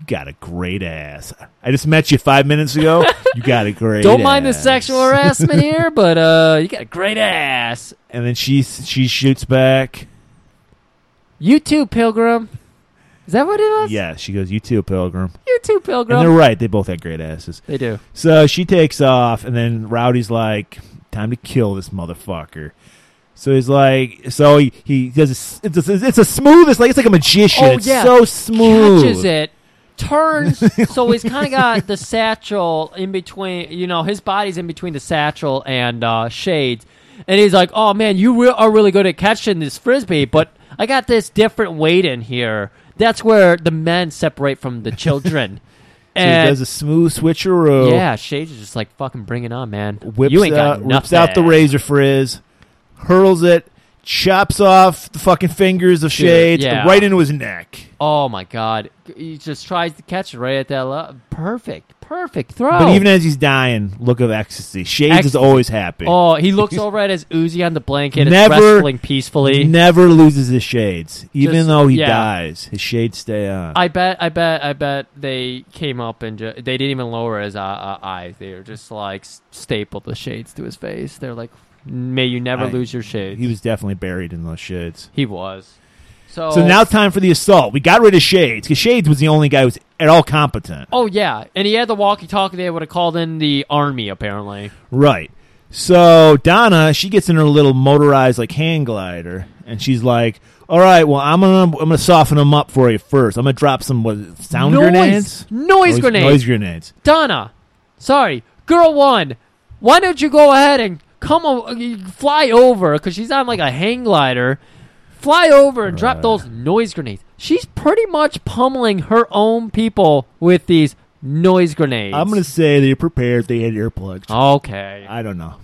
Speaker 2: you got a great ass. I just met you five minutes ago. you got a great.
Speaker 1: don't mind the
Speaker 2: ass."
Speaker 1: sexual
Speaker 2: (laughs)
Speaker 1: harassment here, but uh, you got a great ass.
Speaker 2: And then she she shoots back.
Speaker 1: You too, Pilgrim. Is that what it was?
Speaker 2: Yeah, she goes, "You too, Pilgrim."
Speaker 1: You too,
Speaker 2: And they're
Speaker 1: Pilgrim.
Speaker 2: right. They both had great asses.
Speaker 1: They do.
Speaker 2: So she takes off, and then Rowdy's like, "Time to kill this motherfucker." So he's like, so he, he does. A, it's, a, it's a smooth. It's like it's like a magician.
Speaker 1: Oh,
Speaker 2: it's
Speaker 1: yeah.
Speaker 2: so smooth.
Speaker 1: Catches it,
Speaker 2: (laughs)
Speaker 1: turns. so he's kind of got the satchel in between. You know, his body's in between the satchel and uh, shades. And he's like, "Oh man, you re- are really good at catching this frisbee, but I got this different weight in here. That's where the men separate from the
Speaker 2: (laughs)
Speaker 1: children."
Speaker 2: So he
Speaker 1: and
Speaker 2: does a smooth switcheroo.
Speaker 1: yeah, Shades is just like fucking bring it on, man.
Speaker 2: whips
Speaker 1: you ain't
Speaker 2: out,
Speaker 1: got
Speaker 2: whips
Speaker 1: nothing.
Speaker 2: out the razor frizz, hurls it, chops off the fucking fingers of Shades
Speaker 1: yeah.
Speaker 2: right into his neck.
Speaker 1: Oh my god, he just tries to catch it right at that. Le- perfect, perfect throw.
Speaker 2: But even as he's dying, look of ecstasy. Shades is
Speaker 1: Oh. Ecstasy.
Speaker 2: always happy.
Speaker 1: Oh, he looks over at his Uzi on the blanket and
Speaker 2: Never-
Speaker 1: wrestling peacefully.
Speaker 2: Never loses his shades, even
Speaker 1: Just-
Speaker 2: though he
Speaker 1: yeah.
Speaker 2: dies. His shades stay on.
Speaker 1: I bet, I bet, I bet they came up and ju- they didn't even lower his uh, uh, eyes. They were just like s- stapled the shades to his face. They're like, "May you never
Speaker 2: I-
Speaker 1: lose your shades."
Speaker 2: he was definitely buried in those shades.
Speaker 1: He was. So,
Speaker 2: So now, time for the assault. We got rid of Shades because Shades was the only guy who was at all competent.
Speaker 1: Oh yeah, and he had the walkie-talkie. They would have called in the army apparently.
Speaker 2: Right. So Donna, she gets in her little motorized like hand glider, and she's like, "All right, well, I'm gonna I'm gonna soften them up for you first. I'm gonna drop some what, sound
Speaker 1: Noise-
Speaker 2: grenades,
Speaker 1: noise grenades.
Speaker 2: noise grenades."
Speaker 1: Donna, sorry, girl one, why don't you go ahead and come o- you fly over because she's on like a hang glider. Fly over and drop those noise grenades. She's pretty much pummeling her own people with these noise grenades.
Speaker 2: I'm gonna say they prepared. They had earplugs.
Speaker 1: Okay.
Speaker 2: I don't know,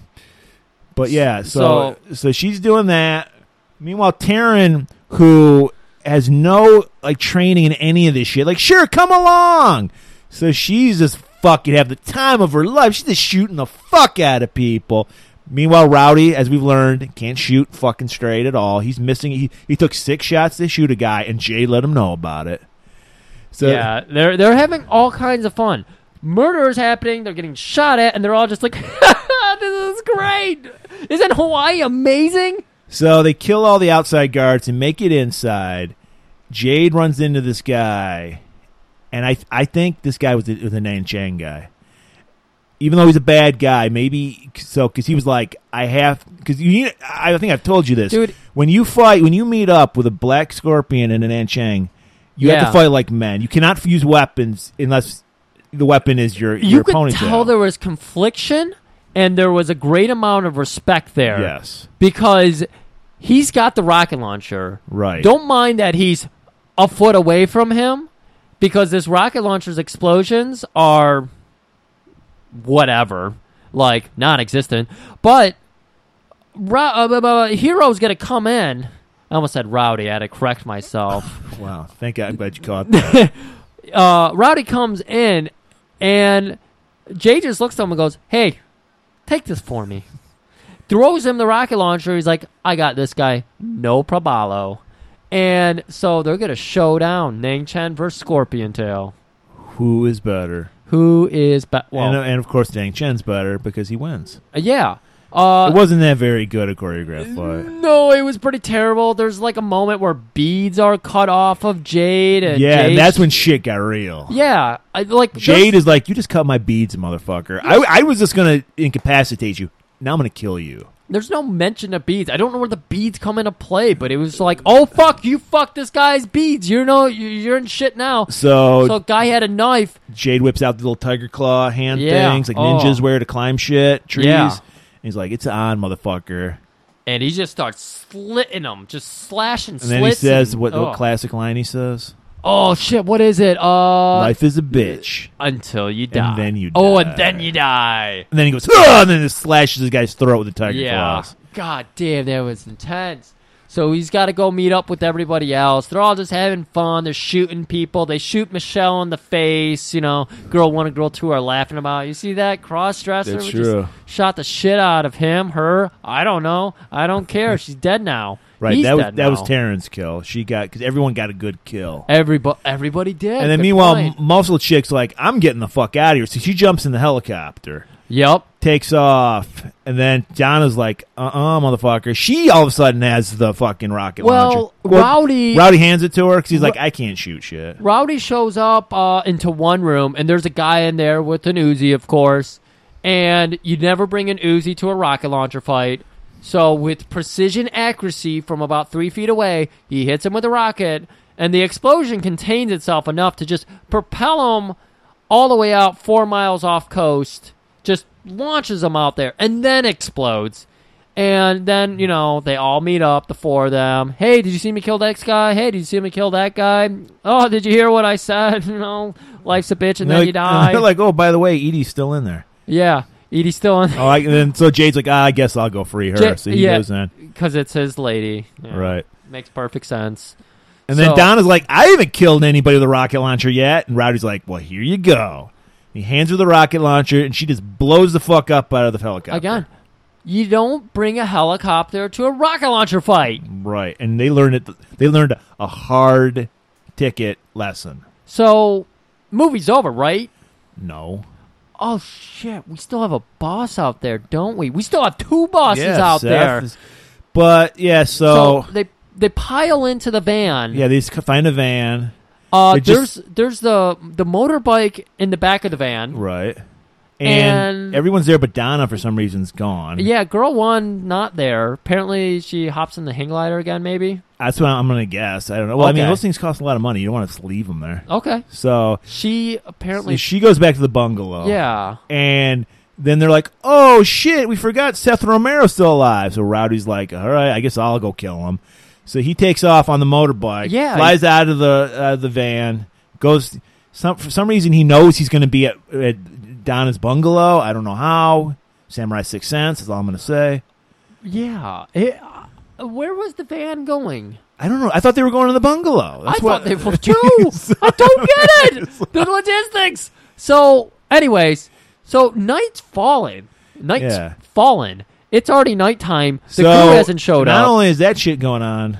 Speaker 2: but yeah. So so, she's doing that. Meanwhile, Taryn, who has no like training in any of this shit, like sure, come along. So she's just fucking have the time of her life. She's just shooting the fuck out of people. Meanwhile, Rowdy, as we've learned, can't shoot fucking straight at all. He's missing. He, he took six shots to shoot a guy, and Jay let him know about it. So
Speaker 1: yeah, they're they're having all kinds of fun. Murder is happening. They're getting shot at, and they're all just like, (laughs) "This is great! Isn't Hawaii amazing?"
Speaker 2: So they kill all the outside guards and make it inside. Jade runs into this guy, and I I think this guy was a, was a Nan Chang guy. Even though he's a bad guy, maybe so because he was like, I have because you. need- I think I've told you this,
Speaker 1: Dude.
Speaker 2: When you fight, when you meet up with a black scorpion and a Nan Chang, you have
Speaker 1: Yeah.
Speaker 2: to fight like men. You cannot use weapons unless the weapon is your
Speaker 1: you
Speaker 2: your
Speaker 1: could
Speaker 2: opponent's
Speaker 1: tell
Speaker 2: out.
Speaker 1: there was confliction and there was a great amount of respect there.
Speaker 2: Yes.
Speaker 1: Because he's got the rocket launcher.
Speaker 2: Right.
Speaker 1: Don't mind that he's a foot away from him because this rocket launcher's explosions are whatever, like non existent. But Ro- uh, uh, uh, Hero's going to come in. I almost said rowdy. I had to correct myself
Speaker 2: Wow, thank God, I'm glad you caught that.
Speaker 1: uh, Rowdy comes in, and Jay just looks at him and goes, "Hey, take this for me." Throws him the rocket launcher. He's like, "I got this guy, no probalo." And so they're gonna show down Nang Chen versus Scorpion Tail.
Speaker 2: Who is better?
Speaker 1: Who is be- well?
Speaker 2: and, uh, and of course, Dang Chen's better because he wins.
Speaker 1: uh, yeah. Uh,
Speaker 2: it wasn't that very good a choreographed fight.
Speaker 1: no, it was pretty terrible. There's like a moment where beads are cut off of Jade, and
Speaker 2: yeah, and
Speaker 1: Jade's-
Speaker 2: that's when shit got real.
Speaker 1: yeah, I, like there's-
Speaker 2: Jade is like, you just cut my beads, motherfucker. I, I was just gonna incapacitate you. Now I'm gonna kill you.
Speaker 1: There's no mention of beads. I don't know where the beads come into play, but it was like, oh fuck, you fucked this guy's beads. You know, you- you're in shit now.
Speaker 2: So,
Speaker 1: So guy had a knife.
Speaker 2: Jade whips out the little tiger claw hand
Speaker 1: Yeah,
Speaker 2: things like
Speaker 1: oh.
Speaker 2: ninjas wear to climb shit trees.
Speaker 1: Yeah.
Speaker 2: And he's like, it's on, motherfucker.
Speaker 1: And he just starts slitting them, just slashing
Speaker 2: And then he says what,
Speaker 1: oh.
Speaker 2: what classic line he says.
Speaker 1: Oh shit! What is it? Uh,
Speaker 2: Life is a bitch.
Speaker 1: until you die.
Speaker 2: then you
Speaker 1: Oh,
Speaker 2: die.
Speaker 1: and then you die.
Speaker 2: And then he goes, "Ah!" and then it slashes this guy's throat with a tiger
Speaker 1: Yeah.
Speaker 2: claws.
Speaker 1: God damn, that was intense. So he's got to go meet up with everybody else. They're all just having fun. They're shooting people. They shoot Michelle in the face. You know, girl one and girl two are laughing about. it. You see that cross dresser?
Speaker 2: That's true.
Speaker 1: Shot the shit out of him, her. I don't know. I don't care. She's dead now.
Speaker 2: Right,
Speaker 1: He's
Speaker 2: that was
Speaker 1: dead
Speaker 2: that was
Speaker 1: now.
Speaker 2: Taryn's kill. She got because everyone got a good kill.
Speaker 1: Everybody, everybody did.
Speaker 2: And then
Speaker 1: Good
Speaker 2: meanwhile,
Speaker 1: point.
Speaker 2: M- muscle chick's like, "I'm getting the fuck out of here." So she jumps in the helicopter,
Speaker 1: yep.
Speaker 2: takes off, and then Donna's like, "Uh-uh, motherfucker." She all of a sudden has the fucking rocket
Speaker 1: Well,
Speaker 2: launcher. Well,
Speaker 1: Rowdy-
Speaker 2: Rowdy hands it to her because he's like, "I can't shoot shit."
Speaker 1: Rowdy shows up uh, into one room, and there's a guy in there with an Uzi, of course. And you never bring an Uzi to a rocket launcher fight. So, with precision accuracy from about three feet away, he hits him with a rocket, and the explosion contains itself enough to just propel him all the way out four miles off coast, just launches him out there, and then explodes. And then, you know, they all meet up, the four of them. Hey, did you see me kill that guy? Hey, did you see me kill that guy? Oh, did you hear what I said? (laughs) You know, life's a bitch and then
Speaker 2: they're
Speaker 1: you
Speaker 2: (laughs) like,
Speaker 1: die.
Speaker 2: They're like, "Oh, by the way, Edie's still in there."
Speaker 1: yeah. Edie's still in
Speaker 2: Oh, I, and then so Jade's like, ah, "I guess I'll go free her."
Speaker 1: Ja-
Speaker 2: so he
Speaker 1: yeah.
Speaker 2: goes in,
Speaker 1: because it's his lady. Yeah.
Speaker 2: right?
Speaker 1: Makes perfect sense.
Speaker 2: And then
Speaker 1: So-
Speaker 2: Donna's like, I haven't killed anybody with a rocket launcher yet. And Rowdy's like, well, here you go. He hands her the rocket launcher, and she just blows the fuck up out of the helicopter.
Speaker 1: Again, you don't bring a helicopter to a rocket launcher fight.
Speaker 2: Right. And they learned it. They learned a hard ticket lesson.
Speaker 1: So, movie's over, right?
Speaker 2: No.
Speaker 1: Oh shit, we still have a boss out there, don't we? We still have two bosses
Speaker 2: Yeah,
Speaker 1: out
Speaker 2: Seth
Speaker 1: there.
Speaker 2: is- But, yeah, so,
Speaker 1: so they they pile into the van.
Speaker 2: yeah, they just find a van.
Speaker 1: Uh,
Speaker 2: They
Speaker 1: there's
Speaker 2: just-
Speaker 1: there's the the motorbike in the back of the van.
Speaker 2: Right.
Speaker 1: And-
Speaker 2: and everyone's there, but Donna, for some reason, is gone.
Speaker 1: Yeah, girl one not there. Apparently she hops in the hang glider again. Maybe
Speaker 2: That's what I'm going to guess. I don't know. Well, I mean,
Speaker 1: Okay.
Speaker 2: those things cost a lot of money. You don't want to just leave them there.
Speaker 1: okay.
Speaker 2: So
Speaker 1: She apparently
Speaker 2: she goes back to the bungalow.
Speaker 1: yeah
Speaker 2: and then they're like, "Oh shit, we forgot Seth Romero's still alive." So Rowdy's like, "All right, I guess I'll go kill him." So he takes off on the motorbike,
Speaker 1: Yeah.
Speaker 2: flies out of the uh, the van, goes. Some for some reason he knows he's going to be at, at Donna's bungalow. I don't know how. Samurai Six Sense is all I'm going to say.
Speaker 1: yeah. It- uh, where was the van going?
Speaker 2: I don't know. I thought they were going to the bungalow. That's
Speaker 1: I
Speaker 2: what, (laughs)
Speaker 1: thought they were too. I don't get it. The logistics. So, anyways, so night's fallen. Night's
Speaker 2: Yeah.
Speaker 1: fallen. It's already nighttime. The
Speaker 2: So,
Speaker 1: crew hasn't showed
Speaker 2: not
Speaker 1: up.
Speaker 2: only is that shit going on,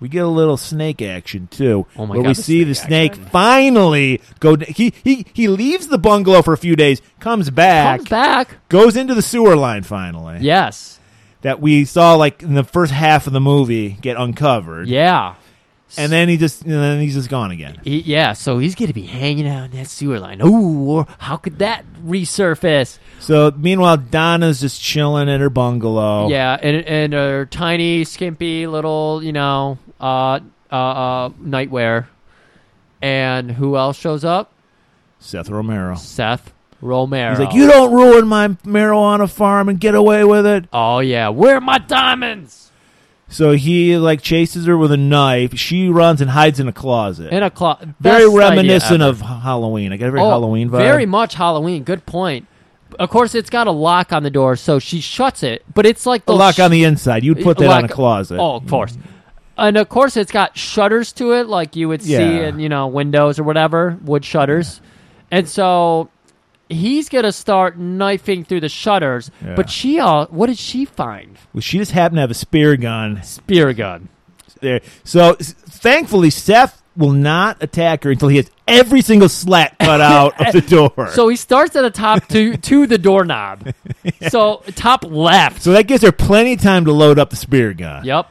Speaker 2: we get a little snake action too.
Speaker 1: Oh my
Speaker 2: where
Speaker 1: God,
Speaker 2: we
Speaker 1: the
Speaker 2: see the
Speaker 1: snake
Speaker 2: snake finally go. d- He he he leaves the bungalow for a few days, comes back,
Speaker 1: Comes back.
Speaker 2: goes into the sewer line finally
Speaker 1: Yes.
Speaker 2: that we saw like in the first half of the movie get uncovered,
Speaker 1: Yeah.
Speaker 2: and then he just and then he's just gone again.
Speaker 1: He- yeah. So he's gonna be hanging out in that sewer line. Ooh, how could that resurface?
Speaker 2: So meanwhile, Donna's just chilling at her bungalow.
Speaker 1: Yeah, and and her tiny, skimpy little, you know, uh, uh, uh, nightwear. And who else shows up?
Speaker 2: Seth Romero.
Speaker 1: Seth Romero.
Speaker 2: He's like, you don't ruin my marijuana farm and get away with it.
Speaker 1: Oh yeah, where are my diamonds?
Speaker 2: So he like chases her with a knife. She runs and hides in a closet.
Speaker 1: In a clock.
Speaker 2: very reminiscent of Halloween. I got a very Halloween vibe.
Speaker 1: Oh, Very much Halloween. Good point. Of course, it's got a lock on the door, so she shuts it. But it's like
Speaker 2: a
Speaker 1: those
Speaker 2: lock
Speaker 1: sh-
Speaker 2: on the inside. You'd put that on a
Speaker 1: lock-
Speaker 2: closet. Mm-hmm.
Speaker 1: Oh, of course. And of course, it's got shutters to it, like you would see
Speaker 2: Yeah.
Speaker 1: in you know windows or whatever, wood shutters. And so he's gonna start knifing through the shutters.
Speaker 2: Yeah.
Speaker 1: But she, uh, what did she find?
Speaker 2: Well, she just happened to have a spear gun
Speaker 1: Spear gun.
Speaker 2: there. So s- thankfully, Seth will not attack her until he has every single slat
Speaker 1: (laughs)
Speaker 2: cut out of the door.
Speaker 1: So he starts at the top to to the doorknob.
Speaker 2: (laughs)
Speaker 1: So top left.
Speaker 2: So that gives her plenty of time to load up the spear gun.
Speaker 1: yep.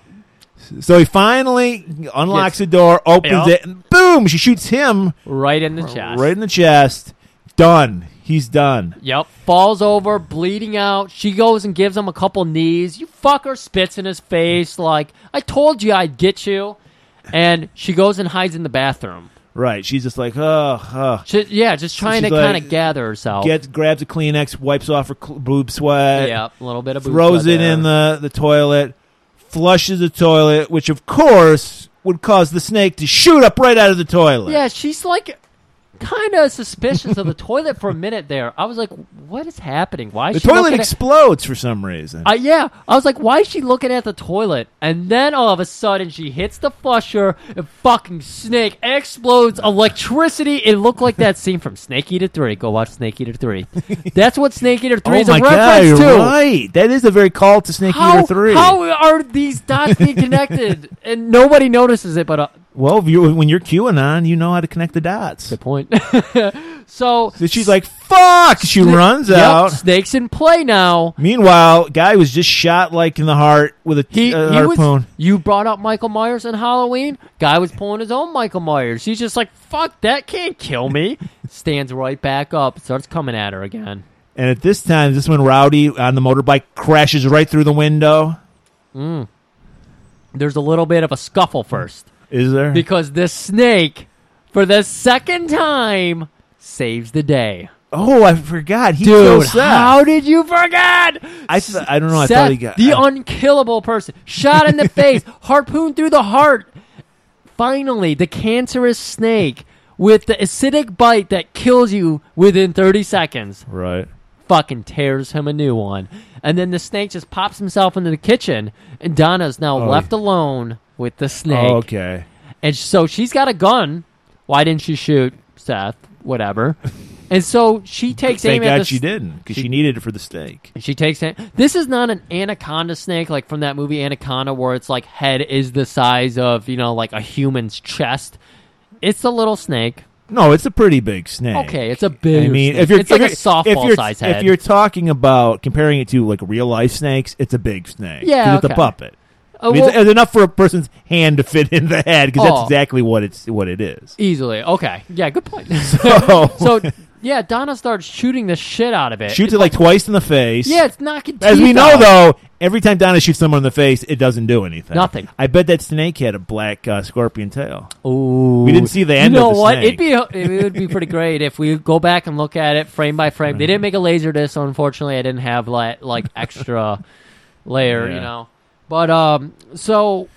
Speaker 2: So he finally unlocks
Speaker 1: Yes.
Speaker 2: the door, opens
Speaker 1: Yep.
Speaker 2: it, and boom! She shoots him
Speaker 1: Right in the chest.
Speaker 2: right in the chest. Done. He's done.
Speaker 1: Yep. Falls over, bleeding out. She goes and gives him a couple knees. You fucker spits in his face like, I told you I'd get you. And she goes and hides in the bathroom.
Speaker 2: Right. She's just like, oh, oh.
Speaker 1: She, yeah, just trying
Speaker 2: she's
Speaker 1: to
Speaker 2: like,
Speaker 1: kind of gather herself.
Speaker 2: gets grabs a Kleenex, wipes off her cl- boob sweat,
Speaker 1: yeah, a little bit of boob
Speaker 2: throws
Speaker 1: sweat
Speaker 2: it in
Speaker 1: there.
Speaker 2: the, the toilet, flushes the toilet, which of course would cause the snake to shoot up right out of the toilet.
Speaker 1: Yeah, she's like kind of suspicious of the (laughs) toilet for a minute there. I was like, what is happening? Why is
Speaker 2: The
Speaker 1: she
Speaker 2: toilet
Speaker 1: looking at-
Speaker 2: explodes for some reason.
Speaker 1: I yeah, I was like, why is she looking at the toilet? And then all of a sudden, she hits the flusher, and fucking snake explodes electricity. It looked like that scene from Snake Eater Three. Go watch Snake Eater
Speaker 2: (laughs)
Speaker 1: Three. That's what Snake Eater Three
Speaker 2: oh
Speaker 1: is a
Speaker 2: my god,
Speaker 1: reference
Speaker 2: you're
Speaker 1: to.
Speaker 2: right. That is a very call to Snake
Speaker 1: How,
Speaker 2: Eater Three.
Speaker 1: how are these dots being
Speaker 2: (laughs)
Speaker 1: connected? and nobody notices it, but uh,
Speaker 2: well, if you, when you're QAnon, you know how to connect the dots.
Speaker 1: good point. (laughs) so
Speaker 2: So she's like, "Fuck!" She runs
Speaker 1: yep,
Speaker 2: out.
Speaker 1: Snake's in play now.
Speaker 2: Meanwhile, guy was just shot like in the heart with a
Speaker 1: He,
Speaker 2: uh,
Speaker 1: he
Speaker 2: harpoon.
Speaker 1: was. You brought up Michael Myers in Halloween. Guy was pulling his own Michael Myers. He's just like, "Fuck, that can't kill (laughs) me." Stands right back up, starts coming at her again.
Speaker 2: and at this time, this one Rowdy on the motorbike crashes right through the window.
Speaker 1: There's a little bit of a scuffle first
Speaker 2: Is there?
Speaker 1: because this snake, for the second time, saves the day.
Speaker 2: oh, I forgot. He
Speaker 1: Dude,
Speaker 2: kills Seth.
Speaker 1: how did you forget?
Speaker 2: I th- I don't know. Oh, I
Speaker 1: Seth,
Speaker 2: thought he got
Speaker 1: the
Speaker 2: I-
Speaker 1: unkillable person, shot
Speaker 2: (laughs)
Speaker 1: in the face, harpooned through the heart. Finally, the cancerous snake with the acidic bite that kills you within 30 seconds
Speaker 2: right.
Speaker 1: fucking tears him a new one. And then the snake just pops himself into the kitchen, and Donna's now left alone with the snake.
Speaker 2: Oh, okay.
Speaker 1: And so she's got a gun. Why didn't she shoot Seth?
Speaker 2: (laughs)
Speaker 1: Whatever. And so she takes
Speaker 2: Thank
Speaker 1: aim at
Speaker 2: God
Speaker 1: the
Speaker 2: she
Speaker 1: s-
Speaker 2: didn't because she, needed it for the steak.
Speaker 1: she takes it. This is not an anaconda snake like from that movie Anaconda, where it's like head is the size of you know like a human's chest. It's a little snake.
Speaker 2: No, it's a pretty big snake.
Speaker 1: Okay, it's a big.
Speaker 2: I mean,
Speaker 1: snake.
Speaker 2: if you're
Speaker 1: it's like a
Speaker 2: if you're-
Speaker 1: softball
Speaker 2: if you're,
Speaker 1: size
Speaker 2: if
Speaker 1: head.
Speaker 2: you're talking about comparing it to like real life snakes, it's a big snake.
Speaker 1: Yeah,
Speaker 2: 'Cause it's
Speaker 1: okay.
Speaker 2: a puppet.
Speaker 1: Oh,
Speaker 2: I mean, it's,
Speaker 1: well-
Speaker 2: it's enough for a person's hand to fit in the head because
Speaker 1: Oh.
Speaker 2: that's exactly what it's what it is. Oh.
Speaker 1: Easily, okay, yeah, good point.
Speaker 2: (laughs)
Speaker 1: so yeah, Donna starts shooting the shit out of it.
Speaker 2: Shoots it like twice in the face.
Speaker 1: yeah, it's knocking.
Speaker 2: As we
Speaker 1: teeth
Speaker 2: know,
Speaker 1: out.
Speaker 2: though, every time Donna shoots someone in the face, it doesn't do anything.
Speaker 1: Nothing.
Speaker 2: I bet that snake had a black uh, scorpion tail.
Speaker 1: Ooh.
Speaker 2: We didn't see the end
Speaker 1: You know
Speaker 2: of the
Speaker 1: what?
Speaker 2: snake.
Speaker 1: It'd be it would be pretty great if we go back and look at it frame by frame. They didn't make a laser disc, so unfortunately, I didn't have like like
Speaker 2: (laughs)
Speaker 1: extra layer, you
Speaker 2: Yeah.
Speaker 1: know. But um, so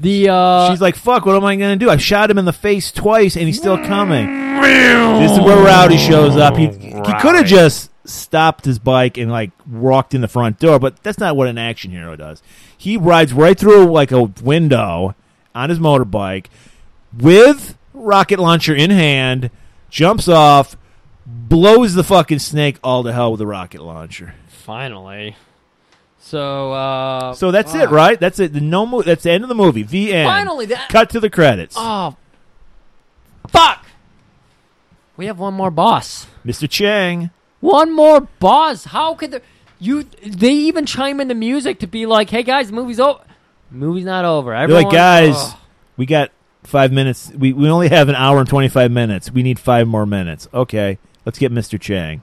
Speaker 1: the uh,
Speaker 2: She's like, "Fuck! What am I gonna do? I shot him in the face twice, and he's still coming." this is where Rowdy shows up. He he could have just stopped his bike and like walked in the front door, but that's not what an action hero does. He rides right through like a window on his motorbike with rocket launcher in hand, jumps off, blows the fucking snake all to hell with the rocket launcher.
Speaker 1: finally, so uh,
Speaker 2: So that's it,
Speaker 1: fuck.
Speaker 2: right? That's it. The no mo- that's the end of the movie. The end.
Speaker 1: Finally, that-
Speaker 2: cut to the credits.
Speaker 1: Oh, fuck! We have one more boss.
Speaker 2: Mr. Chang.
Speaker 1: One more boss. How could there, you? They even chime in the music to be like, "Hey guys, the movie's over." Movie's not over.
Speaker 2: They're
Speaker 1: Everyone,
Speaker 2: like, guys,
Speaker 1: Ugh.
Speaker 2: we got five minutes. We, we only have an hour and 25 minutes. We need five more minutes. Okay, let's get Mr. Chang.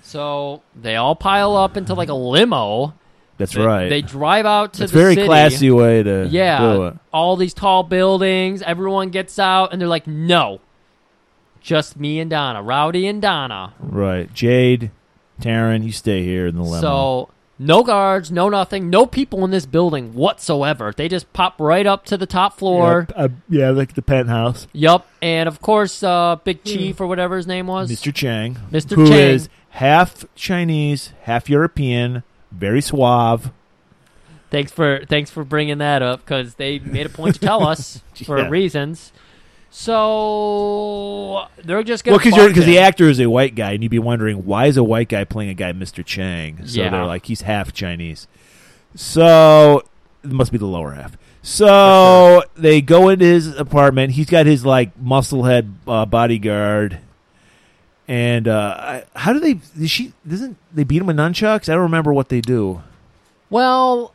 Speaker 1: So they all pile up into like a limo.
Speaker 2: That's
Speaker 1: They,
Speaker 2: right.
Speaker 1: They drive out to
Speaker 2: it's
Speaker 1: the
Speaker 2: very
Speaker 1: city.
Speaker 2: classy way to do
Speaker 1: Yeah,
Speaker 2: it.
Speaker 1: all these tall buildings. Everyone gets out, and they're like, "No, just me and Donna, Rowdy and Donna."
Speaker 2: Right. Jade, Taryn, you stay here in the limo.
Speaker 1: So no guards, no nothing, no people in this building whatsoever. They just pop right up to the top floor.
Speaker 2: yeah, uh, yeah, like the penthouse.
Speaker 1: Yup, and of course, uh, Big Chief or whatever his name was.
Speaker 2: Mr. Chang,
Speaker 1: Mr.
Speaker 2: who
Speaker 1: Chang.
Speaker 2: is half Chinese, half European, very suave.
Speaker 1: Thanks for thanks for bringing that up because they made a point to tell
Speaker 2: (laughs)
Speaker 1: us for
Speaker 2: Yeah.
Speaker 1: reasons. So they're just
Speaker 2: Well,
Speaker 1: gonna
Speaker 2: because
Speaker 1: fuck
Speaker 2: because the
Speaker 1: it.
Speaker 2: actor is a white guy, and you'd be wondering why is a white guy playing a guy Mr. Chang? So
Speaker 1: Yeah.
Speaker 2: they're like he's half Chinese, so it must be the lower half. So they go into his apartment. He's got his like musclehead uh, bodyguard, and uh, I, how do they? Is she doesn't they beat him with nunchucks? I don't remember what they do.
Speaker 1: well,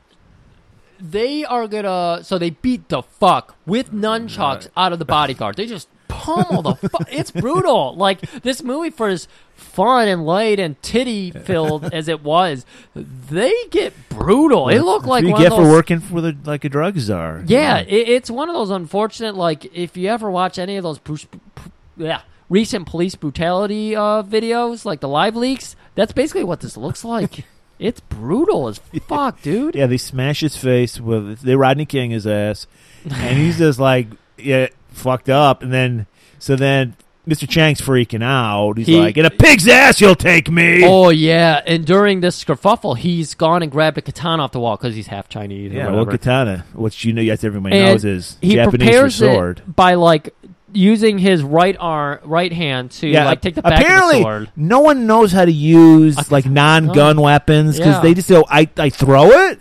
Speaker 1: they are gonna so they beat the fuck with nunchucks out of the bodyguard. They just pummel the fuck. (laughs) It's brutal. Like this movie for as fun and light and titty
Speaker 2: (laughs)
Speaker 1: filled as it was, they get brutal. It looked like
Speaker 2: you
Speaker 1: one
Speaker 2: get
Speaker 1: of
Speaker 2: for
Speaker 1: those-
Speaker 2: working for the, like a drug czar.
Speaker 1: Yeah, It, it's one of those unfortunate. Like, if you ever watch any of those, pus- pu- yeah, recent police brutality uh, videos, like the live leaks, that's basically what this looks
Speaker 2: (laughs)
Speaker 1: like. it's brutal as fuck, dude.
Speaker 2: Yeah, they smash his face with they Rodney King his ass, and he's just like, yeah, fucked up. And then, so then Mr. Chang's freaking out. He's
Speaker 1: He-
Speaker 2: like, in a pig's ass, you'll take me.
Speaker 1: Oh yeah, and during this kerfuffle, he's gone and grabbed a katana off the wall because he's half Chinese.
Speaker 2: yeah,
Speaker 1: or
Speaker 2: well,
Speaker 1: whatever.
Speaker 2: katana, which you know, yes, everybody
Speaker 1: And
Speaker 2: knows is
Speaker 1: he
Speaker 2: Japanese for
Speaker 1: prepares
Speaker 2: sword.
Speaker 1: it by like using his right arm, right hand to like take the back
Speaker 2: apparently
Speaker 1: of the sword.
Speaker 2: no one knows how to use
Speaker 1: A-
Speaker 2: like non-gun weapons because
Speaker 1: Yeah. Oh.
Speaker 2: they just go, I, I throw it.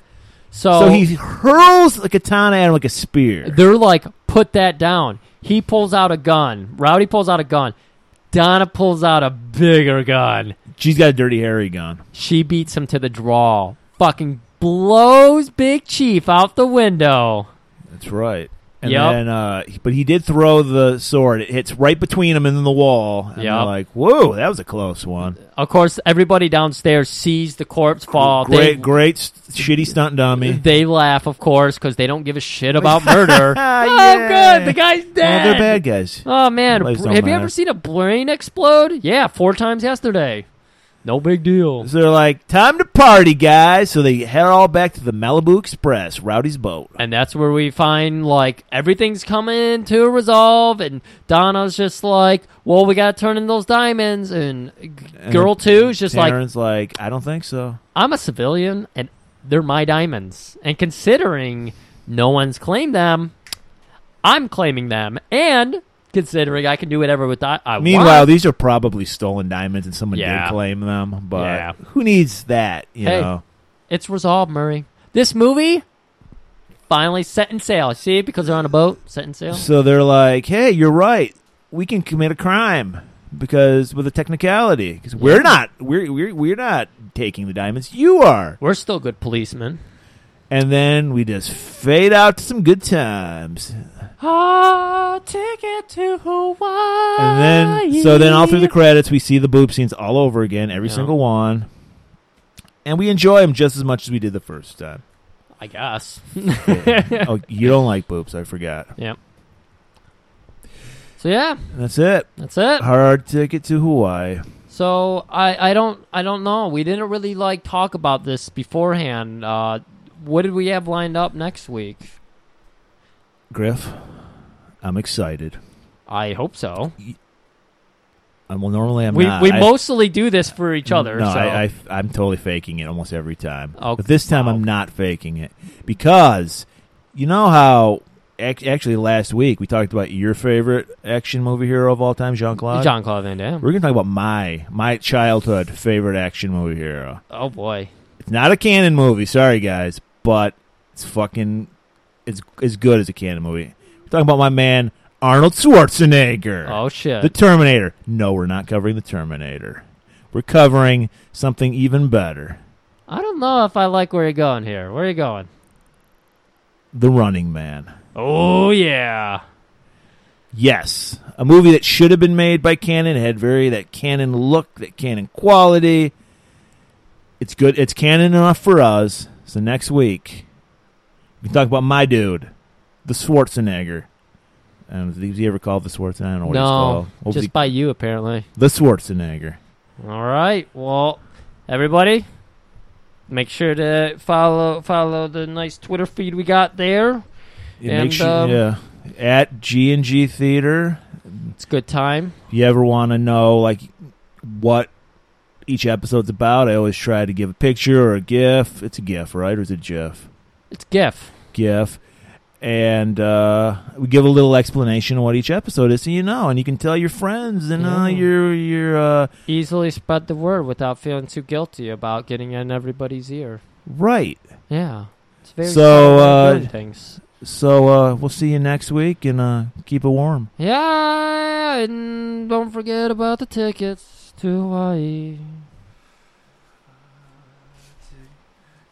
Speaker 1: So,
Speaker 2: so he hurls the katana at him like a spear.
Speaker 1: they're like, put that down. He pulls out a gun. Rowdy pulls out a gun. Donna pulls out a bigger gun.
Speaker 2: She's got a dirty Harry gun.
Speaker 1: She beats him to the draw. Fucking blows Big Chief out the window.
Speaker 2: That's right. And
Speaker 1: Yep.
Speaker 2: then, uh, he- but he did throw the sword. It hits right between him and then the wall. And they're
Speaker 1: Yep.
Speaker 2: like, whoa, that was a close one.
Speaker 1: Of course, everybody downstairs sees the corpse fall.
Speaker 2: great,
Speaker 1: they,
Speaker 2: great, s- shitty stunt dummy.
Speaker 1: they laugh, of course, because they don't give a
Speaker 2: (laughs)
Speaker 1: shit about murder.
Speaker 2: Ah,
Speaker 1: oh,
Speaker 2: yeah.
Speaker 1: good. The guy's dead.
Speaker 2: Well, they're bad guys.
Speaker 1: Oh man,
Speaker 2: Lives
Speaker 1: br-
Speaker 2: don't
Speaker 1: have you
Speaker 2: matter.
Speaker 1: ever seen a brain explode? Yeah, four times yesterday. No big deal.
Speaker 2: So they're like, time to party, guys. So they head all back to the Malibu Express, Rowdy's boat.
Speaker 1: And that's where we find like everything's coming to a resolve, and Donna's just like, "Well, we gotta turn in those diamonds." And, g- girl two is just like,
Speaker 2: Taryn's like, I don't think so.
Speaker 1: "I'm a civilian, and they're my diamonds." And considering no one's claimed them, I'm claiming them, and considering I can do whatever with that, I
Speaker 2: Meanwhile,
Speaker 1: want.
Speaker 2: these are probably stolen diamonds, and someone
Speaker 1: Yeah.
Speaker 2: did claim them. But
Speaker 1: Yeah.
Speaker 2: who needs that? You
Speaker 1: Hey.
Speaker 2: know,
Speaker 1: It's resolved, Murray. This movie finally set in sail. See, because they're on a boat, set in sail.
Speaker 2: So they're like, "Hey, you're right. We can commit a crime because with a technicality, because we're not, we're, we're we're not taking the diamonds. You are."
Speaker 1: We're still good policemen.
Speaker 2: And then we just fade out to some good times.
Speaker 1: Ah, ticket to Hawaii.
Speaker 2: And then, so then, all through the credits, we see the boob scenes all over again, every
Speaker 1: Ah, Yeah.
Speaker 2: single one, and we enjoy them just as much as we did the first time.
Speaker 1: I (laughs) guess.
Speaker 2: oh, you don't like boobs? I forgot.
Speaker 1: yeah. So yeah,
Speaker 2: And that's it.
Speaker 1: that's it.
Speaker 2: Hard ticket to Hawaii.
Speaker 1: So I, I don't I don't know. We didn't really like talk about this beforehand. Uh, what did we have lined up next week?
Speaker 2: Griff, I'm excited.
Speaker 1: I hope so.
Speaker 2: I'm, well, normally I'm
Speaker 1: we
Speaker 2: not.
Speaker 1: we
Speaker 2: I-
Speaker 1: mostly do this for each other.
Speaker 2: No,
Speaker 1: so
Speaker 2: I, I, am totally faking it almost every time.
Speaker 1: Oh,
Speaker 2: but this time
Speaker 1: wow.
Speaker 2: I'm not faking it because you know how ac- actually last week we talked about your favorite action movie hero of all time, Jean Claude.
Speaker 1: John Claude Van Damme.
Speaker 2: We're gonna talk about my my childhood favorite action movie hero.
Speaker 1: Oh boy.
Speaker 2: It's not a canon movie, sorry guys, but it's fucking it's as good as a canon movie. We're talking about my man Arnold Schwarzenegger.
Speaker 1: Oh shit.
Speaker 2: The Terminator. No, we're not covering the Terminator. We're covering something even better.
Speaker 1: I don't know if I like where you're going here. Where are you going?
Speaker 2: The Running Man.
Speaker 1: Oh yeah.
Speaker 2: Yes, a movie that should have been made by Canon It had very that Canon look, that Canon quality. It's good. It's Canon enough for us. So next week, we can talk about my dude, the Schwarzenegger. And was he ever called the Schwarzenegger? I don't know what he's
Speaker 1: no,
Speaker 2: called. What was
Speaker 1: just
Speaker 2: he-
Speaker 1: by you apparently.
Speaker 2: the Schwarzenegger.
Speaker 1: All right. Well, everybody, make sure to follow follow the nice Twitter feed we got there.
Speaker 2: Yeah,
Speaker 1: And,
Speaker 2: make sure-
Speaker 1: um,
Speaker 2: yeah. At G and G Theater,
Speaker 1: It's good time.
Speaker 2: you ever want to know like what each episode's about, I always try to give a picture or a GIF. It's a GIF, right? Or is it GIF?
Speaker 1: It's GIF.
Speaker 2: GIF. And uh, we give a little explanation of what each episode is, so you know, and you can tell your friends and uh,
Speaker 1: Yeah.
Speaker 2: your your uh,
Speaker 1: Easily spread the word without feeling too guilty about getting in everybody's ear.
Speaker 2: right.
Speaker 1: Yeah. It's very
Speaker 2: So,
Speaker 1: simple way of
Speaker 2: uh,
Speaker 1: doing things.
Speaker 2: So uh, we'll see you next week, and uh, keep it warm.
Speaker 1: Yeah, and don't forget about the tickets to Hawaii.